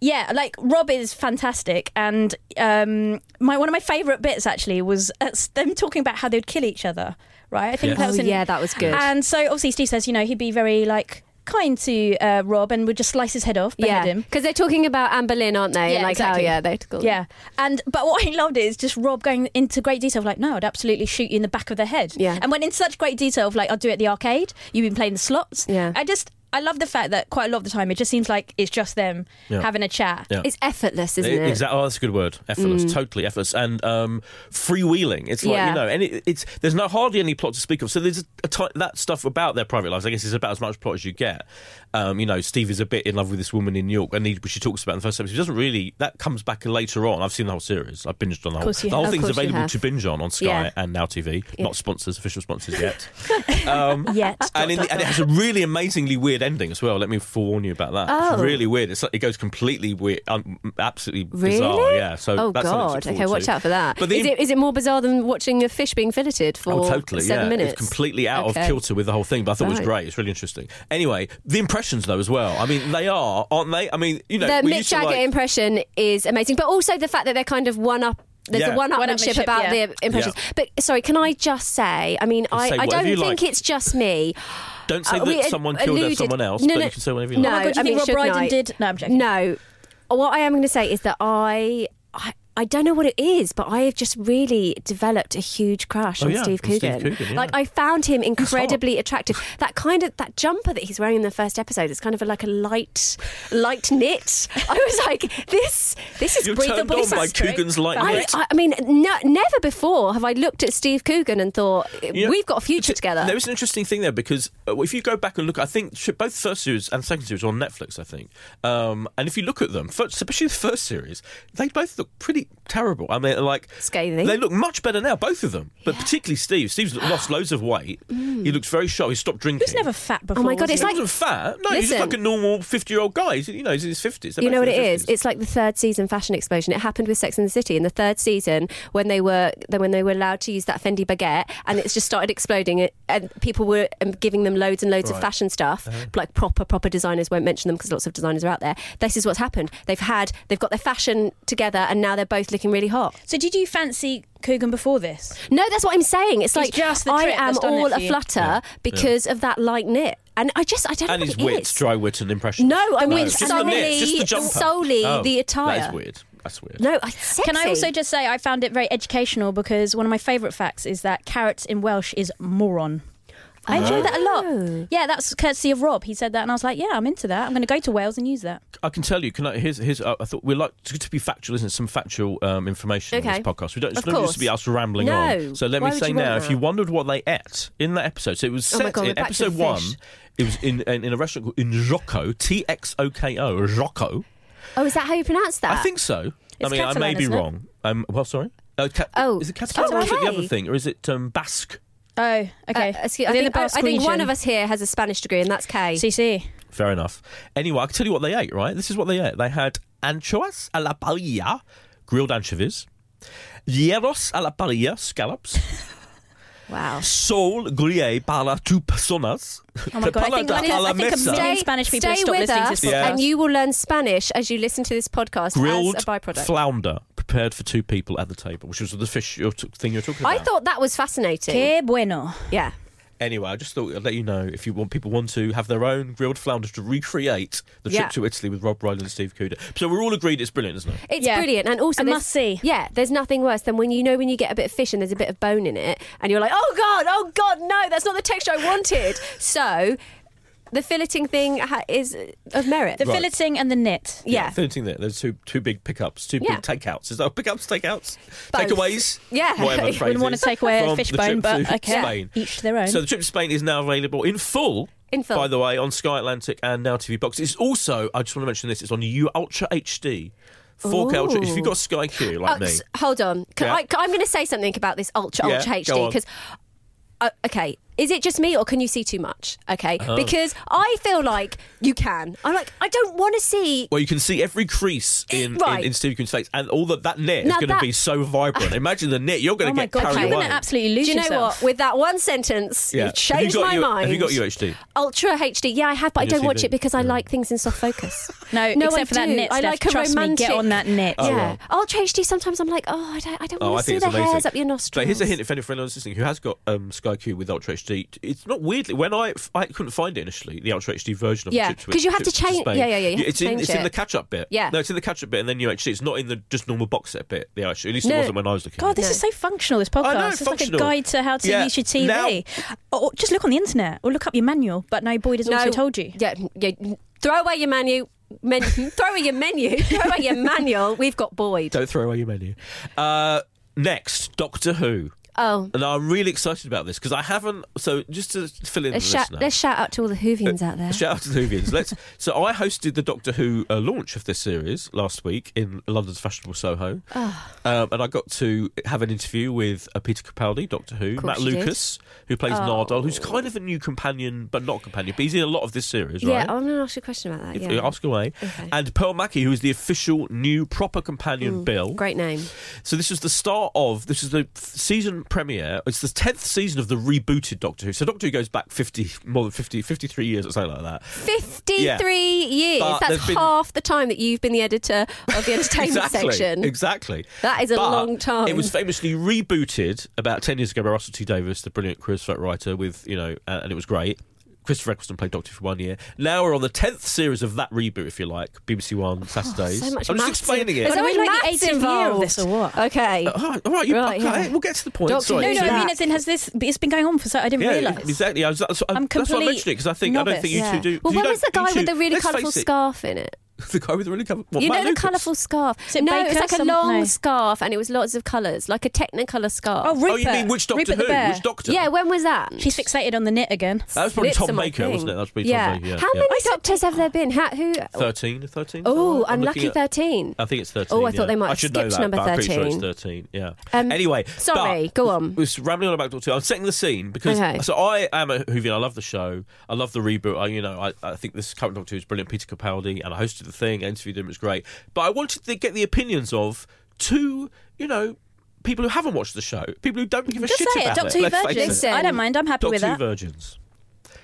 Speaker 2: yeah, like Rob is fantastic, and um, my one of my favourite bits actually was uh, s- them talking about how they'd kill each other. Right, I think
Speaker 1: Yes.
Speaker 2: that was
Speaker 3: Oh,
Speaker 2: in,
Speaker 3: yeah, that was good.
Speaker 2: And so obviously Steve says, you know, he'd be very like kind to uh, Rob and would just slice his head off, behead
Speaker 3: yeah,
Speaker 2: him.
Speaker 3: because they're talking about Anne Boleyn, aren't they?
Speaker 2: Yeah,
Speaker 3: like
Speaker 2: exactly.
Speaker 3: how yeah they cool.
Speaker 2: Yeah, and but what I loved is just Rob going into great detail of like, no, I'd absolutely shoot you in the back of the head.
Speaker 3: Yeah.
Speaker 2: and went in such great detail of like, I'll do it at the arcade. You've been playing the slots.
Speaker 3: Yeah.
Speaker 2: I just I love the fact that quite a lot of the time it just seems like it's just them
Speaker 1: Yeah.
Speaker 2: having a chat.
Speaker 3: <laughs>
Speaker 1: Yeah.
Speaker 3: It's effortless, isn't it?
Speaker 1: Exactly. Oh, that's a good word. Effortless. Totally effortless. And um, freewheeling. It's like
Speaker 3: Mm. Yeah.
Speaker 1: you know, and it, it's there's no hardly any plot to speak of. So there's a, ti- that stuff about their private lives. I guess is about as much plot as you get. Um, you know, Steve is a bit in love with this woman in New York, and he, which he talks about in the first episode. He doesn't really. That comes back later on. I've seen the whole series. I've binged on the whole.
Speaker 2: course you
Speaker 1: The whole
Speaker 3: have. Of
Speaker 1: thing's
Speaker 3: course you
Speaker 1: available
Speaker 3: have.
Speaker 1: to binge on on Sky
Speaker 3: Yeah.
Speaker 1: and Now TV. Not sponsors, official sponsors yet.
Speaker 3: <laughs>
Speaker 1: um,
Speaker 2: Yet.
Speaker 1: and, in the, and it has a really amazingly weird ending as well. Let me forewarn you about that. It's
Speaker 3: Oh.
Speaker 1: really weird. It's like, it goes completely weird, um, absolutely bizarre.
Speaker 3: Really?
Speaker 1: Yeah. So
Speaker 3: oh
Speaker 1: that's something
Speaker 3: god.
Speaker 1: to look
Speaker 3: Okay,
Speaker 1: forward
Speaker 3: watch
Speaker 1: to.
Speaker 3: out for that.
Speaker 1: But the
Speaker 3: is it is it more bizarre than watching a fish being filleted for
Speaker 1: Oh, totally.
Speaker 3: seven
Speaker 1: yeah,
Speaker 3: minutes?
Speaker 1: it's completely out
Speaker 3: Okay.
Speaker 1: of kilter with the whole thing, but I thought it was
Speaker 3: Right.
Speaker 1: great. It's really interesting. Anyway, the impressions though as well. I mean, they are, aren't they? I mean, you know,
Speaker 3: the
Speaker 1: we
Speaker 3: Mick
Speaker 1: used to,
Speaker 3: Jagger
Speaker 1: like-
Speaker 3: impression is amazing, but also the fact that they're kind of one up. There's
Speaker 1: Yeah.
Speaker 3: a one-upmanship
Speaker 2: One-upmanship,
Speaker 3: about
Speaker 2: yeah.
Speaker 3: the impressions. But sorry, can I just say? I mean, I,
Speaker 1: say
Speaker 3: I
Speaker 1: whatever
Speaker 3: don't
Speaker 1: you like.
Speaker 3: think it's just me.
Speaker 1: Don't say
Speaker 3: Uh,
Speaker 1: that
Speaker 3: we ad-
Speaker 1: someone killed
Speaker 3: alluded-
Speaker 1: someone else,
Speaker 3: No,
Speaker 1: but
Speaker 3: no.
Speaker 1: you can say whatever you
Speaker 3: No,
Speaker 1: like.
Speaker 2: Oh my God, do you think
Speaker 3: I mean,
Speaker 2: Rob
Speaker 3: shouldn't
Speaker 2: Brydon
Speaker 3: I?
Speaker 2: did- No, I'm joking.
Speaker 3: No, Uh, what I am going to say is that I, I, I don't know what it is, but I have just really developed a huge crush
Speaker 1: Oh,
Speaker 3: on
Speaker 1: yeah,
Speaker 3: Steve
Speaker 1: on Steve
Speaker 3: Coogan.
Speaker 1: Coogan, yeah.
Speaker 3: Like I found him incredibly attractive. That kind of that jumper that he's wearing in the first episode is kind of like a light, light knit. <laughs> I was like, this, this is
Speaker 1: You're turned
Speaker 3: breathable.
Speaker 1: on
Speaker 3: This
Speaker 1: by
Speaker 3: is-
Speaker 1: Coogan's light
Speaker 3: I,
Speaker 1: knit.
Speaker 3: I, I mean, no, never before have I looked at Steve Coogan and thought
Speaker 1: You know,
Speaker 3: we've got a future
Speaker 1: th-
Speaker 3: together.
Speaker 1: There is an interesting thing there because uh, if you go back and look, I think sh- both first series and second series are on Netflix, I think. Um, and if you look at them, first, especially the first series, they both look pretty terrible. I mean, like
Speaker 3: Scathing.
Speaker 1: They look much better now, both of them, but particularly Steve.
Speaker 3: <gasps>
Speaker 1: Steve's lost loads of weight.
Speaker 3: Mm.
Speaker 1: He looks very sharp. He stopped drinking.
Speaker 2: He's never fat before.
Speaker 3: Oh my God,
Speaker 2: was
Speaker 3: it's
Speaker 2: he?
Speaker 1: He
Speaker 3: like-
Speaker 1: wasn't fat. No, he's just
Speaker 3: Listen.
Speaker 1: like a normal fifty-year-old guy. He's, you know, he's in his fifties.
Speaker 3: You know what it is? It's like the third season fashion explosion. It happened with Sex and the City in the third season when they were then when they were allowed to use that Fendi baguette, and it's just started exploding. It- And people were um, giving them loads and loads
Speaker 1: Right.
Speaker 3: of
Speaker 1: Uh-huh.
Speaker 3: fashion stuff, like proper proper designers won't mention them because lots of designers are out there. This is what's happened. They've had they've got their fashion together, and now they're both looking really hot.
Speaker 2: So did you fancy Coogan before this?
Speaker 3: No, that's what I'm saying. It's like
Speaker 2: just the
Speaker 3: I
Speaker 2: trip
Speaker 3: am
Speaker 2: that's done it
Speaker 3: all
Speaker 2: for you.
Speaker 3: aflutter because of that light knit, and I just I don't
Speaker 1: and
Speaker 3: know
Speaker 1: his
Speaker 3: what it
Speaker 1: wits,
Speaker 3: is.
Speaker 1: dry wit, and impressions.
Speaker 3: No, I mean
Speaker 1: it's just the
Speaker 3: solely
Speaker 1: knit, just the jumper.
Speaker 3: solely
Speaker 1: Oh,
Speaker 3: the attire.
Speaker 1: That is weird. That's weird.
Speaker 3: No, it's sexy.
Speaker 2: Can I also just say I found it very educational because one of my favourite facts is that carrots in Welsh is moron. I enjoyed that a
Speaker 3: Oh.
Speaker 2: lot. Yeah, that's courtesy of Rob. He said that, and I was like, "Yeah, I'm into that. I'm going to go to Wales and use that."
Speaker 1: I can tell you. Can I? Here's. here's uh, I thought we like to, to be factual, isn't it? Some factual um, information on
Speaker 3: Okay.
Speaker 1: this podcast. We don't. It's
Speaker 3: Of
Speaker 1: not used to
Speaker 3: course.
Speaker 1: be us rambling
Speaker 3: No.
Speaker 1: on. So let
Speaker 3: Why
Speaker 1: me
Speaker 3: would
Speaker 1: say
Speaker 3: you want
Speaker 1: now, if
Speaker 3: that?
Speaker 1: you wondered what they ate in that episode, so it was
Speaker 3: Oh my
Speaker 1: set
Speaker 3: God, we're
Speaker 1: in
Speaker 3: back to
Speaker 1: episode
Speaker 3: the
Speaker 1: one.
Speaker 3: fish.
Speaker 1: It was in, in in a restaurant called in Rocco, T X O K O, Rocco.
Speaker 3: Oh, is that how you pronounce that?
Speaker 1: I think so. I
Speaker 2: It's
Speaker 1: mean, I may
Speaker 2: Catalan,
Speaker 1: be
Speaker 2: isn't it?
Speaker 1: wrong. Um, well, sorry. Uh, ca-
Speaker 3: Oh,
Speaker 1: is it Catalan or is it the
Speaker 3: okay.
Speaker 1: other thing, or is it um, Basque?
Speaker 2: Oh, okay.
Speaker 3: Uh, excuse- I, think, I- I think one of us here has a Spanish degree, and that's Kay.
Speaker 2: CC.
Speaker 1: Fair enough. Anyway, I can tell you what they ate, right? This is what they ate. They had anchoas a la parrilla, grilled anchovies, hierros a la parrilla,
Speaker 2: <laughs>
Speaker 1: scallops,
Speaker 3: wow.
Speaker 1: sol grillé para tu personas,
Speaker 2: Oh my god! I think,
Speaker 1: palada
Speaker 2: one is,
Speaker 1: a la
Speaker 2: I think a
Speaker 1: mesa,
Speaker 2: million Spanish people have
Speaker 3: stay
Speaker 2: stopped
Speaker 3: with
Speaker 2: listening to
Speaker 3: us,
Speaker 2: this podcast.
Speaker 1: Yeah.
Speaker 3: and you will learn Spanish as you listen to this podcast
Speaker 1: grilled
Speaker 3: as a byproduct.
Speaker 1: flounder prepared for two people at the table, which was the fish you're t- thing you're talking about.
Speaker 3: I thought that was fascinating.
Speaker 2: Que bueno.
Speaker 3: Yeah.
Speaker 1: Anyway, I just thought I'd let you know if you want people want to have their own grilled flounders to recreate the trip
Speaker 3: Yeah.
Speaker 1: to Italy with Rob Ryland and Steve Cooder. So we're all agreed it's brilliant, isn't it?
Speaker 3: It's
Speaker 2: Yeah.
Speaker 3: brilliant, and also
Speaker 2: A
Speaker 3: there's-
Speaker 2: must-see.
Speaker 3: Yeah, there's nothing worse than when you know when you get a bit of fish and there's a bit of bone in it, and you're like, oh god, oh god, no, that's not the texture
Speaker 2: <laughs>
Speaker 3: I wanted. so, the filleting thing ha- is of merit.
Speaker 2: The
Speaker 1: Right.
Speaker 2: filleting and the knit.
Speaker 3: yeah,
Speaker 1: Third thing there, there's two two big pickups, two
Speaker 3: Yeah.
Speaker 1: big takeouts. Is that pickups, takeouts,
Speaker 3: Both.
Speaker 1: takeaways?
Speaker 3: <laughs> Yeah.
Speaker 1: whatever the
Speaker 3: Wouldn't
Speaker 1: phrase
Speaker 2: wanna
Speaker 1: is,
Speaker 2: take away a
Speaker 1: from
Speaker 2: fish
Speaker 1: the
Speaker 2: bone,
Speaker 1: trip
Speaker 2: but
Speaker 1: to
Speaker 2: okay.
Speaker 1: Spain.
Speaker 2: Each to their own.
Speaker 1: So the trip to Spain is now available in full.
Speaker 3: In full.
Speaker 1: By the way, on Sky Atlantic and Now TV Box. It's also, I just want to mention this, it's on U Ultra HD. 4K Ultra. If you've got Sky Q like
Speaker 3: Oh,
Speaker 1: me.
Speaker 3: s- hold on. Can
Speaker 1: Yeah.
Speaker 3: I, can- I'm going to say something about this Ultra
Speaker 1: Yeah,
Speaker 3: Ultra
Speaker 1: go
Speaker 3: HD
Speaker 1: on.
Speaker 3: because, uh, okay, is it just me or can you see too much? Okay,
Speaker 1: Uh-huh.
Speaker 3: because I feel like you can. I'm like, I don't want to see.
Speaker 1: Well, you can see every crease in,
Speaker 3: Right.
Speaker 1: in, in Steve Coon's face, and all that that net is
Speaker 3: Now
Speaker 1: going to
Speaker 3: that-
Speaker 1: be so vibrant. Imagine the net you're going
Speaker 2: Oh
Speaker 1: to
Speaker 2: my
Speaker 1: get
Speaker 2: god!
Speaker 1: carried
Speaker 2: You're
Speaker 1: away.
Speaker 2: going to absolutely lose
Speaker 3: Do you know
Speaker 2: yourself.
Speaker 3: what? With that one sentence,
Speaker 1: Yeah.
Speaker 3: you've
Speaker 1: Have you
Speaker 3: changed
Speaker 1: got
Speaker 3: my
Speaker 1: your-
Speaker 3: mind.
Speaker 1: Have you got UHD?
Speaker 3: Ultra HD? Yeah, I have, but I
Speaker 1: On your
Speaker 3: don't watch
Speaker 1: TV?
Speaker 3: it because I like things in soft
Speaker 1: <laughs>
Speaker 3: focus.
Speaker 2: No, except
Speaker 3: I
Speaker 2: for that
Speaker 3: do.
Speaker 2: knit
Speaker 3: I
Speaker 2: stuff.
Speaker 3: like a
Speaker 2: Trust me,
Speaker 3: romantic.
Speaker 2: get on that knit.
Speaker 3: Yeah, Ultra HD. Sometimes I'm like, oh, I don't, I don't
Speaker 1: Oh, I
Speaker 3: want to see
Speaker 1: think
Speaker 3: the
Speaker 1: it's amazing.
Speaker 3: hairs up your nostrils.
Speaker 1: So here's a hint if any for anyone listening who has got um, Sky Q with Ultra HD, HD. It's not weirdly when I I couldn't find it initially the Ultra HD version of
Speaker 3: Yeah,
Speaker 1: the chip to-
Speaker 3: 'cause you have to change-
Speaker 1: Spain.
Speaker 3: yeah, yeah, yeah, you have
Speaker 1: It's
Speaker 3: to
Speaker 1: in
Speaker 3: change
Speaker 1: it's in
Speaker 3: it.
Speaker 1: the catch up bit.
Speaker 3: Yeah.
Speaker 1: no, it's in the catch up bit and then you actually it's not in the just normal box set bit. The actually at least it
Speaker 3: No.
Speaker 1: wasn't when I was looking.
Speaker 2: God,
Speaker 1: at it.
Speaker 2: this is so functional. This podcast.
Speaker 1: I know,
Speaker 2: it's
Speaker 1: functional.
Speaker 2: like a guide to how to
Speaker 1: Yeah,
Speaker 2: use your TV. or, or just look on the internet or look up your manual. But no, Boyd has also told you.
Speaker 3: Yeah, yeah, throw away your menu. Men, <laughs> throw away your menu. <laughs> Throw away your manual. We've got Boyd.
Speaker 1: Don't throw away your menu. Uh, next, Doctor Who.
Speaker 3: Oh,
Speaker 1: And I'm really excited about this because I haven't. So just to fill in
Speaker 3: let's
Speaker 1: the
Speaker 3: shout,
Speaker 1: listener,
Speaker 3: let's shout out to all the Hoovians out there.
Speaker 1: Shout out to the Hoovians. Let's. <laughs> So I hosted the Doctor Who uh, launch of this series last week in London's fashionable Soho,
Speaker 3: Ah.
Speaker 1: um, and I got to have an interview with uh, Peter Capaldi, Doctor Who,
Speaker 3: course
Speaker 1: Matt
Speaker 3: you did. Oh.
Speaker 1: Lucas, who plays Nardole, who's kind of a new companion but not companion, but he's in a lot of this series,
Speaker 3: yeah,
Speaker 1: right?
Speaker 3: I'm going to ask you a question about that.
Speaker 1: If-
Speaker 3: Yeah.
Speaker 1: Ask away.
Speaker 3: Okay. Mm,
Speaker 1: And Pearl Mackie, who is the official new proper companion Bill.
Speaker 3: Great name.
Speaker 1: So this is the start of this is the f- season premiere. It's the tenth season of the rebooted Doctor Who. So Doctor Who goes back fifty more than 50, 53 years or something like that.
Speaker 3: 53 years.
Speaker 1: But there's
Speaker 3: That's
Speaker 1: been-
Speaker 3: half the time that you've been the editor
Speaker 1: <laughs>
Speaker 3: of the entertainment
Speaker 1: exactly,
Speaker 3: section.
Speaker 1: Exactly.
Speaker 3: That is a
Speaker 1: But
Speaker 3: long time.
Speaker 1: It was famously rebooted about 10 years ago by Russell T Davis, the brilliant Christopher writer, with, you know, uh, and it was great. Christopher Eccleston played Doctor for one year. Now we're on the 10th series of that reboot, if you like, BBC One, Saturdays.
Speaker 3: Oh, So much
Speaker 1: I'm just
Speaker 3: maths
Speaker 1: explaining
Speaker 3: in-
Speaker 1: it.
Speaker 3: There's
Speaker 2: Are we
Speaker 3: only
Speaker 2: like the
Speaker 3: maths
Speaker 2: 18th year of
Speaker 3: involved.
Speaker 2: this or what?
Speaker 3: Okay.
Speaker 1: Uh, all right, all right, you,
Speaker 3: Right,
Speaker 1: okay,
Speaker 3: yeah.
Speaker 1: we'll get to the point.
Speaker 3: Doctor
Speaker 1: Sorry.
Speaker 2: No, no.
Speaker 3: Yeah.
Speaker 2: I mean, as in, has this? It's been going on for so. I didn't
Speaker 1: Yeah,
Speaker 2: realise.
Speaker 1: exactly. I was, that's, I'm,
Speaker 2: I'm
Speaker 1: that's why I
Speaker 2: complete
Speaker 1: mentioned it because I think I don't
Speaker 2: novice.
Speaker 1: think you two
Speaker 2: Yeah.
Speaker 1: do.
Speaker 3: Well,
Speaker 1: you
Speaker 3: what
Speaker 1: don't-
Speaker 3: was the guy
Speaker 1: you two-
Speaker 3: with the really
Speaker 1: let's face
Speaker 3: colourful
Speaker 1: it,
Speaker 3: scarf in it?
Speaker 1: The guy with the really colourful.
Speaker 3: you
Speaker 1: Matt
Speaker 3: know the
Speaker 1: Lucas.
Speaker 3: colourful scarf.
Speaker 2: Is it
Speaker 3: no,
Speaker 2: Baker?
Speaker 3: it's like a
Speaker 2: Some-
Speaker 3: long
Speaker 2: no.
Speaker 3: scarf, and it was lots of colours, like a Technicolor scarf.
Speaker 2: Oh, Rupert.
Speaker 1: Oh, you mean which Doctor
Speaker 2: Rupert
Speaker 1: Who?
Speaker 2: The bear.
Speaker 1: Which Doctor?
Speaker 3: yeah. When was that?
Speaker 2: She's fixated on the knit again.
Speaker 1: That was probably
Speaker 3: Lips are
Speaker 1: Tom
Speaker 3: my
Speaker 1: Baker,
Speaker 3: thing.
Speaker 1: wasn't it? That was probably
Speaker 3: yeah.
Speaker 1: Tom Baker. Yeah.
Speaker 3: How
Speaker 1: yeah.
Speaker 3: many doctors have there been? How, who?
Speaker 1: 13, 13.
Speaker 3: Oh,
Speaker 1: I'm looking
Speaker 3: unlucky
Speaker 1: at- uh,
Speaker 3: 13.
Speaker 1: I think it's 13.
Speaker 3: Oh, I thought
Speaker 1: yeah.
Speaker 3: they might
Speaker 1: I
Speaker 3: have
Speaker 1: should know
Speaker 3: skipped
Speaker 1: that,
Speaker 3: number
Speaker 1: but I'm pretty sure it's
Speaker 3: 13.
Speaker 1: 13, yeah.
Speaker 3: Um,
Speaker 1: anyway.
Speaker 3: sorry,
Speaker 1: but-
Speaker 3: go on.
Speaker 1: We're rambling on about Doctor Who. I'm setting the scene because.
Speaker 3: Okay.
Speaker 1: So I am a Whovian. I love the show. I love the reboot. I, you know, I, I think this current Doctor Who is brilliant. Peter Capaldi, and I hosted the thing, I interviewed him, it was great. But I wanted to get the opinions of two, you know, people who haven't watched the show, people who don't give a
Speaker 2: Just
Speaker 1: shit
Speaker 2: say it.
Speaker 1: about
Speaker 2: Doctor
Speaker 1: it.
Speaker 2: Who
Speaker 1: let's face
Speaker 2: virgins.
Speaker 1: it.
Speaker 2: I don't mind. I'm happy
Speaker 1: Doctor
Speaker 2: with
Speaker 1: Who
Speaker 2: that.
Speaker 1: virgins.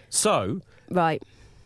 Speaker 1: So,
Speaker 3: Right.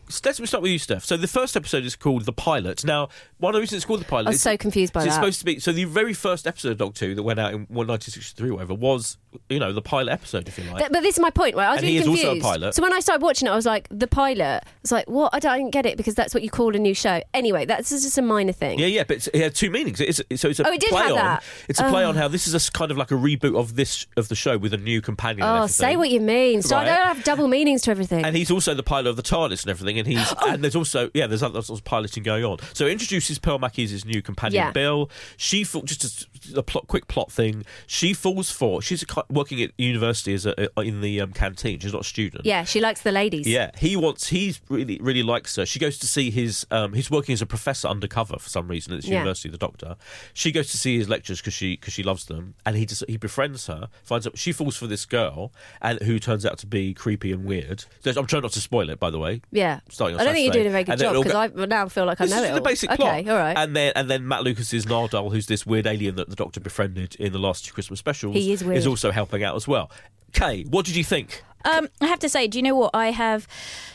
Speaker 1: so let's start with you, Steph. So the first episode is called The Pilot. Now, one of the reasons it's called The Pilot
Speaker 3: I was
Speaker 1: is
Speaker 3: so confused by
Speaker 1: it's
Speaker 3: that.
Speaker 1: supposed to be so the very first episode of Doctor Who that went out in 1963 or whatever was, you know, the pilot episode, if you like.
Speaker 3: Th- but this is my point, right? I was
Speaker 1: And
Speaker 3: really
Speaker 1: he is also
Speaker 3: confused.
Speaker 1: a pilot.
Speaker 3: So when I started watching it, I was like, the pilot. It's like, what? I don't, I didn't get it because that's what you call a new show. Anyway, that's just a minor thing.
Speaker 1: yeah, yeah, but it's, it had two meanings. It is, so it's a
Speaker 3: Oh, it did
Speaker 1: play
Speaker 3: have
Speaker 1: on.
Speaker 3: that. Oh.
Speaker 1: It's a play on how this is a s kind of like a reboot of this of the show with a new companion. and
Speaker 3: Oh,
Speaker 1: everything.
Speaker 3: say what you mean. So
Speaker 1: Right.
Speaker 3: I don't have double meanings to everything.
Speaker 1: And he's also the pilot of the TARDIS and everything. And he's and there's also yeah, there's other sorts of piloting going on. So it introduces Pearl Mackie as his new companion,
Speaker 3: Yeah.
Speaker 1: Bill. She fa- just a, a plot, quick plot thing. She falls for she's a, co- working at university as a, a- in the um, canteen. She's not a student.
Speaker 3: yeah, she likes the ladies.
Speaker 1: Yeah, he wants. He's really, really likes her. She goes to see his. Um, he's working as a professor undercover for some reason at this
Speaker 3: Yeah.
Speaker 1: university. The doctor. She goes to see his lectures because she because she loves them, and he just, he befriends her. Finds out she falls for this girl, and who turns out to be creepy and weird. So I'm trying not to spoil it, by the way.
Speaker 3: Yeah.
Speaker 1: Starting on
Speaker 3: I don't think you're
Speaker 1: Saturday.
Speaker 3: doing a very good
Speaker 1: And then
Speaker 3: job
Speaker 1: it'll
Speaker 3: because
Speaker 1: go-
Speaker 3: I now feel like I
Speaker 1: this
Speaker 3: know
Speaker 1: is
Speaker 3: it.
Speaker 1: the
Speaker 3: all.
Speaker 1: basic
Speaker 3: okay,
Speaker 1: plot.
Speaker 3: all right.
Speaker 1: And then and then Matt Lucas is Nardole, who's this weird alien that the Doctor befriended in the last two Christmas specials.
Speaker 3: He is weird.
Speaker 1: also helping out as well. Kay, what did you think?
Speaker 2: Um, I have to say, do you know what? I have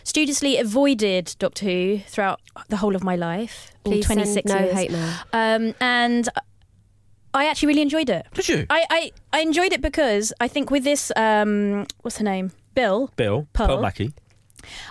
Speaker 2: studiously avoided Doctor Who throughout the whole of my life, all
Speaker 3: Please send
Speaker 2: 26
Speaker 3: no
Speaker 2: years.
Speaker 3: hate mail.
Speaker 2: Um, and I actually really enjoyed it.
Speaker 1: Did you?
Speaker 2: I, I, I enjoyed it because I think with this, um, what's her name? Bill.
Speaker 1: Bill,
Speaker 2: Pearl.
Speaker 1: Pearl Mackie.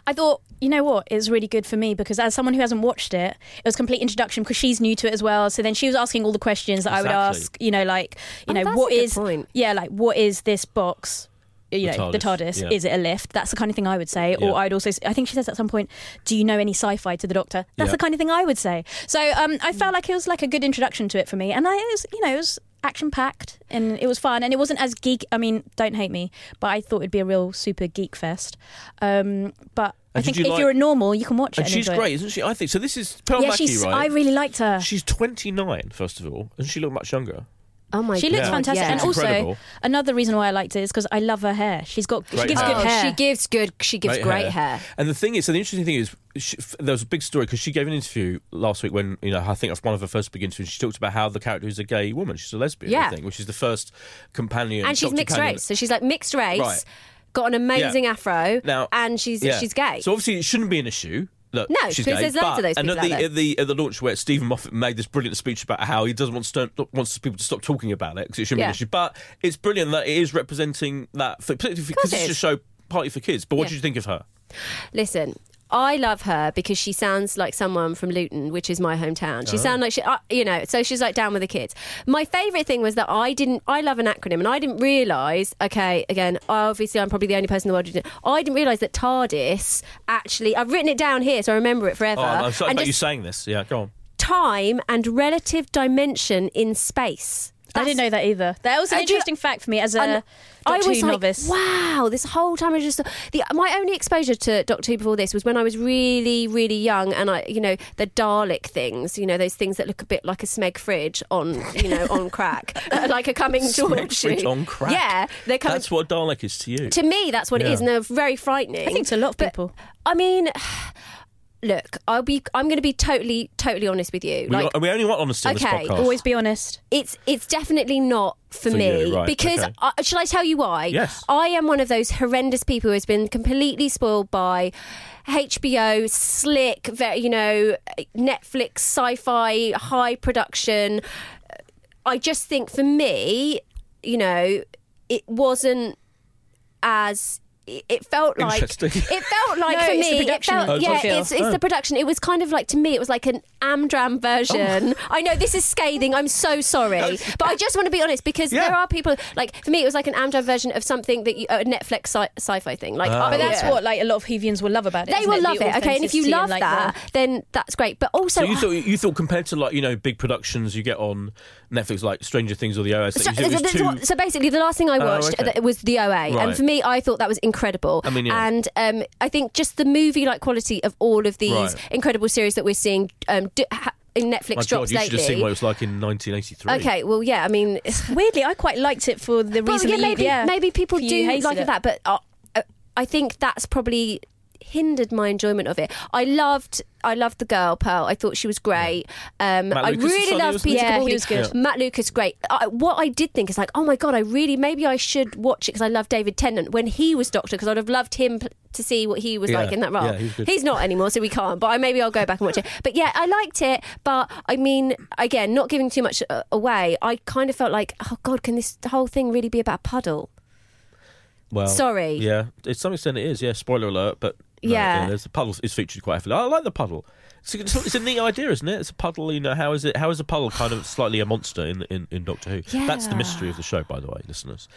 Speaker 2: I thought, you know what, it's really good for me because as someone who hasn't watched it, it was a complete introduction because she's new to it as well. So then she was asking all the questions that I would
Speaker 1: Exactly.
Speaker 2: ask, you know, like, you
Speaker 3: Oh,
Speaker 2: know,
Speaker 3: that's
Speaker 2: what
Speaker 3: a good
Speaker 2: is,
Speaker 3: point.
Speaker 2: yeah, like, what is this box? You
Speaker 1: The
Speaker 2: know, the
Speaker 1: TARDIS,
Speaker 2: TARDIS.
Speaker 1: yeah.
Speaker 2: Is it a lift? That's the kind of thing I would say.
Speaker 1: Yeah.
Speaker 2: Or I'd also, s- I think she says at some point, do you know any sci-fi to the Doctor? That's
Speaker 1: Yeah.
Speaker 2: the kind of thing I would say. So um, I felt like it was like a good introduction to it for me, and I it was, you know, it was action packed and it was fun and it wasn't as geek. I mean, don't hate me, but I thought it'd be a real super geek fest. Um, but I
Speaker 1: And did
Speaker 2: think
Speaker 1: you
Speaker 2: if
Speaker 1: like-
Speaker 2: you're a normal, you can watch it.
Speaker 1: And she's
Speaker 2: enjoy
Speaker 1: great,
Speaker 2: It.
Speaker 1: is isn't she? I think so. This is Pearl
Speaker 2: yeah,
Speaker 1: Mackie,
Speaker 2: she's.
Speaker 1: right?
Speaker 2: I really liked her.
Speaker 1: She's 29, first of all, and she looked much younger.
Speaker 3: oh my
Speaker 2: She looks
Speaker 1: Yeah.
Speaker 2: fantastic,
Speaker 1: Yeah.
Speaker 2: and
Speaker 1: She's
Speaker 2: also
Speaker 1: incredible.
Speaker 2: another reason why I liked it is because I love her hair. She's got she
Speaker 1: Great
Speaker 2: gives
Speaker 1: hair.
Speaker 2: good hair.
Speaker 3: Oh. She gives good. She gives great, hair.
Speaker 1: And the thing is, so the interesting thing is, she, f- there was a big story because she gave an interview last week when, you know, I think that's one of her first big interviews. She talked about how the character is a gay woman. She's a lesbian, I
Speaker 3: Yeah.
Speaker 1: think, which is the first companion.
Speaker 3: And she's
Speaker 1: Doctor
Speaker 3: mixed
Speaker 1: companion-
Speaker 3: race, so she's like mixed race.
Speaker 1: Right.
Speaker 3: Got an amazing afro.
Speaker 1: Now-
Speaker 3: and she's
Speaker 1: Yeah.
Speaker 3: she's gay.
Speaker 1: So obviously it shouldn't be an issue. Look,
Speaker 3: No,
Speaker 1: she's
Speaker 3: because
Speaker 1: gay,
Speaker 3: there's loads
Speaker 1: but-
Speaker 3: of those
Speaker 1: and at
Speaker 3: people
Speaker 1: the,
Speaker 3: out there.
Speaker 1: at the at the launch where Stephen Moffat made this brilliant speech about how he doesn't want to st- wants people to stop talking about it because it shouldn't be an
Speaker 3: Yeah.
Speaker 1: issue. But it's brilliant that it is representing that, for, particularly because
Speaker 3: it
Speaker 1: it's a
Speaker 3: is.
Speaker 1: show Party for Kids, but what
Speaker 3: Yeah.
Speaker 1: did you think of her?
Speaker 3: Listen, I love her because she sounds like someone from Luton, which is my hometown.
Speaker 1: Oh.
Speaker 3: She sounds like she, uh, you know, so she's like down with the kids. My favourite thing was that I didn't, I love an acronym, and I didn't realise. Okay, again, obviously, I'm probably the only person in the world who didn't. I didn't realise that TARDIS actually. I've written it down here, so I remember it forever.
Speaker 1: Oh, I'm sorry
Speaker 3: and
Speaker 1: about you
Speaker 3: just
Speaker 1: saying this. Yeah, go on.
Speaker 3: time and relative dimension in space.
Speaker 2: I didn't know that either. That was an
Speaker 3: I do-
Speaker 2: interesting fact for me as
Speaker 3: And
Speaker 2: a Doctor
Speaker 3: was
Speaker 2: Who novice.
Speaker 3: Like, wow, this whole time I just the my only exposure to Doctor Who before this was when I was really really young, and I you know the Dalek things, you know those things that look a bit like a Smeg fridge on you know on
Speaker 2: <laughs>
Speaker 3: crack, <laughs> like a coming George
Speaker 1: fridge
Speaker 3: shoe.
Speaker 1: on crack.
Speaker 3: Yeah, they're coming.
Speaker 1: That's what Dalek is to you.
Speaker 3: to me, that's what
Speaker 1: Yeah.
Speaker 3: it is, and they're very frightening.
Speaker 2: I think to a lot of
Speaker 3: But,
Speaker 2: people.
Speaker 3: I mean, <sighs> look, I'll be I'm going to be totally totally honest with you.
Speaker 1: we,
Speaker 3: like,
Speaker 1: we only want honesty on this
Speaker 3: Okay,
Speaker 1: podcast.
Speaker 2: Always be honest.
Speaker 3: it's it's definitely not for
Speaker 1: For
Speaker 3: me
Speaker 1: you, right,
Speaker 3: because
Speaker 1: okay.
Speaker 3: I, shall I tell you why?
Speaker 1: Yes.
Speaker 3: I am one of those horrendous people who has been completely spoiled by HBO slick, ve- you know, Netflix sci-fi high production. I just think for me, you know, it wasn't as it it felt like
Speaker 1: Interesting.
Speaker 3: it
Speaker 2: <laughs>
Speaker 3: felt like
Speaker 2: No,
Speaker 3: for
Speaker 2: it's the
Speaker 3: me it
Speaker 2: production
Speaker 3: felt
Speaker 2: of
Speaker 1: it,
Speaker 3: yeah
Speaker 1: I feel.
Speaker 3: it's, it's the production it was kind of like to me it was like an amdram version
Speaker 1: Oh.
Speaker 3: i know this is scathing i'm so sorry but i just want to be honest because
Speaker 1: Yeah.
Speaker 3: there are people like for me it was like an amdram version of something that you, a netflix sci- sci-fi thing like
Speaker 1: Oh.
Speaker 2: But that's what like a lot of Hevians will love about it.
Speaker 3: they
Speaker 2: isn't
Speaker 3: will
Speaker 2: it? The
Speaker 3: love it okay and if you
Speaker 2: authenticity
Speaker 3: love
Speaker 2: like,
Speaker 3: that then that's great but also
Speaker 1: So you thought you thought compared to like you know big productions you get on Netflix like Stranger Things or The OS, that
Speaker 3: So,
Speaker 1: you think it was
Speaker 3: so-
Speaker 1: too- Oh,
Speaker 3: so basically, the last thing I watched
Speaker 1: okay.
Speaker 3: th- was the OA,
Speaker 1: Right.
Speaker 3: and for me, I thought that was incredible.
Speaker 1: I mean, yeah.
Speaker 3: And um, I think just the movie-like quality of all of these
Speaker 1: Right.
Speaker 3: incredible series that we're seeing um, d ha- in Netflix
Speaker 1: My God,
Speaker 3: drops
Speaker 1: you should
Speaker 3: lately.
Speaker 1: have seen what it was like in 1983.
Speaker 3: Okay, well, yeah, I mean, <sighs>
Speaker 2: Weirdly, I quite liked it for the
Speaker 3: well,
Speaker 2: reason.
Speaker 3: yeah,
Speaker 2: that you-
Speaker 3: maybe
Speaker 2: yeah,
Speaker 3: maybe people
Speaker 2: you
Speaker 3: do
Speaker 2: hated
Speaker 3: like
Speaker 2: it.
Speaker 3: that, but uh, uh, I think that's probably hindered my enjoyment of it. I loved. I loved the girl Pearl. I thought she was great. Um,
Speaker 1: Matt
Speaker 3: I
Speaker 1: Lucas is
Speaker 3: really
Speaker 1: funny,
Speaker 3: loved
Speaker 1: wasn't
Speaker 3: Peter
Speaker 1: he?
Speaker 2: Yeah, he
Speaker 3: Capaldi.
Speaker 2: was good.
Speaker 3: Matt Lucas, great. I, what I did think is like, oh my god, I really maybe I should watch it because I love David Tennant when he was Doctor because I'd have loved him pl- to see what he was
Speaker 1: Yeah,
Speaker 3: like in that role.
Speaker 1: yeah, he was good.
Speaker 3: He's not anymore, so we can't. But I maybe I'll go back and watch it. But yeah, I liked it. But I mean, again, not giving too much uh, away, I kind of felt like, oh god, can this whole thing really be about a puddle?
Speaker 1: Well,
Speaker 3: Sorry.
Speaker 1: Yeah, to some extent it is. Yeah, spoiler alert, but no,
Speaker 3: Yeah.
Speaker 1: there's the puddle is featured quite heavily. I like the puddle. It's, it's, it's a neat idea, isn't it? It's a puddle. You know, how is it? How is a puddle kind of slightly a monster in in, in Doctor Who? That's the mystery of the show, by the way, listeners.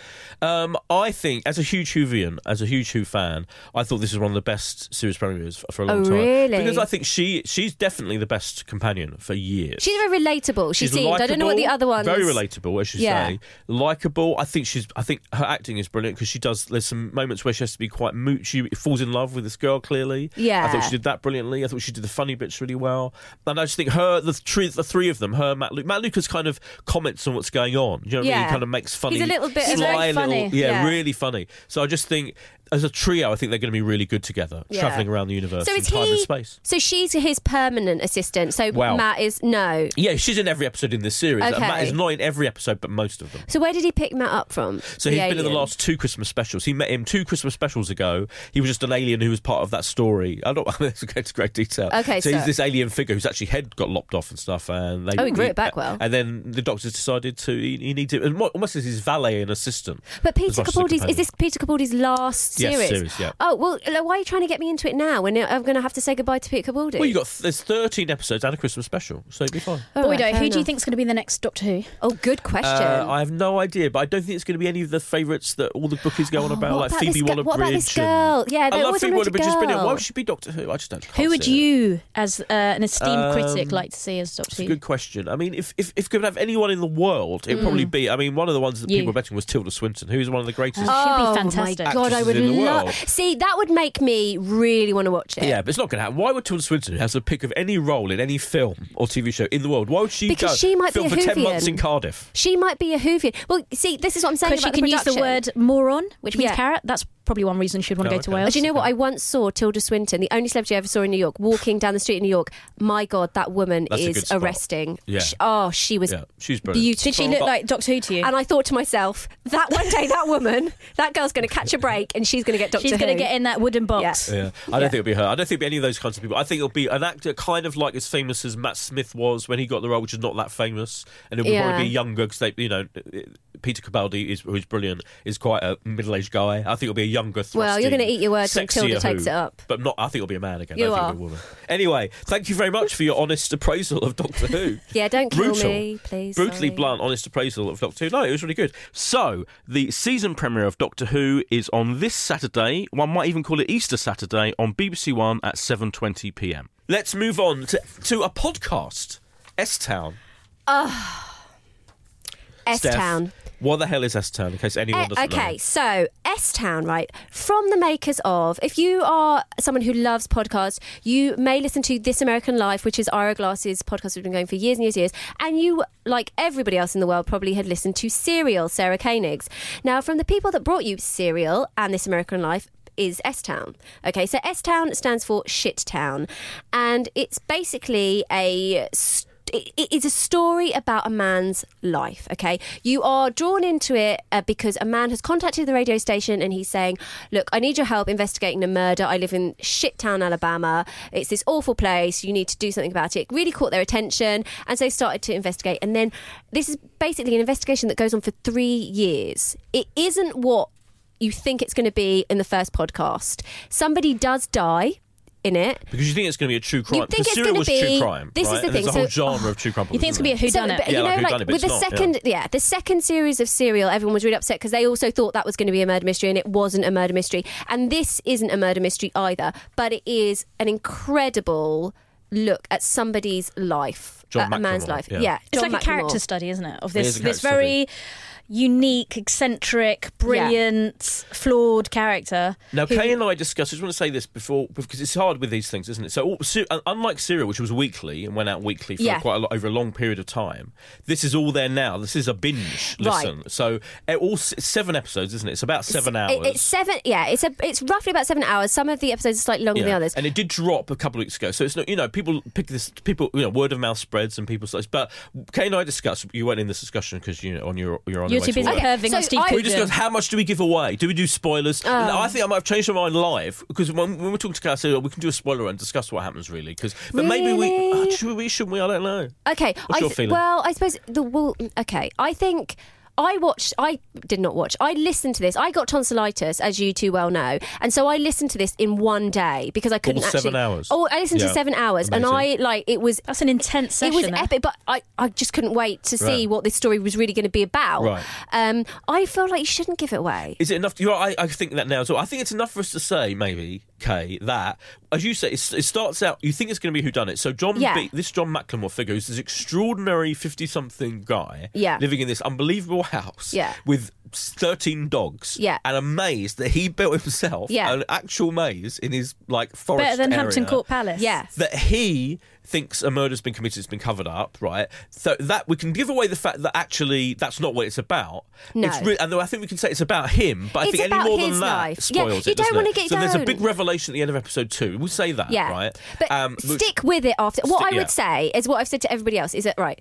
Speaker 1: Um, I think, as a huge Whovian, as a huge Who fan, I thought this is one of the best series premieres for, for a long time.
Speaker 3: Oh, really?
Speaker 1: Because I think she she's definitely the best companion for years.
Speaker 3: She's very relatable. She
Speaker 1: She's
Speaker 3: seems. I don't know what the
Speaker 1: likeable,
Speaker 3: other ones.
Speaker 1: Very relatable, as you
Speaker 3: Yeah.
Speaker 1: say. Likable. I think she's. I think her acting is brilliant because she does. There's some moments where she has to be quite moot. She falls in love with this girl. Clearly,
Speaker 3: Yeah.
Speaker 1: I thought she did that brilliantly. I thought she did the funny bits really well. And I just think her, the three, the three of them, her, Matt, Luke, Matt Lucas, kind of comments on what's going on. Do you know what I mean?
Speaker 3: Yeah.
Speaker 1: He kind of makes funny.
Speaker 3: He's a little bit-
Speaker 1: sly
Speaker 3: He's very
Speaker 1: little-
Speaker 2: funny.
Speaker 1: yeah,
Speaker 3: Yeah.
Speaker 1: really funny. So I just think. As a trio, I think they're going to be really good together,
Speaker 3: Yeah.
Speaker 1: traveling around the universe
Speaker 3: So
Speaker 1: in
Speaker 3: is
Speaker 1: time
Speaker 3: he?
Speaker 1: and space.
Speaker 3: So she's his permanent assistant. So
Speaker 1: Wow.
Speaker 3: Matt is no.
Speaker 1: Yeah, she's in every episode in this series.
Speaker 3: Okay.
Speaker 1: Matt is not in every episode, but most of them.
Speaker 3: So where did he pick Matt up from?
Speaker 1: So
Speaker 3: he's
Speaker 1: he's been in the last two Christmas specials. He met him two Christmas specials ago. He was just an alien who was part of that story. I don't. <laughs> Let's go into great detail.
Speaker 3: Okay,
Speaker 1: so, he's
Speaker 3: so-
Speaker 1: this alien figure whose actually head got lopped off and stuff. And they,
Speaker 3: Oh, he grew it back well.
Speaker 1: And then the doctors decided to he, he needs it and mo- almost as his valet and assistant.
Speaker 3: But
Speaker 1: as
Speaker 3: Peter
Speaker 1: much as a
Speaker 3: Capaldi's
Speaker 1: companion.
Speaker 3: is this Peter Capaldi's last
Speaker 1: Yes,
Speaker 3: series?
Speaker 1: series, yeah.
Speaker 3: Oh well, like, why are you trying to get me into it now when I'm going to have to say goodbye to Peter Capaldi?
Speaker 1: Well, you got there's 13 episodes and a Christmas special, so it'd be fine.
Speaker 3: All
Speaker 2: Boydo,
Speaker 3: right, fair
Speaker 2: who do you
Speaker 3: enough.
Speaker 2: think's going to be the next Doctor Who?
Speaker 3: Oh, good question.
Speaker 1: Uh, I have no idea, but I don't think it's going to be any of the favourites that all the bookies go on about,
Speaker 3: Oh, what
Speaker 1: like
Speaker 3: about
Speaker 1: Phoebe
Speaker 3: this gu-
Speaker 1: Waller-Bridge.
Speaker 3: what about this
Speaker 1: and-
Speaker 3: girl? Yeah,
Speaker 1: I
Speaker 3: they're
Speaker 1: love
Speaker 3: always
Speaker 1: Phoebe
Speaker 3: meant to
Speaker 1: Waller-Bridge. She's brilliant. Why
Speaker 3: girl.
Speaker 1: would she be Doctor Who? I just don't.
Speaker 2: Who
Speaker 1: can't
Speaker 2: would
Speaker 1: see it.
Speaker 2: you, as uh, an esteemed critic,
Speaker 1: Um,
Speaker 2: like to see as Doctor
Speaker 1: It's a
Speaker 2: Who?
Speaker 1: good question. I mean, if if, if could have anyone in the world, it'd
Speaker 3: Mm.
Speaker 1: probably be. I mean, one of the ones that
Speaker 2: You.
Speaker 1: people were betting was Tilda Swinton, who is one of the greatest.
Speaker 2: She'd be
Speaker 3: oh
Speaker 2: fantastic.
Speaker 3: my god, I
Speaker 1: Actresses
Speaker 3: would
Speaker 1: in the
Speaker 3: love.
Speaker 1: world.
Speaker 3: See, that would make me really want to watch it.
Speaker 1: yeah, but it's not going to happen. Why would Tilda Swinton, who has the pick of any role in any film or TV show in the world, why would she
Speaker 3: Because
Speaker 1: go
Speaker 3: she might be
Speaker 1: film
Speaker 3: a
Speaker 1: for ten months
Speaker 3: Hoovian.
Speaker 1: in Cardiff?
Speaker 3: She might be a Hoovian. Well, see, this is what I'm saying
Speaker 2: Because
Speaker 3: about
Speaker 2: she
Speaker 3: the
Speaker 2: can use the
Speaker 3: production.
Speaker 2: word moron, which means
Speaker 3: Yeah.
Speaker 2: carrot. That's probably one reason she'd want to
Speaker 1: Oh,
Speaker 2: go to
Speaker 1: okay.
Speaker 2: Wales.
Speaker 3: Do you know what? I once saw Tilda Swinton, the only celebrity I ever saw in New York, walking down the street in New York. My God, that woman
Speaker 1: That's a good
Speaker 3: is
Speaker 1: spot.
Speaker 3: arresting.
Speaker 1: Yeah.
Speaker 3: She- oh, she was
Speaker 1: Yeah, she's brilliant.
Speaker 3: beautiful.
Speaker 2: Did
Speaker 3: <laughs>
Speaker 2: she look like Doctor Who to you?
Speaker 3: And I thought to myself, that one day, that woman, that girl's going to catch a break and she's going to get Doctor
Speaker 2: She's going
Speaker 3: Who.
Speaker 2: to get in that wooden box.
Speaker 1: Yeah. I don't think it'll be her. I don't think it'll be any of those kinds of people. I think it'll be an actor kind of like as famous as Matt Smith was when he got the role, which is not that famous, and it'll
Speaker 3: Yeah.
Speaker 1: probably be younger because they, you know, Peter Cabaldi is who's brilliant is quite a middle-aged guy. I think it'll be a younger. Thrusty,
Speaker 3: Well, you're gonna eat your words when
Speaker 1: sexier
Speaker 3: Tilda takes
Speaker 1: who,
Speaker 3: it up.
Speaker 1: But not. I think it'll be a man again. I
Speaker 3: You are.
Speaker 1: Think it'll be a woman. Anyway, thank you very much for your honest appraisal of Doctor
Speaker 3: <laughs>
Speaker 1: Who.
Speaker 3: Yeah, don't kill
Speaker 1: Brutal.
Speaker 3: me, please.
Speaker 1: Brutally
Speaker 3: sorry.
Speaker 1: blunt, honest appraisal of Doctor Who. No, it was really good. So, the season premiere of Doctor Who is on this Saturday. One might even call it Easter Saturday on BBC One at 7:20 p.m. Let's move on to, to a podcast, S Town.
Speaker 3: S Town.
Speaker 1: What the hell is S Town? In case anyone
Speaker 3: Eh,
Speaker 1: doesn't
Speaker 3: okay,
Speaker 1: know.
Speaker 3: so S Town, right? From the makers of, if you are someone who loves podcasts, you may listen to This American Life, which is Ira Glass's podcast we've been going for years and years and years. And you, like everybody else in the world, probably had listened to Serial, Sarah Koenig's. Now, from the people that brought you Serial and This American Life, is S Town. Okay, so S Town stands for Shit Town, and it's basically a. St- it is a story about a man's life, okay? You are drawn into it uh, because a man has contacted the radio station and he's saying, Look, I need your help investigating a murder. I live in Shit Town, Alabama. It's this awful place. You need to do something about it. It really caught their attention. And so they started to investigate. And then this is basically an investigation that goes on for three years. It isn't what you think it's going to be in the first podcast. Somebody does die in it.
Speaker 1: Because you think it's going to be a true crime.
Speaker 3: think
Speaker 1: because
Speaker 3: it's
Speaker 1: serial
Speaker 3: gonna
Speaker 1: was
Speaker 3: be-
Speaker 1: true crime.
Speaker 3: this is
Speaker 1: right?
Speaker 3: the
Speaker 1: And
Speaker 3: thing,
Speaker 1: There's a whole
Speaker 3: so-
Speaker 1: genre of true crime.
Speaker 2: You think it's going to be a
Speaker 3: So,
Speaker 2: whodunit?
Speaker 3: but,
Speaker 1: Yeah,
Speaker 3: you
Speaker 1: like
Speaker 3: know, like,
Speaker 1: whodunit, but
Speaker 3: with
Speaker 1: it's
Speaker 3: the
Speaker 1: not, yeah.
Speaker 3: second, yeah. the second series of Serial, everyone was really upset because they also thought that was going to be a murder mystery, and it wasn't a murder mystery. And this isn't a murder mystery either, but it is an incredible look at somebody's life,
Speaker 1: John
Speaker 3: at a man's
Speaker 1: McLemore,
Speaker 3: life.
Speaker 1: yeah.
Speaker 3: Yeah,
Speaker 2: It's
Speaker 3: John
Speaker 2: like a character
Speaker 3: McLemore.
Speaker 2: study, isn't it? Of
Speaker 1: It
Speaker 2: this
Speaker 1: is a
Speaker 2: this
Speaker 1: character
Speaker 2: very unique, eccentric, brilliant, flawed character.
Speaker 1: Now,
Speaker 2: who-
Speaker 1: Kay and I discussed. I just want to say this before because it's hard with these things, isn't it? So, all, se- un- unlike Serial, which was weekly and went out weekly for
Speaker 3: Yeah.
Speaker 1: quite a lot over a long period of time, this is all there now. This is a binge
Speaker 3: Right.
Speaker 1: listen. So, it all s- seven episodes, isn't it? It's about seven hours.
Speaker 3: It- it's seven. Yeah, it's a, it's roughly about seven hours. Some of the episodes are slightly longer
Speaker 1: Yeah.
Speaker 3: than others.
Speaker 1: And it did drop a couple of weeks ago. So it's not, you know, people pick this, people, you know, word of mouth spreads and people, but Kay and I discussed, you weren't in this discussion because you know, on your, you're on
Speaker 2: You're
Speaker 1: your way
Speaker 2: too
Speaker 1: to
Speaker 2: busy
Speaker 1: work.
Speaker 2: curving
Speaker 3: so
Speaker 2: on Steve
Speaker 3: I-
Speaker 1: Can we
Speaker 2: Coogan.
Speaker 1: discuss how much do we give away? Do we do spoilers? And I think I might have changed my mind live because when, when we're talking to Kay, I said, oh, we can do a spoiler and discuss what happens really. Because, but maybe we
Speaker 3: Really?
Speaker 1: oh, should we shouldn't we? I don't know.
Speaker 3: Okay.
Speaker 1: What's
Speaker 3: I
Speaker 1: your
Speaker 3: th-
Speaker 1: feeling?
Speaker 3: Well, I suppose the well. mm, Okay, I think. I watched. I did not watch. I listened to this. I got tonsillitis, as you too well know, and so I listened to this in one day because I couldn't
Speaker 1: seven
Speaker 3: actually-
Speaker 1: hours?
Speaker 3: Oh, I listened
Speaker 1: Yeah.
Speaker 3: to seven hours, and I
Speaker 1: Amazing.
Speaker 3: like it was.
Speaker 2: That's an intense session.
Speaker 3: It was
Speaker 2: though.
Speaker 3: epic, but I, I just couldn't wait to see
Speaker 1: Right.
Speaker 3: what this story was really going to be about.
Speaker 1: Right.
Speaker 3: Um, I feel like you shouldn't give it away.
Speaker 1: Is it enough? You're, I, I think that now as well. I think it's enough for us to say, maybe, Kay, that as you say, it, it starts out. You think it's going to be who done it. So John,
Speaker 3: Yeah.
Speaker 1: B, this John Macklemore figure, who's this extraordinary fifty-something guy,
Speaker 3: Yeah.
Speaker 1: living in this unbelievable house,
Speaker 3: Yeah.
Speaker 1: with thirteen dogs,
Speaker 3: Yeah.
Speaker 1: and a maze that he built himself,
Speaker 3: Yeah.
Speaker 1: an actual maze in his like forest,
Speaker 2: Better than
Speaker 1: area
Speaker 2: Hampton Court Palace.
Speaker 3: Yeah.
Speaker 1: that he thinks a murder's been committed, it's been covered up, right? So that we can give away the fact that actually that's not what it's about.
Speaker 3: No.
Speaker 1: It's re- and though I think we can say it's about him, but I
Speaker 3: It's
Speaker 1: think any
Speaker 3: about
Speaker 1: more
Speaker 3: his
Speaker 1: than that
Speaker 3: life. Yeah,
Speaker 1: spoils
Speaker 3: you
Speaker 1: it. doesn't
Speaker 3: don't wanna
Speaker 1: it?
Speaker 3: get
Speaker 1: So there's a
Speaker 3: down.
Speaker 1: big revelation at the end of episode two. We'll say that,
Speaker 3: Yeah.
Speaker 1: right? Um,
Speaker 3: But
Speaker 1: which-
Speaker 3: stick with it after. What
Speaker 1: Stick-
Speaker 3: I
Speaker 1: yeah.
Speaker 3: would say is what I've said to everybody else is that, right,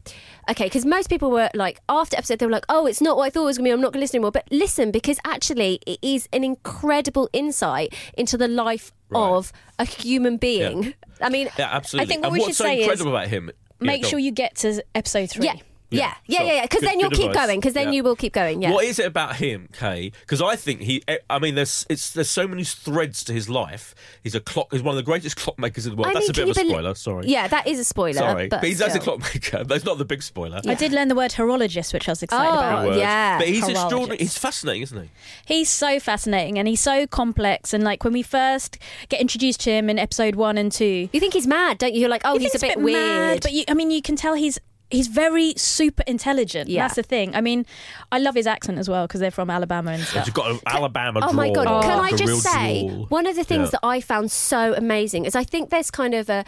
Speaker 3: okay, because most people were like, after episode, they were like, oh, it's not what I thought it was going to be. I'm not going to listen anymore. But listen, because actually, it is an incredible insight into the life
Speaker 1: Right.
Speaker 3: of a human being.
Speaker 1: Yeah.
Speaker 3: I mean,
Speaker 1: yeah, absolutely.
Speaker 2: I think what
Speaker 1: and
Speaker 2: we
Speaker 1: what's
Speaker 2: should
Speaker 1: so
Speaker 2: say is
Speaker 1: incredible about him? yeah,
Speaker 2: Make
Speaker 1: go
Speaker 2: sure
Speaker 1: on.
Speaker 2: you get to episode three.
Speaker 3: yeah. Yeah,
Speaker 1: Yeah,
Speaker 3: yeah, yeah,
Speaker 1: sure.
Speaker 3: because
Speaker 1: Good-
Speaker 3: then you'll
Speaker 1: good
Speaker 3: keep
Speaker 1: advice.
Speaker 3: going. Because then
Speaker 1: Yeah.
Speaker 3: you will keep going. Yeah,
Speaker 1: What is it about him, Kay? Because I think he. eh, I mean, there's it's there's so many threads to his life. He's a clock. He's one of the greatest clockmakers in the world.
Speaker 3: I
Speaker 1: That's
Speaker 3: mean,
Speaker 1: a
Speaker 3: can
Speaker 1: bit of a
Speaker 3: you bel-
Speaker 1: spoiler. Sorry.
Speaker 3: Yeah, that is a spoiler.
Speaker 1: Sorry, but,
Speaker 3: but,
Speaker 1: he's as a
Speaker 3: still.
Speaker 1: clockmaker. <laughs> That's not the big spoiler.
Speaker 2: I did learn the word horologist, which I was excited
Speaker 3: Oh,
Speaker 2: about.
Speaker 1: words.
Speaker 3: yeah.
Speaker 1: But he's
Speaker 2: Horologist.
Speaker 1: extraordinary. He's fascinating, isn't he?
Speaker 2: He's so fascinating and he's so complex. And like when we first get introduced to him in episode one and two,
Speaker 3: You think he's mad, don't you? You're like, oh,
Speaker 2: you
Speaker 3: he's
Speaker 2: think
Speaker 3: a
Speaker 2: it's
Speaker 3: bit, weird.
Speaker 2: mad, but you, I mean, you can tell he's he's very super intelligent.
Speaker 3: Yeah.
Speaker 2: That's the thing. I mean, I love his accent as well because they're from Alabama and stuff.
Speaker 1: He's got an Alabama
Speaker 3: Oh my
Speaker 1: drawl,
Speaker 3: god! Can
Speaker 1: like
Speaker 3: I
Speaker 1: a real
Speaker 3: just say
Speaker 1: drawl.
Speaker 3: one of the things
Speaker 1: Yeah.
Speaker 3: that I found so amazing is I think there's kind of a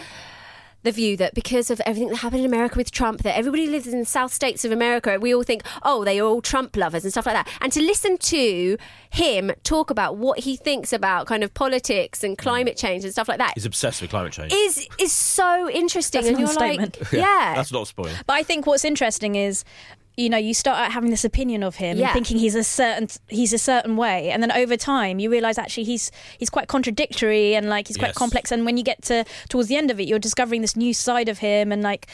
Speaker 3: the view that because of everything that happened in America with Trump, that everybody lives in the South States of America, we all think, oh, they are all Trump lovers and stuff like that. And to listen to him talk about what he thinks about kind of politics
Speaker 1: Mm.
Speaker 3: and climate change and stuff like that
Speaker 1: He's obsessed with climate change.
Speaker 3: is is so interesting.
Speaker 2: That's an
Speaker 3: and you're
Speaker 1: <laughs>
Speaker 3: like,
Speaker 2: understatement.
Speaker 3: yeah,
Speaker 1: That's not a spoiler.
Speaker 2: But I think what's interesting is you know you start out having this opinion of him
Speaker 3: Yeah.
Speaker 2: and thinking he's a certain he's a certain way and then over time you realize actually he's he's quite contradictory and like he's quite
Speaker 1: Yes.
Speaker 2: complex and when you get to towards the end of it you're discovering this new side of him and like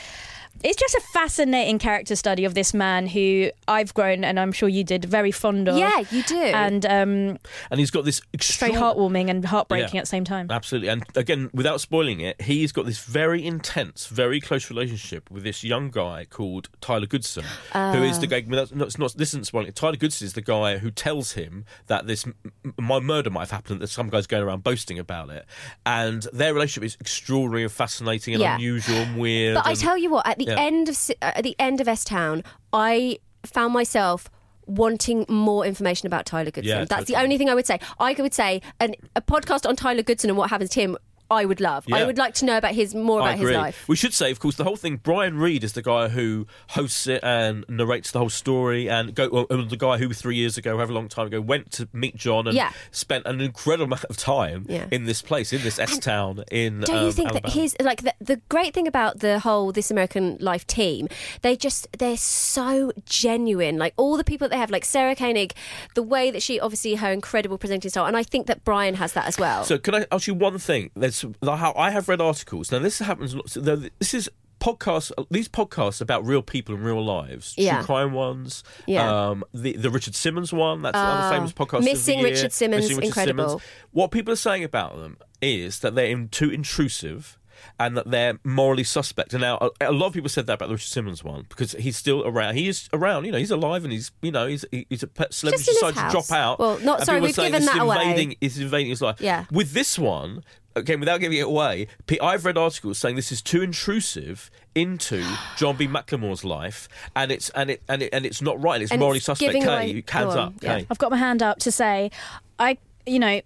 Speaker 2: it's just a fascinating character study of this man who I've grown and I'm sure you did very fond of
Speaker 3: Yeah, you do.
Speaker 2: and um
Speaker 1: and he's got this
Speaker 2: very
Speaker 1: extraordinary
Speaker 2: heartwarming and heartbreaking
Speaker 1: Yeah.
Speaker 2: at the same time
Speaker 1: Absolutely. And again, without spoiling it, he's got this very intense, very close relationship with this young guy called Tyler Goodson, who is the guy. That's not, it's not, this isn't spoiling it. Tyler Goodson is the guy who tells him that this m- m- my murder might have happened, that some guy's going around boasting about it. And their relationship is extraordinary and fascinating and
Speaker 3: Yeah.
Speaker 1: unusual and weird.
Speaker 3: But I
Speaker 1: and-
Speaker 3: tell you what, at the
Speaker 1: yeah.
Speaker 3: end of Si- at the end of S Town, I found myself wanting more information about Tyler Goodson.
Speaker 1: Yeah,
Speaker 3: That's the
Speaker 1: totally.
Speaker 3: only thing I would say. I would say an, a podcast on Tyler Goodson and what happens to him. I would love. I
Speaker 1: Yeah.
Speaker 3: would like to know about his more about
Speaker 1: I agree.
Speaker 3: his life.
Speaker 1: We should say, of course, the whole thing. Brian Reed is the guy who hosts it and narrates the whole story, and go well, and the guy who three years ago, however long time ago, went to meet John and
Speaker 3: Yeah.
Speaker 1: spent an incredible amount of time
Speaker 3: Yeah.
Speaker 1: in this place, in this S town. In
Speaker 3: Don't
Speaker 1: um,
Speaker 3: you think
Speaker 1: Alabama.
Speaker 3: that his like the, the great thing about the whole This American Life team? They just they're so genuine. Like all the people that they have, like Sarah Koenig, the way that she obviously her incredible presenting style, and I think that Brian has that as well.
Speaker 1: So can I ask you one thing? There's how I have read articles. Now this happens. lots- though This is podcasts. These podcasts about real people and real lives.
Speaker 3: Yeah.
Speaker 1: True crime ones.
Speaker 3: Yeah. Ah,
Speaker 1: Um, the the Richard Simmons one. That's another famous podcast. of the
Speaker 3: Missing
Speaker 1: year.
Speaker 3: Richard Simmons, incredible.
Speaker 1: What people are saying about them is that they're in, too intrusive. And that they're morally suspect. And now a, a lot of people said that about the Richard Simmons one because he's still around. He is around. You know, he's alive and he's you know he's he- he's a pet celebrity.
Speaker 3: Just in
Speaker 1: decided
Speaker 3: his
Speaker 1: to
Speaker 3: house.
Speaker 1: drop out.
Speaker 3: Well, not-
Speaker 1: and
Speaker 3: sorry,
Speaker 1: people are
Speaker 3: we've
Speaker 1: saying
Speaker 3: given
Speaker 1: this is
Speaker 3: that away.
Speaker 1: invading it's invading his life.
Speaker 3: Yeah.
Speaker 1: With this one, again, without giving it away, P- I've read articles saying this is too intrusive
Speaker 3: <gasps>
Speaker 1: into John B. McLemore's life, and it's and it and it and it's not right. It's
Speaker 3: And
Speaker 1: morally
Speaker 3: it's
Speaker 1: suspect.
Speaker 3: giving
Speaker 1: Kay,
Speaker 3: away-
Speaker 1: you hands
Speaker 3: go on,
Speaker 1: up.
Speaker 3: yeah.
Speaker 1: Kay.
Speaker 2: I've got my hand up to say, I, you know,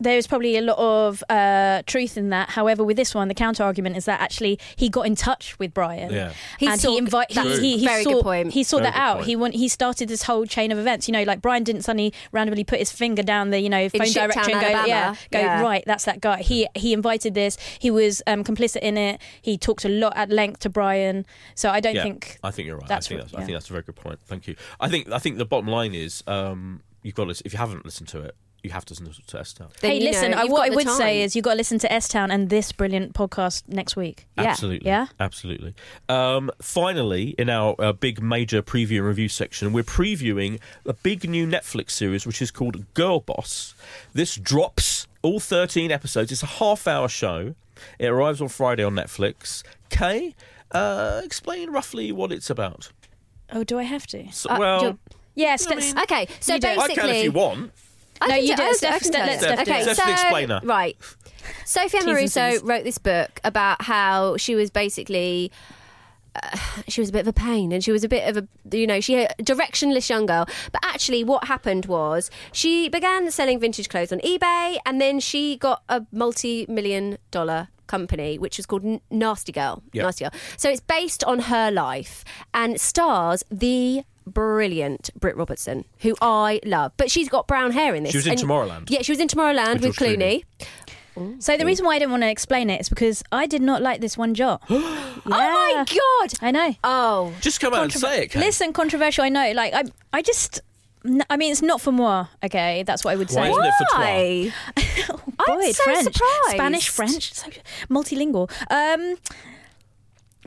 Speaker 2: there's probably a lot of uh, truth in that. However, with this one, the counter argument is that actually he got in touch with Brian.
Speaker 1: Yeah.
Speaker 3: He
Speaker 2: and
Speaker 3: saw-
Speaker 2: he invited.
Speaker 3: that's
Speaker 2: He, he, he
Speaker 3: very
Speaker 2: saw,
Speaker 3: good point.
Speaker 2: He saw
Speaker 1: Very
Speaker 2: that
Speaker 1: good
Speaker 2: out.
Speaker 1: point.
Speaker 2: He went. He started this whole chain of events. You know, like Brian didn't suddenly randomly put his finger down the you know phone
Speaker 3: shit
Speaker 2: directory and
Speaker 3: town
Speaker 2: go
Speaker 3: Alabama.
Speaker 2: yeah go
Speaker 3: Yeah.
Speaker 2: right that's that guy. He he invited this. He was um, complicit in it. He talked a lot at length to Brian. So I don't
Speaker 1: Yeah,
Speaker 2: think
Speaker 1: I think you're right.
Speaker 2: that's
Speaker 1: I think
Speaker 2: right,
Speaker 1: that's, I
Speaker 2: yeah.
Speaker 1: think that's a very good point. Thank you. I think I think the bottom line is um, you've got to, if you haven't listened to it, you have to listen to S Town.
Speaker 3: Then,
Speaker 2: hey,
Speaker 3: you know,
Speaker 2: listen, I,
Speaker 3: you've
Speaker 2: what
Speaker 3: got
Speaker 2: I
Speaker 3: the
Speaker 2: would
Speaker 3: time.
Speaker 2: say is you've got to listen to S Town and this brilliant podcast next week.
Speaker 3: Yeah.
Speaker 1: Absolutely.
Speaker 2: Yeah?
Speaker 1: Absolutely. Um, finally, in our uh, big major preview and review section, we're previewing a big new Netflix series which is called Girl Boss. This drops all 13 episodes. It's a half hour show. It arrives on Friday on Netflix. Kay, uh, explain roughly what it's about.
Speaker 2: Oh, do I have to?
Speaker 1: So,
Speaker 3: Uh,
Speaker 1: well,
Speaker 3: do-
Speaker 2: Yes.
Speaker 1: I mean-
Speaker 3: Okay, so
Speaker 2: You do. I
Speaker 1: I
Speaker 3: basically,
Speaker 1: can if you want.
Speaker 3: I
Speaker 2: No,
Speaker 3: can
Speaker 2: you
Speaker 3: do-
Speaker 2: do it.
Speaker 3: I can
Speaker 2: Steph-
Speaker 3: do it.
Speaker 2: Steph- let's
Speaker 1: Steph do
Speaker 3: okay,
Speaker 1: it. Steph
Speaker 3: so,
Speaker 1: can explain that.
Speaker 3: Right. Sophia
Speaker 2: and
Speaker 3: Maruso
Speaker 2: Cs.
Speaker 3: wrote this book about how she was basically. Uh, she was a bit of a pain and she was a bit of a you know she a directionless young girl but actually what happened was she began selling vintage clothes on ebay and then she got a multi-million dollar company which was called N- nasty girl
Speaker 1: Yeah.
Speaker 3: nasty girl so it's based on her life and stars the brilliant Britt Robertson who I love but she's got brown hair in this
Speaker 1: She was in
Speaker 3: and-
Speaker 1: Tomorrowland.
Speaker 3: yeah she was in Tomorrowland
Speaker 1: With
Speaker 3: with
Speaker 1: George
Speaker 3: Clooney
Speaker 2: So the reason why I didn't want to explain it is because I did not like this one
Speaker 1: <gasps>
Speaker 2: jot. oh
Speaker 3: Oh my god!
Speaker 2: I know.
Speaker 3: Oh,
Speaker 1: Just come out and say it, Kay.
Speaker 2: Listen, controversial. I know. Like I, I just. n- I mean, it's not for moi. Okay, that's what I would
Speaker 1: Why
Speaker 2: say.
Speaker 1: isn't it for Twa?
Speaker 3: why?
Speaker 2: Boy,
Speaker 3: I'm so
Speaker 2: French,
Speaker 3: surprised.
Speaker 2: Spanish, French, so multilingual. Um,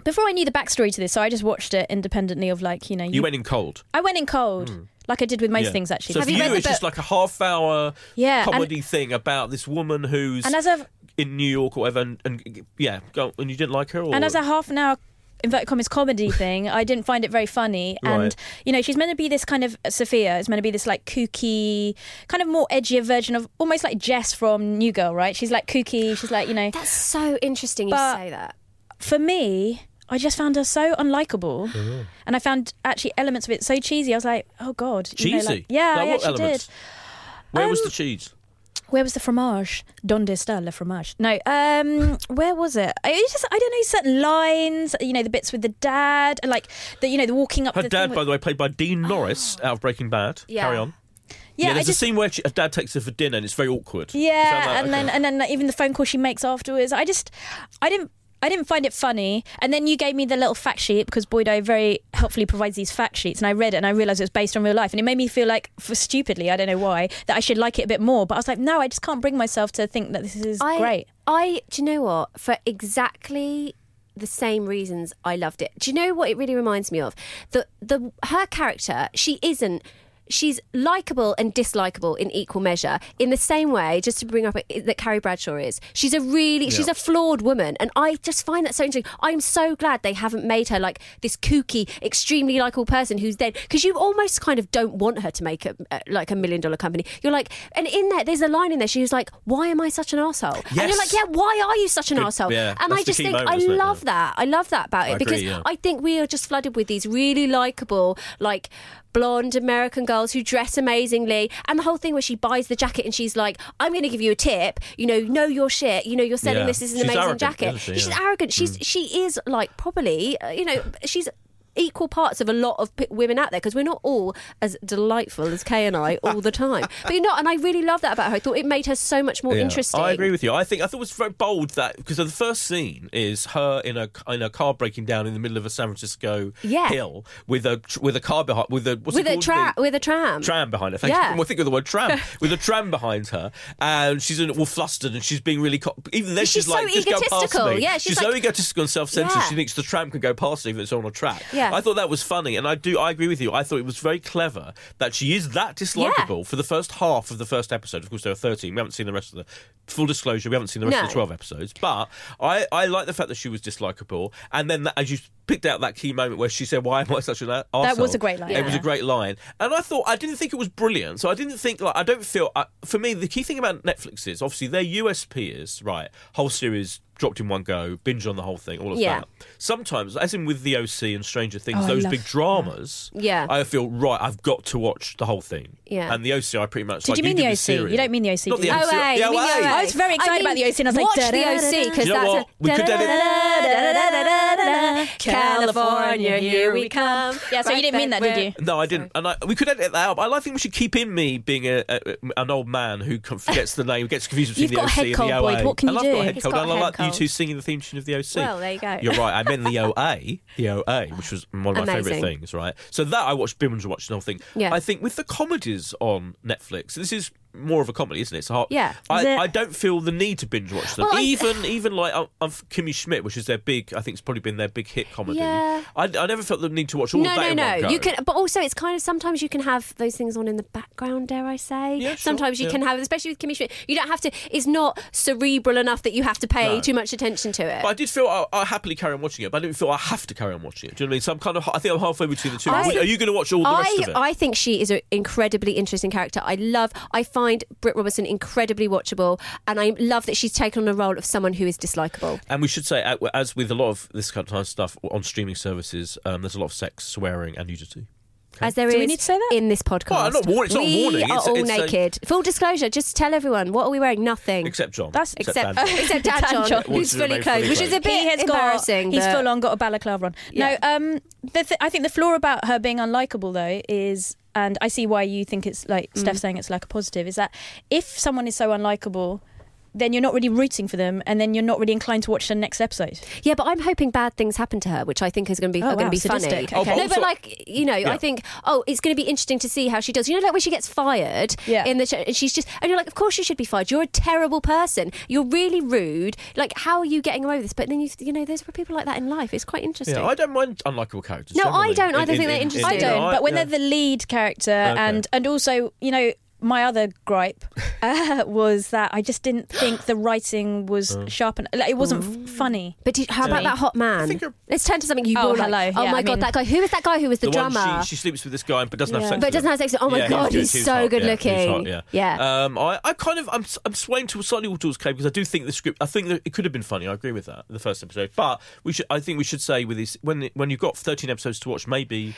Speaker 2: before I knew the backstory to this, so I just watched it independently of like you know
Speaker 1: You went in cold.
Speaker 2: I went in cold, like I did with most
Speaker 1: Yeah.
Speaker 2: things actually.
Speaker 1: So for
Speaker 3: you
Speaker 1: you,
Speaker 3: read the
Speaker 1: it's just
Speaker 3: book?
Speaker 1: like a half hour
Speaker 2: Yeah, and-
Speaker 1: comedy thing about this woman who's
Speaker 2: And as I've
Speaker 1: in New York or whatever, and, and yeah, go, and you didn't like her, or
Speaker 2: and as a half an hour inverted
Speaker 1: <laughs>
Speaker 2: commas comedy thing, I didn't find it very funny.
Speaker 1: Right.
Speaker 2: And you know, she's meant to be this kind of uh, Sophia. It's meant to be this like kooky, kind of more edgier version of almost like Jess from New Girl, right? She's like kooky. She's like you know.
Speaker 3: That's so interesting. You
Speaker 2: But-
Speaker 3: say that.
Speaker 2: For me. I just found her so unlikable,
Speaker 1: Mm-hmm.
Speaker 2: and I found actually elements of it so cheesy. I was like, "Oh God, you know,
Speaker 1: cheesy.
Speaker 2: like- yeah,
Speaker 1: Like,
Speaker 2: I
Speaker 1: what
Speaker 2: actually
Speaker 1: elements?
Speaker 2: did.
Speaker 1: Where was
Speaker 2: Um,
Speaker 1: the cheese?
Speaker 2: Where was the fromage? Donde está le fromage? No, um, where was it? I it's just I don't know certain lines. You know the bits with the dad, and like the you know the walking up.
Speaker 1: Her
Speaker 2: the
Speaker 1: dad,
Speaker 2: thing
Speaker 1: by
Speaker 2: with- Oh.
Speaker 1: the way, played by Dean Norris out of Breaking Bad.
Speaker 3: Yeah.
Speaker 1: Carry on.
Speaker 2: yeah, I
Speaker 1: there's
Speaker 2: just
Speaker 1: a scene where she, her dad takes her for dinner, and it's very awkward. You found
Speaker 2: yeah,
Speaker 1: that?
Speaker 2: and
Speaker 1: Okay.
Speaker 2: then and then like, even the phone call she makes afterwards. I just I didn't. I I didn't find it funny. And then you gave me the little fact sheet because Boydo very helpfully provides these fact sheets, and I read it and I realised it was based on real life, and it made me feel like, for stupidly, I don't know why, that I should like it a bit more. But I was like, no, I just can't bring myself to think that this is
Speaker 3: I,
Speaker 2: great.
Speaker 3: I do you know what? For exactly the same reasons I loved it. Do you know what it really reminds me of? The the her character, she isn't She's likable and dislikable in equal measure. In the same way, just to bring up it, that Carrie Bradshaw is, she's a really she's a flawed woman, and I just find that so interesting. I'm so glad they haven't made her like this kooky, extremely likable person who's then because you almost kind of don't want her to make a uh, like a million dollar company. You're like, and in there, there's a line in there. She was like, "Why am I such an asshole?" And
Speaker 1: Yes.
Speaker 3: you're like, "Yeah, why are you such an
Speaker 1: Good-
Speaker 3: asshole?"
Speaker 1: yeah,
Speaker 3: and
Speaker 1: that's
Speaker 3: I
Speaker 1: the
Speaker 3: just
Speaker 1: key
Speaker 3: think
Speaker 1: moment,
Speaker 3: I
Speaker 1: isn't it?
Speaker 3: love that. I love that about it
Speaker 1: agree,
Speaker 3: because
Speaker 1: yeah.
Speaker 3: I think we are just flooded with these really likable, like blonde American girls who dress amazingly. And the whole thing where she buys the jacket and she's like, I'm going to give you a tip. You know, know your shit. You know, you're selling
Speaker 1: Yeah.
Speaker 3: this. This is an
Speaker 1: She's
Speaker 3: amazing
Speaker 1: arrogant,
Speaker 3: jacket.
Speaker 1: isn't she?
Speaker 3: She's
Speaker 1: Yeah. Mm.
Speaker 3: arrogant. She's she is like probably uh, you know she's. Equal parts of a lot of p- women out there because we're not all as delightful as Kay and I all the
Speaker 1: <laughs>
Speaker 3: time, but you're not. And I really love that about her. I thought it made her so much more
Speaker 1: Yeah.
Speaker 3: interesting.
Speaker 1: I agree with you. I think I thought it was very bold that because the first scene is her in a in a car breaking down in the middle of a San Francisco
Speaker 3: Yeah.
Speaker 1: hill with a tr- with a car behind with a what's
Speaker 3: with
Speaker 1: it
Speaker 3: a
Speaker 1: called?
Speaker 3: tra-
Speaker 1: The-
Speaker 3: with a tram.
Speaker 1: tram behind her. Thank you.
Speaker 3: Yeah.
Speaker 1: Well, think of the word
Speaker 3: <laughs>
Speaker 1: tram with a tram behind her, and she's in- all flustered and she's being really co- even then she's,
Speaker 3: She's so
Speaker 1: like just go
Speaker 3: egotistical.
Speaker 1: past me.
Speaker 3: Yeah, she's
Speaker 1: so
Speaker 3: like-
Speaker 1: egotistical and self centered.
Speaker 3: Yeah.
Speaker 1: She thinks the tram can go past her if it's on a track.
Speaker 3: Yeah.
Speaker 1: I thought that was funny, and I do I agree with you. I thought it was very clever that she is that dislikable for the first half of the first episode. Of course, there are thirteen. We haven't seen the rest of the full disclosure. We haven't seen the rest of
Speaker 3: No.
Speaker 1: the twelve episodes, but I I like the fact that she was dislikable, and then that, as you picked out that key moment where she said, "Why am I such an a-
Speaker 2: That was
Speaker 1: arsehole?"
Speaker 2: a great line.
Speaker 1: It was a
Speaker 2: Yeah.
Speaker 1: great line, and I thought I didn't think it was brilliant. So I didn't think like I don't feel. I, for me, the key thing about Netflix is obviously their USP is right. Whole series dropped in one go, binge on the whole thing, all of
Speaker 3: Yeah.
Speaker 1: that. Sometimes, as in with The OC and Stranger Things,
Speaker 2: Oh, I
Speaker 1: those
Speaker 2: love
Speaker 1: big
Speaker 2: that.
Speaker 1: dramas.
Speaker 3: Yeah.
Speaker 1: I feel right. I've got to watch the whole thing.
Speaker 3: Yeah.
Speaker 1: and The OC, I pretty much.
Speaker 2: Did
Speaker 1: like,
Speaker 2: you mean
Speaker 1: did
Speaker 2: The
Speaker 1: the
Speaker 2: OC?
Speaker 1: Serial.
Speaker 2: You don't mean The OC,
Speaker 1: Not
Speaker 2: do
Speaker 1: the
Speaker 2: you?
Speaker 1: OC.
Speaker 3: OA,
Speaker 1: Yeah,
Speaker 3: you mean
Speaker 1: OA.
Speaker 3: the OA.
Speaker 2: I was very excited about the OC and I was like,
Speaker 3: watch the
Speaker 2: da-da-da-da-da.
Speaker 3: OC because
Speaker 1: You know
Speaker 3: that's
Speaker 1: what?
Speaker 3: a-
Speaker 1: We could dedicate-
Speaker 3: Da-da-da-da-da-da-da-da. California, here we come.
Speaker 2: Yeah, so you didn't mean that, did you?
Speaker 1: No, I didn't. And I, we could edit that out. I like- think we should keep in me being a, a, an old man who com- forgets the name, gets confused between
Speaker 2: You've
Speaker 1: the
Speaker 2: got
Speaker 1: OC
Speaker 2: a head
Speaker 1: and
Speaker 2: cold,
Speaker 1: the OA.
Speaker 2: Boyd. What can
Speaker 1: and
Speaker 2: you
Speaker 1: I've got
Speaker 2: do?
Speaker 1: a head
Speaker 2: He's
Speaker 1: cold.
Speaker 3: got
Speaker 1: and
Speaker 3: a
Speaker 1: I
Speaker 3: head
Speaker 1: like you
Speaker 3: cold.
Speaker 1: two singing the theme tune of the OC.
Speaker 3: Well, there you go.
Speaker 1: You're right. I meant
Speaker 3: <laughs>
Speaker 1: the OA, the OA, which was one of my favourite
Speaker 3: Amazing.
Speaker 1: things. Right. So that I watched binge watched the whole thing.
Speaker 3: Yeah.
Speaker 1: I think with the comedies on Netflix, this is. More of a comedy, isn't it? It's hard.
Speaker 3: Yeah.
Speaker 1: I,
Speaker 2: Is it-
Speaker 1: I don't feel the need to binge watch them.
Speaker 3: Well, I-
Speaker 1: even even like uh, uh, Kimmy Schmidt, which is their big, I think it's probably been their big hit comedy.
Speaker 3: Yeah.
Speaker 1: I, I never felt the need to watch all
Speaker 3: No,
Speaker 1: of that
Speaker 3: no,
Speaker 1: in one
Speaker 3: no.
Speaker 1: go.
Speaker 3: You can, but also it's kind of sometimes you can have those things on in the background. Dare I say?
Speaker 1: Yeah, sure,
Speaker 3: sometimes you
Speaker 1: yeah.
Speaker 3: can have, especially with Kimmy Schmidt, you don't have to. It's not cerebral enough that you have to pay
Speaker 1: No.
Speaker 3: too much attention to it.
Speaker 1: But I did feel I, I happily carry on watching it, but I didn't feel I have to carry on watching it. Do you know what I mean? So I'm kind of, I think I'm halfway between the two.
Speaker 3: I-
Speaker 1: Would- Are you going to watch all the rest of it?
Speaker 3: I think she is an incredibly interesting character. I love, I find Britt Robertson incredibly watchable, and I love that she's taken on a role of someone who is dislikable.
Speaker 1: and we should say, uh, as with a lot of this kind of stuff on streaming services, um, there's a lot of sex, swearing, and nudity.
Speaker 3: As there is
Speaker 2: Do we need to say that?
Speaker 3: in this podcast.
Speaker 1: Well, I'm not warning- it's not a
Speaker 3: we
Speaker 1: warning,
Speaker 3: are
Speaker 1: it's-
Speaker 3: all
Speaker 1: it's uh, a-
Speaker 3: naked. Full disclosure, just tell everyone what are we wearing? Nothing.
Speaker 1: Except John.
Speaker 2: That's-
Speaker 1: Dan
Speaker 3: except
Speaker 1: John.
Speaker 3: <laughs> except Dan
Speaker 2: Dan
Speaker 3: John,
Speaker 2: John.
Speaker 1: Wants
Speaker 3: who's
Speaker 1: to remain
Speaker 3: fully
Speaker 1: fully
Speaker 3: clothed, which is a
Speaker 1: clothed.
Speaker 3: bit
Speaker 2: he has
Speaker 3: embarrassing.
Speaker 2: Got, he's
Speaker 3: but-
Speaker 2: full on got a balaclava on.
Speaker 3: Yeah.
Speaker 2: No, um, the th- I think the flaw about her being unlikable though is, and I see why you think it's like
Speaker 3: Mm.
Speaker 2: Steph saying it's like a positive is that if someone is so unlikable. Then you're not really rooting for them, and then you're not really inclined to watch the next episode.
Speaker 3: Yeah, but I'm hoping bad things happen to her, which I think is going to be
Speaker 2: Oh,
Speaker 3: are going
Speaker 2: wow,
Speaker 3: to be funny.
Speaker 2: sadistic. Oh,
Speaker 1: but
Speaker 3: no,
Speaker 1: also-
Speaker 3: but like you know, I think oh, it's going to be interesting to see how she does. You know, like when she gets fired
Speaker 2: Yeah.
Speaker 3: in the show, and she's just and you're like, of course you should be fired. You're a terrible person. You're really rude. Like, how are you getting away with this? But then you you know, there's people like that in life. It's quite interesting.
Speaker 1: Yeah, I don't mind unlikable characters.
Speaker 3: No,
Speaker 1: generally.
Speaker 3: I don't. I don't think they're interesting.
Speaker 2: I
Speaker 3: Yeah.
Speaker 2: don't,
Speaker 1: no,
Speaker 2: but when
Speaker 1: yeah.
Speaker 2: they're the lead character, and and also, you know, my other gripe
Speaker 1: <laughs>
Speaker 2: uh, was that I just didn't think the writing was
Speaker 1: Uh.
Speaker 2: sharp enough. Like, it wasn't
Speaker 1: Mm.
Speaker 2: f- funny.
Speaker 3: But did, how about that hot man?
Speaker 1: think you're-
Speaker 3: Let's turn to something you
Speaker 2: Oh,
Speaker 3: will like.
Speaker 2: hello.
Speaker 3: Oh
Speaker 2: Yeah,
Speaker 3: my
Speaker 2: I
Speaker 3: god,
Speaker 2: mean-
Speaker 3: that guy. Who was that guy who was the,
Speaker 1: the
Speaker 3: drummer?
Speaker 1: one she, she sleeps with this guy, but doesn't have
Speaker 2: Yeah.
Speaker 1: sex.
Speaker 3: But
Speaker 1: with
Speaker 3: doesn't
Speaker 1: him.
Speaker 3: have sex with- oh my
Speaker 1: Yeah,
Speaker 3: God,
Speaker 1: good.
Speaker 3: he's so
Speaker 1: hot,
Speaker 3: good
Speaker 1: yeah,
Speaker 3: looking.
Speaker 1: hot, yeah.
Speaker 3: Yeah.
Speaker 1: Um, I, I kind of, I'm, s- I'm swaying to slightly towards Clay because I do think the script. I think that it could have been funny. I agree with that. The first episode, but we should. I think we should say with this when when you've got 13 episodes to watch, maybe.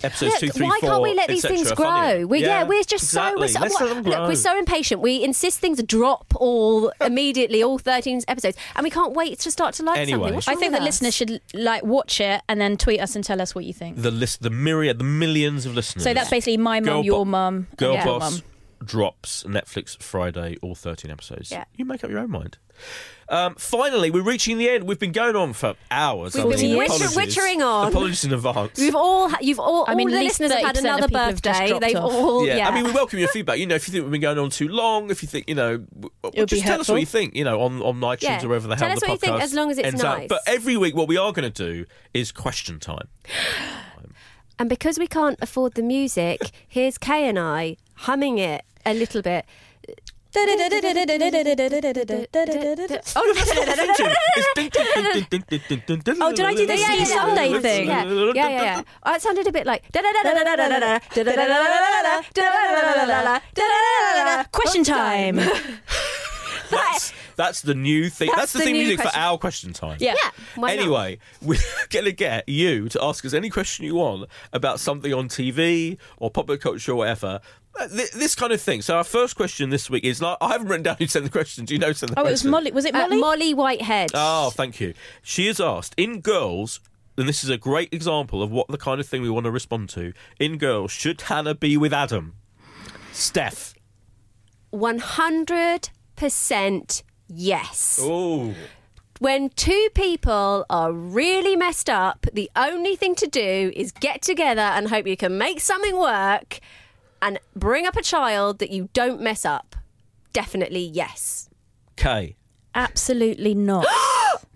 Speaker 1: Episodes
Speaker 3: Look,
Speaker 1: two, three,
Speaker 3: why can't
Speaker 1: four,
Speaker 3: we let
Speaker 1: et
Speaker 3: these
Speaker 1: cetera,
Speaker 3: things
Speaker 1: are
Speaker 3: grow?
Speaker 1: funnier.
Speaker 3: We, yeah. we're just
Speaker 1: exactly.
Speaker 3: so. We're
Speaker 1: Let's
Speaker 3: so
Speaker 1: let them grow.
Speaker 3: look, we're so impatient. We insist things drop all immediately, all 13 episodes, and we can't wait to start to like
Speaker 1: Anyway.
Speaker 3: something. What's
Speaker 2: I
Speaker 3: wrong
Speaker 2: think
Speaker 3: with
Speaker 2: that
Speaker 3: us?
Speaker 2: listeners should like watch it and then tweet us and tell us what you think.
Speaker 1: the list, the myriad, the millions of listeners.
Speaker 2: So that's basically my
Speaker 1: Girl
Speaker 2: mum,
Speaker 1: bo-
Speaker 2: your mum,
Speaker 1: Girl
Speaker 2: and your
Speaker 3: <laughs>
Speaker 1: boss,
Speaker 2: mum.
Speaker 1: drops Netflix Friday, all 13 episodes.
Speaker 3: Yeah.
Speaker 1: You make up your own mind. Um, finally, we're reaching the end. We've been going on for hours.
Speaker 3: We've
Speaker 1: I
Speaker 3: been
Speaker 1: mean,
Speaker 3: witcher-
Speaker 1: apologies.
Speaker 3: witchering on.
Speaker 1: Apologies in advance.
Speaker 3: We've all, ha- you've all,
Speaker 2: I mean,
Speaker 3: all
Speaker 2: at
Speaker 3: the
Speaker 2: least
Speaker 3: listeners have had
Speaker 2: 30% of
Speaker 3: another
Speaker 2: people have just
Speaker 3: birthday.
Speaker 2: dropped
Speaker 3: They've
Speaker 2: off.
Speaker 3: all,
Speaker 1: yeah.
Speaker 3: yeah.
Speaker 1: I mean, we welcome your feedback. You know, if you think we've been going on too long, if you think, you know, w- w-
Speaker 2: would
Speaker 1: just
Speaker 2: be
Speaker 1: tell us what
Speaker 2: helpful.
Speaker 1: you think, you know, on, on iTunes
Speaker 3: Yeah.
Speaker 1: or wherever the
Speaker 3: Tell
Speaker 1: hell
Speaker 3: us
Speaker 1: the
Speaker 3: what you think,
Speaker 1: podcast
Speaker 3: as long as it's
Speaker 1: ends up.
Speaker 3: nice.
Speaker 1: But every week, what we are going to do is question time.
Speaker 3: and because we can't afford the music, here's Kay and I humming it a little bit.
Speaker 2: <laughs>
Speaker 3: <laughs>
Speaker 2: Oh,
Speaker 1: Oh, that's not thinking. It's ding, ding, ding, ding, ding, ding,
Speaker 2: Oh, did I do the
Speaker 1: ding,
Speaker 2: Silly
Speaker 1: ding,
Speaker 2: Sunday
Speaker 1: ding,
Speaker 2: thing?
Speaker 3: Yeah,
Speaker 1: ding,
Speaker 3: yeah,
Speaker 1: ding,
Speaker 3: yeah. yeah. Oh, it sounded a bit like.
Speaker 2: Question time.
Speaker 1: That's, that's the new thing. That's,
Speaker 3: That's
Speaker 1: the
Speaker 3: the
Speaker 1: theme
Speaker 3: new
Speaker 1: music for
Speaker 3: question.
Speaker 1: our question time.
Speaker 2: Yeah.
Speaker 3: Yeah. why not?
Speaker 1: Anyway, we're <laughs> going to get you to ask us any question you want about something on TV or popular culture or whatever. Uh, thi- This kind of thing. So our first question this week is like I haven't written down who sent the question. Do you know who sent the
Speaker 2: Oh, it was
Speaker 1: question?
Speaker 2: Molly. Was it
Speaker 3: Uh,
Speaker 2: Molly?
Speaker 3: Molly Whitehead.
Speaker 1: Oh, thank you. She has asked in girls, and this is a great example of what the kind of thing we want to respond to. In girls, should Hannah be with Adam? Steph.
Speaker 3: 100% yes.
Speaker 1: Oh,
Speaker 3: When two people are really messed up, the only thing to do is get together and hope you can make something work and bring up a child that you don't mess up. Definitely yes.
Speaker 1: Kay.
Speaker 2: Absolutely not.
Speaker 3: <gasps>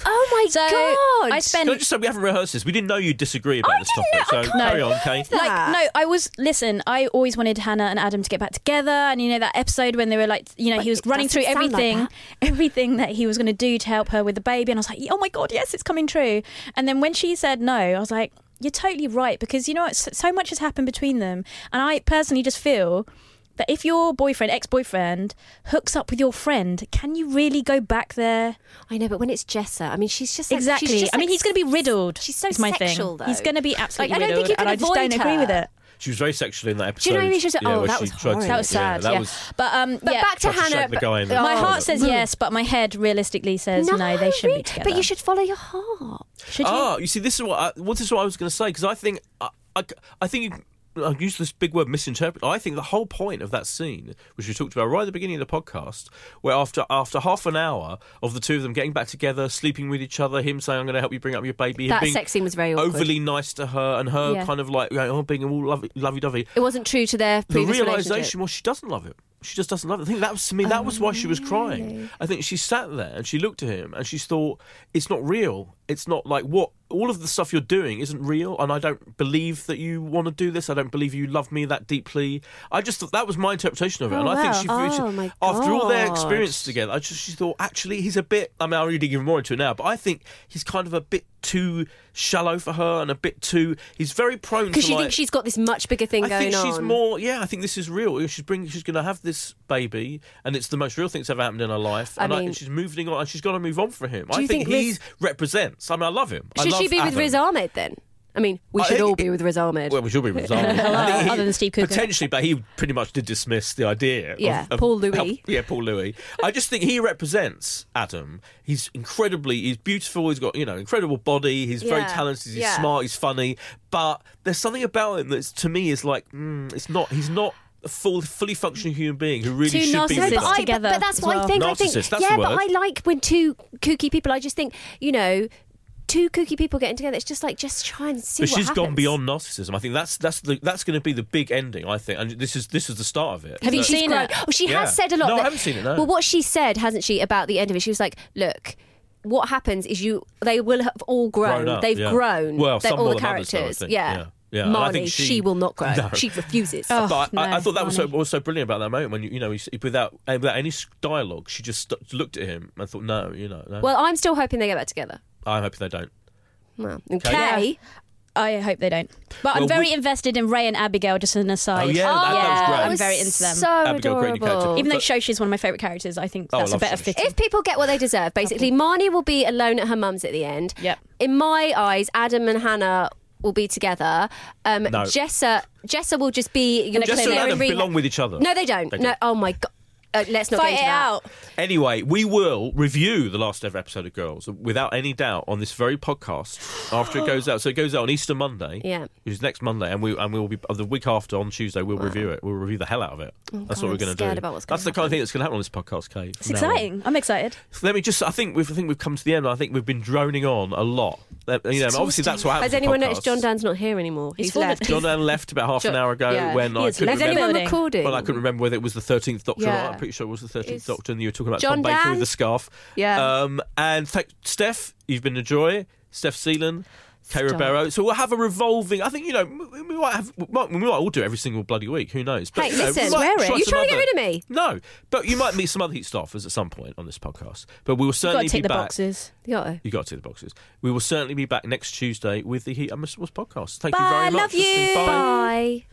Speaker 3: Oh my
Speaker 2: So
Speaker 3: god.
Speaker 2: I
Speaker 1: Can I
Speaker 2: spent
Speaker 1: just say we haven't rehearsed this? We didn't know you'd disagree about this
Speaker 3: didn't
Speaker 1: topic, so
Speaker 2: know- I
Speaker 1: carry
Speaker 2: can't
Speaker 1: on, Kay.
Speaker 2: like no i was listen i always wanted hannah and adam to get back together and you know that episode when they were like you know
Speaker 3: But
Speaker 2: he was
Speaker 3: it
Speaker 2: running through
Speaker 3: doesn't sound like
Speaker 2: everything
Speaker 3: that.
Speaker 2: <laughs> everything that he was going to do to help her with the baby and i was like oh my god yes it's coming true and then when she said no i was like you're totally right because you know what, so so much has happened between them and i personally just feel that if your boyfriend ex-boyfriend hooks up with your friend can you really go back there
Speaker 3: I know, but when it's Jessa, I mean, she's just like, she's
Speaker 2: exactly
Speaker 3: just
Speaker 2: i mean
Speaker 3: like-
Speaker 2: he's going to be riddled
Speaker 3: She's so
Speaker 2: is my
Speaker 3: sexual,
Speaker 2: thing
Speaker 3: though.
Speaker 2: he's going to be absolutely
Speaker 3: I don't think
Speaker 2: riddled
Speaker 3: you can
Speaker 2: and i just
Speaker 3: avoid
Speaker 2: don't agree with
Speaker 3: her.
Speaker 2: it
Speaker 1: She was very sexual in that episode.
Speaker 3: Do you know what I mean? She was- oh,
Speaker 1: where
Speaker 3: that
Speaker 1: she
Speaker 3: was
Speaker 1: tried
Speaker 3: horrid.
Speaker 1: to-
Speaker 3: That
Speaker 2: was
Speaker 1: yeah,
Speaker 2: sad,
Speaker 1: that
Speaker 2: yeah.
Speaker 1: was-
Speaker 2: But um,
Speaker 3: But
Speaker 2: yeah.
Speaker 3: back to
Speaker 1: Tried to
Speaker 3: Hannah.
Speaker 1: shag the
Speaker 3: but-
Speaker 1: guy in the-
Speaker 2: my
Speaker 1: Oh,
Speaker 2: heart says
Speaker 1: Mm.
Speaker 2: yes, but my head realistically says no. they should
Speaker 3: really-
Speaker 2: be together.
Speaker 3: But you should follow your heart.
Speaker 2: Should you?
Speaker 1: Ah, you see, this is what I, well, this is what I was going to say because I think I, I, I think you, I use this big word misinterpret. I think the whole point of that scene, which we talked about right at the beginning of the podcast, where after after half an hour of the two of them getting back together, sleeping with each other, him saying, "I'm going to help you bring up your baby," him
Speaker 3: That
Speaker 1: being
Speaker 3: sex scene was very awkward.
Speaker 1: overly nice to her, and her
Speaker 3: Yeah.
Speaker 1: kind of like going, "Oh, being all lovey lovey dovey."
Speaker 3: It wasn't true to their
Speaker 1: the
Speaker 3: previous
Speaker 1: realization
Speaker 3: relationship.
Speaker 1: was she doesn't love him. She just doesn't love him. I think that was to me. That was why she was
Speaker 3: Oh,
Speaker 1: crying. I think she sat there and she looked at him and she thought, "It's not real. It's not like what all of the stuff you're doing isn't real. And I don't believe that you want to do this. I don't believe you love me that deeply. I just thought that was my interpretation of it. and I think she,
Speaker 3: wow.
Speaker 1: she-
Speaker 3: Oh, my
Speaker 1: after all their
Speaker 3: God.
Speaker 1: experience together, I just she thought actually he's a bit. I mean, I'm already giving more into it now, but I think he's kind of a bit too shallow for her and a bit too. He's very prone to
Speaker 3: Because she
Speaker 1: like,
Speaker 3: thinks she's got this much bigger thing
Speaker 1: I
Speaker 3: going
Speaker 1: think she's
Speaker 3: on.
Speaker 1: more. Yeah, I think this is real. She's bringing. She's going to have this baby, and it's the most real thing that's ever happened in her life.
Speaker 3: I
Speaker 1: and,
Speaker 3: mean-
Speaker 1: and she's moving on, and she's got to move on for him. I
Speaker 3: you
Speaker 1: think,
Speaker 3: think
Speaker 1: he
Speaker 3: Riz-
Speaker 1: represents. I mean, I love him. I
Speaker 3: Should
Speaker 1: love
Speaker 3: she be with
Speaker 1: Adam.
Speaker 3: Riz Ahmed then? I mean, we
Speaker 1: I
Speaker 3: should
Speaker 1: think
Speaker 3: all
Speaker 1: it-
Speaker 3: be with Riz Ahmed.
Speaker 1: Well, we
Speaker 3: <laughs>
Speaker 1: should be with Riz Ahmed. I think he-
Speaker 2: Other than Steve Coogan.
Speaker 1: Potentially, but he pretty much did dismiss the idea. of-
Speaker 3: Yeah,
Speaker 1: of
Speaker 3: Paul
Speaker 1: how-
Speaker 3: Louis.
Speaker 1: yeah, Paul Louis. I just think he represents Adam. He's incredibly, he's beautiful. He's got you know incredible body. He's very
Speaker 3: Yeah,
Speaker 1: talented. He's
Speaker 3: yeah.
Speaker 1: smart. He's funny. But there's something about him that's to me is like mm, it's not. He's not a full, fully functioning human being who really
Speaker 2: Two
Speaker 1: should be
Speaker 2: narcissists
Speaker 1: with us.
Speaker 3: but, I, but,
Speaker 2: together
Speaker 3: but that's
Speaker 2: as
Speaker 3: what I
Speaker 2: well.
Speaker 3: think. I think
Speaker 1: Narcissist, that's
Speaker 3: yeah,
Speaker 1: the
Speaker 3: but
Speaker 1: word.
Speaker 3: I like when two kooky people. I just think you know, two kooky people getting together. It's just like just try and see.
Speaker 1: But
Speaker 3: what
Speaker 1: she's gone
Speaker 3: happens.
Speaker 1: beyond narcissism. I think that's that's the that's going to be the big ending. I think, and this is this is the start of it.
Speaker 2: Have you
Speaker 1: So-
Speaker 3: She's
Speaker 2: seen
Speaker 3: grown-
Speaker 2: it?
Speaker 3: Oh, she
Speaker 1: Yeah.
Speaker 3: has said a lot.
Speaker 1: No, I
Speaker 3: that-
Speaker 1: haven't seen it, no.
Speaker 3: Well, what she said, hasn't she, about the end of it? She was like, "Look, what happens is you they will have all grown.
Speaker 1: grown up,
Speaker 3: They've
Speaker 1: yeah.
Speaker 3: grown.
Speaker 1: Well,
Speaker 3: They're
Speaker 1: some
Speaker 3: all
Speaker 1: more
Speaker 3: the
Speaker 1: than others,
Speaker 3: characters.
Speaker 1: though, I think.
Speaker 3: Yeah,
Speaker 1: Yeah. Yeah, and I
Speaker 3: Marnie,
Speaker 1: think
Speaker 3: she,
Speaker 1: she-
Speaker 3: will not grow.
Speaker 1: <laughs> No.
Speaker 3: She refuses.
Speaker 2: Oh.
Speaker 1: But I, I
Speaker 2: no,
Speaker 1: thought that was so,
Speaker 2: Barney.
Speaker 1: was so brilliant about that moment when you, you know you, s- without eh, without any s- dialogue, she just st- looked at him and thought, no, you know, no.
Speaker 3: Well, I'm still hoping they get back together.
Speaker 1: I'm hoping they don't.
Speaker 3: Well, and
Speaker 1: Okay.
Speaker 3: Kay,
Speaker 2: I hope they don't. But
Speaker 1: Well,
Speaker 2: I'm very
Speaker 1: we-
Speaker 2: invested in Ray and Abigail. Just as an aside.
Speaker 1: Oh, yeah, that- that was great.
Speaker 2: I'm very into them.
Speaker 3: So
Speaker 1: Abigail, great new character.
Speaker 3: adorable.
Speaker 2: Even though
Speaker 1: But-
Speaker 2: Shoshi's one of my favourite characters, I think
Speaker 1: Oh, I
Speaker 2: that's a
Speaker 1: love
Speaker 2: better
Speaker 1: Shoshi.
Speaker 2: fit.
Speaker 3: If people get what they deserve, basically, Marnie will be alone at her mum's at the end.
Speaker 2: Yep.
Speaker 3: In my eyes, Adam and Hannah will be together. Um,
Speaker 1: No.
Speaker 3: Jessa, Jessa will just be. you'll
Speaker 2: a
Speaker 3: just
Speaker 1: Just
Speaker 3: sit
Speaker 1: so
Speaker 2: clinic.
Speaker 3: there
Speaker 1: let them
Speaker 3: and read-
Speaker 1: belong with each other.
Speaker 3: No, they don't.
Speaker 1: They
Speaker 3: no.
Speaker 1: do.
Speaker 3: Oh my god. Uh, let's not
Speaker 2: Fight
Speaker 3: get
Speaker 2: it
Speaker 3: into that.
Speaker 2: out.
Speaker 1: Anyway, we will review the last ever episode of Girls without any doubt on this very podcast after it goes out. So it goes out on Easter Monday,
Speaker 3: Yeah.
Speaker 1: which is next Monday, and we and we will be uh, the week after on Tuesday. We'll review it. We'll review the hell out of it. that's
Speaker 3: God,
Speaker 1: what we're
Speaker 3: I'm
Speaker 1: going to do.
Speaker 3: scared about what's gonna
Speaker 1: that's the kind of thing that's going to happen on this podcast, Kate.
Speaker 2: It's exciting. I'm excited.
Speaker 1: Let me just. I think we've. I think we've come to the end. I think we've been droning on a lot. That- You know, obviously that's what happens.
Speaker 3: Has
Speaker 1: with
Speaker 3: anyone
Speaker 1: podcasts.
Speaker 3: noticed John Dan's not here anymore?
Speaker 2: He's
Speaker 3: He's,
Speaker 2: fallen
Speaker 3: left.
Speaker 1: John Dan left about half an
Speaker 3: John-
Speaker 1: hour ago
Speaker 3: yeah.
Speaker 1: when
Speaker 3: He
Speaker 1: I
Speaker 2: has
Speaker 1: couldn't
Speaker 2: left
Speaker 3: Is
Speaker 1: remember.
Speaker 2: the
Speaker 3: anyone
Speaker 2: building.
Speaker 3: recording?
Speaker 1: Well, I couldn't remember whether it was the thirteenth Doctor or
Speaker 3: Yeah.
Speaker 1: not. I'm pretty sure it was the thirteenth
Speaker 3: It's-
Speaker 1: Doctor, and you were talking about Tom
Speaker 3: John
Speaker 1: Baker
Speaker 3: Dan?
Speaker 1: with the scarf.
Speaker 3: Yeah.
Speaker 1: Um, and th- Steph, you've been a joy. Steph Seelan, Kay
Speaker 3: Stop.
Speaker 1: Ribeiro. So we'll have a revolving. I think you know we, we might have. We might, we might all do it every single bloody week. Who knows?
Speaker 3: Hey,
Speaker 1: you know, we
Speaker 3: listen,
Speaker 1: might
Speaker 3: swear it.
Speaker 1: try
Speaker 3: You
Speaker 1: some
Speaker 3: trying to get
Speaker 1: other-
Speaker 3: rid of me?
Speaker 1: No, but you might meet some other heat staffers at some point on this podcast. But we will
Speaker 2: You've got
Speaker 1: certainly
Speaker 2: to
Speaker 1: be
Speaker 2: tick the
Speaker 1: back.
Speaker 2: boxes.
Speaker 3: Yeah.
Speaker 1: You got to tick the boxes. We will certainly be back next Tuesday with the Heat Unmissables podcast. Thank you
Speaker 3: Bye.
Speaker 1: very much.
Speaker 3: Love
Speaker 1: It's been
Speaker 3: you.
Speaker 1: Bye.
Speaker 3: Bye.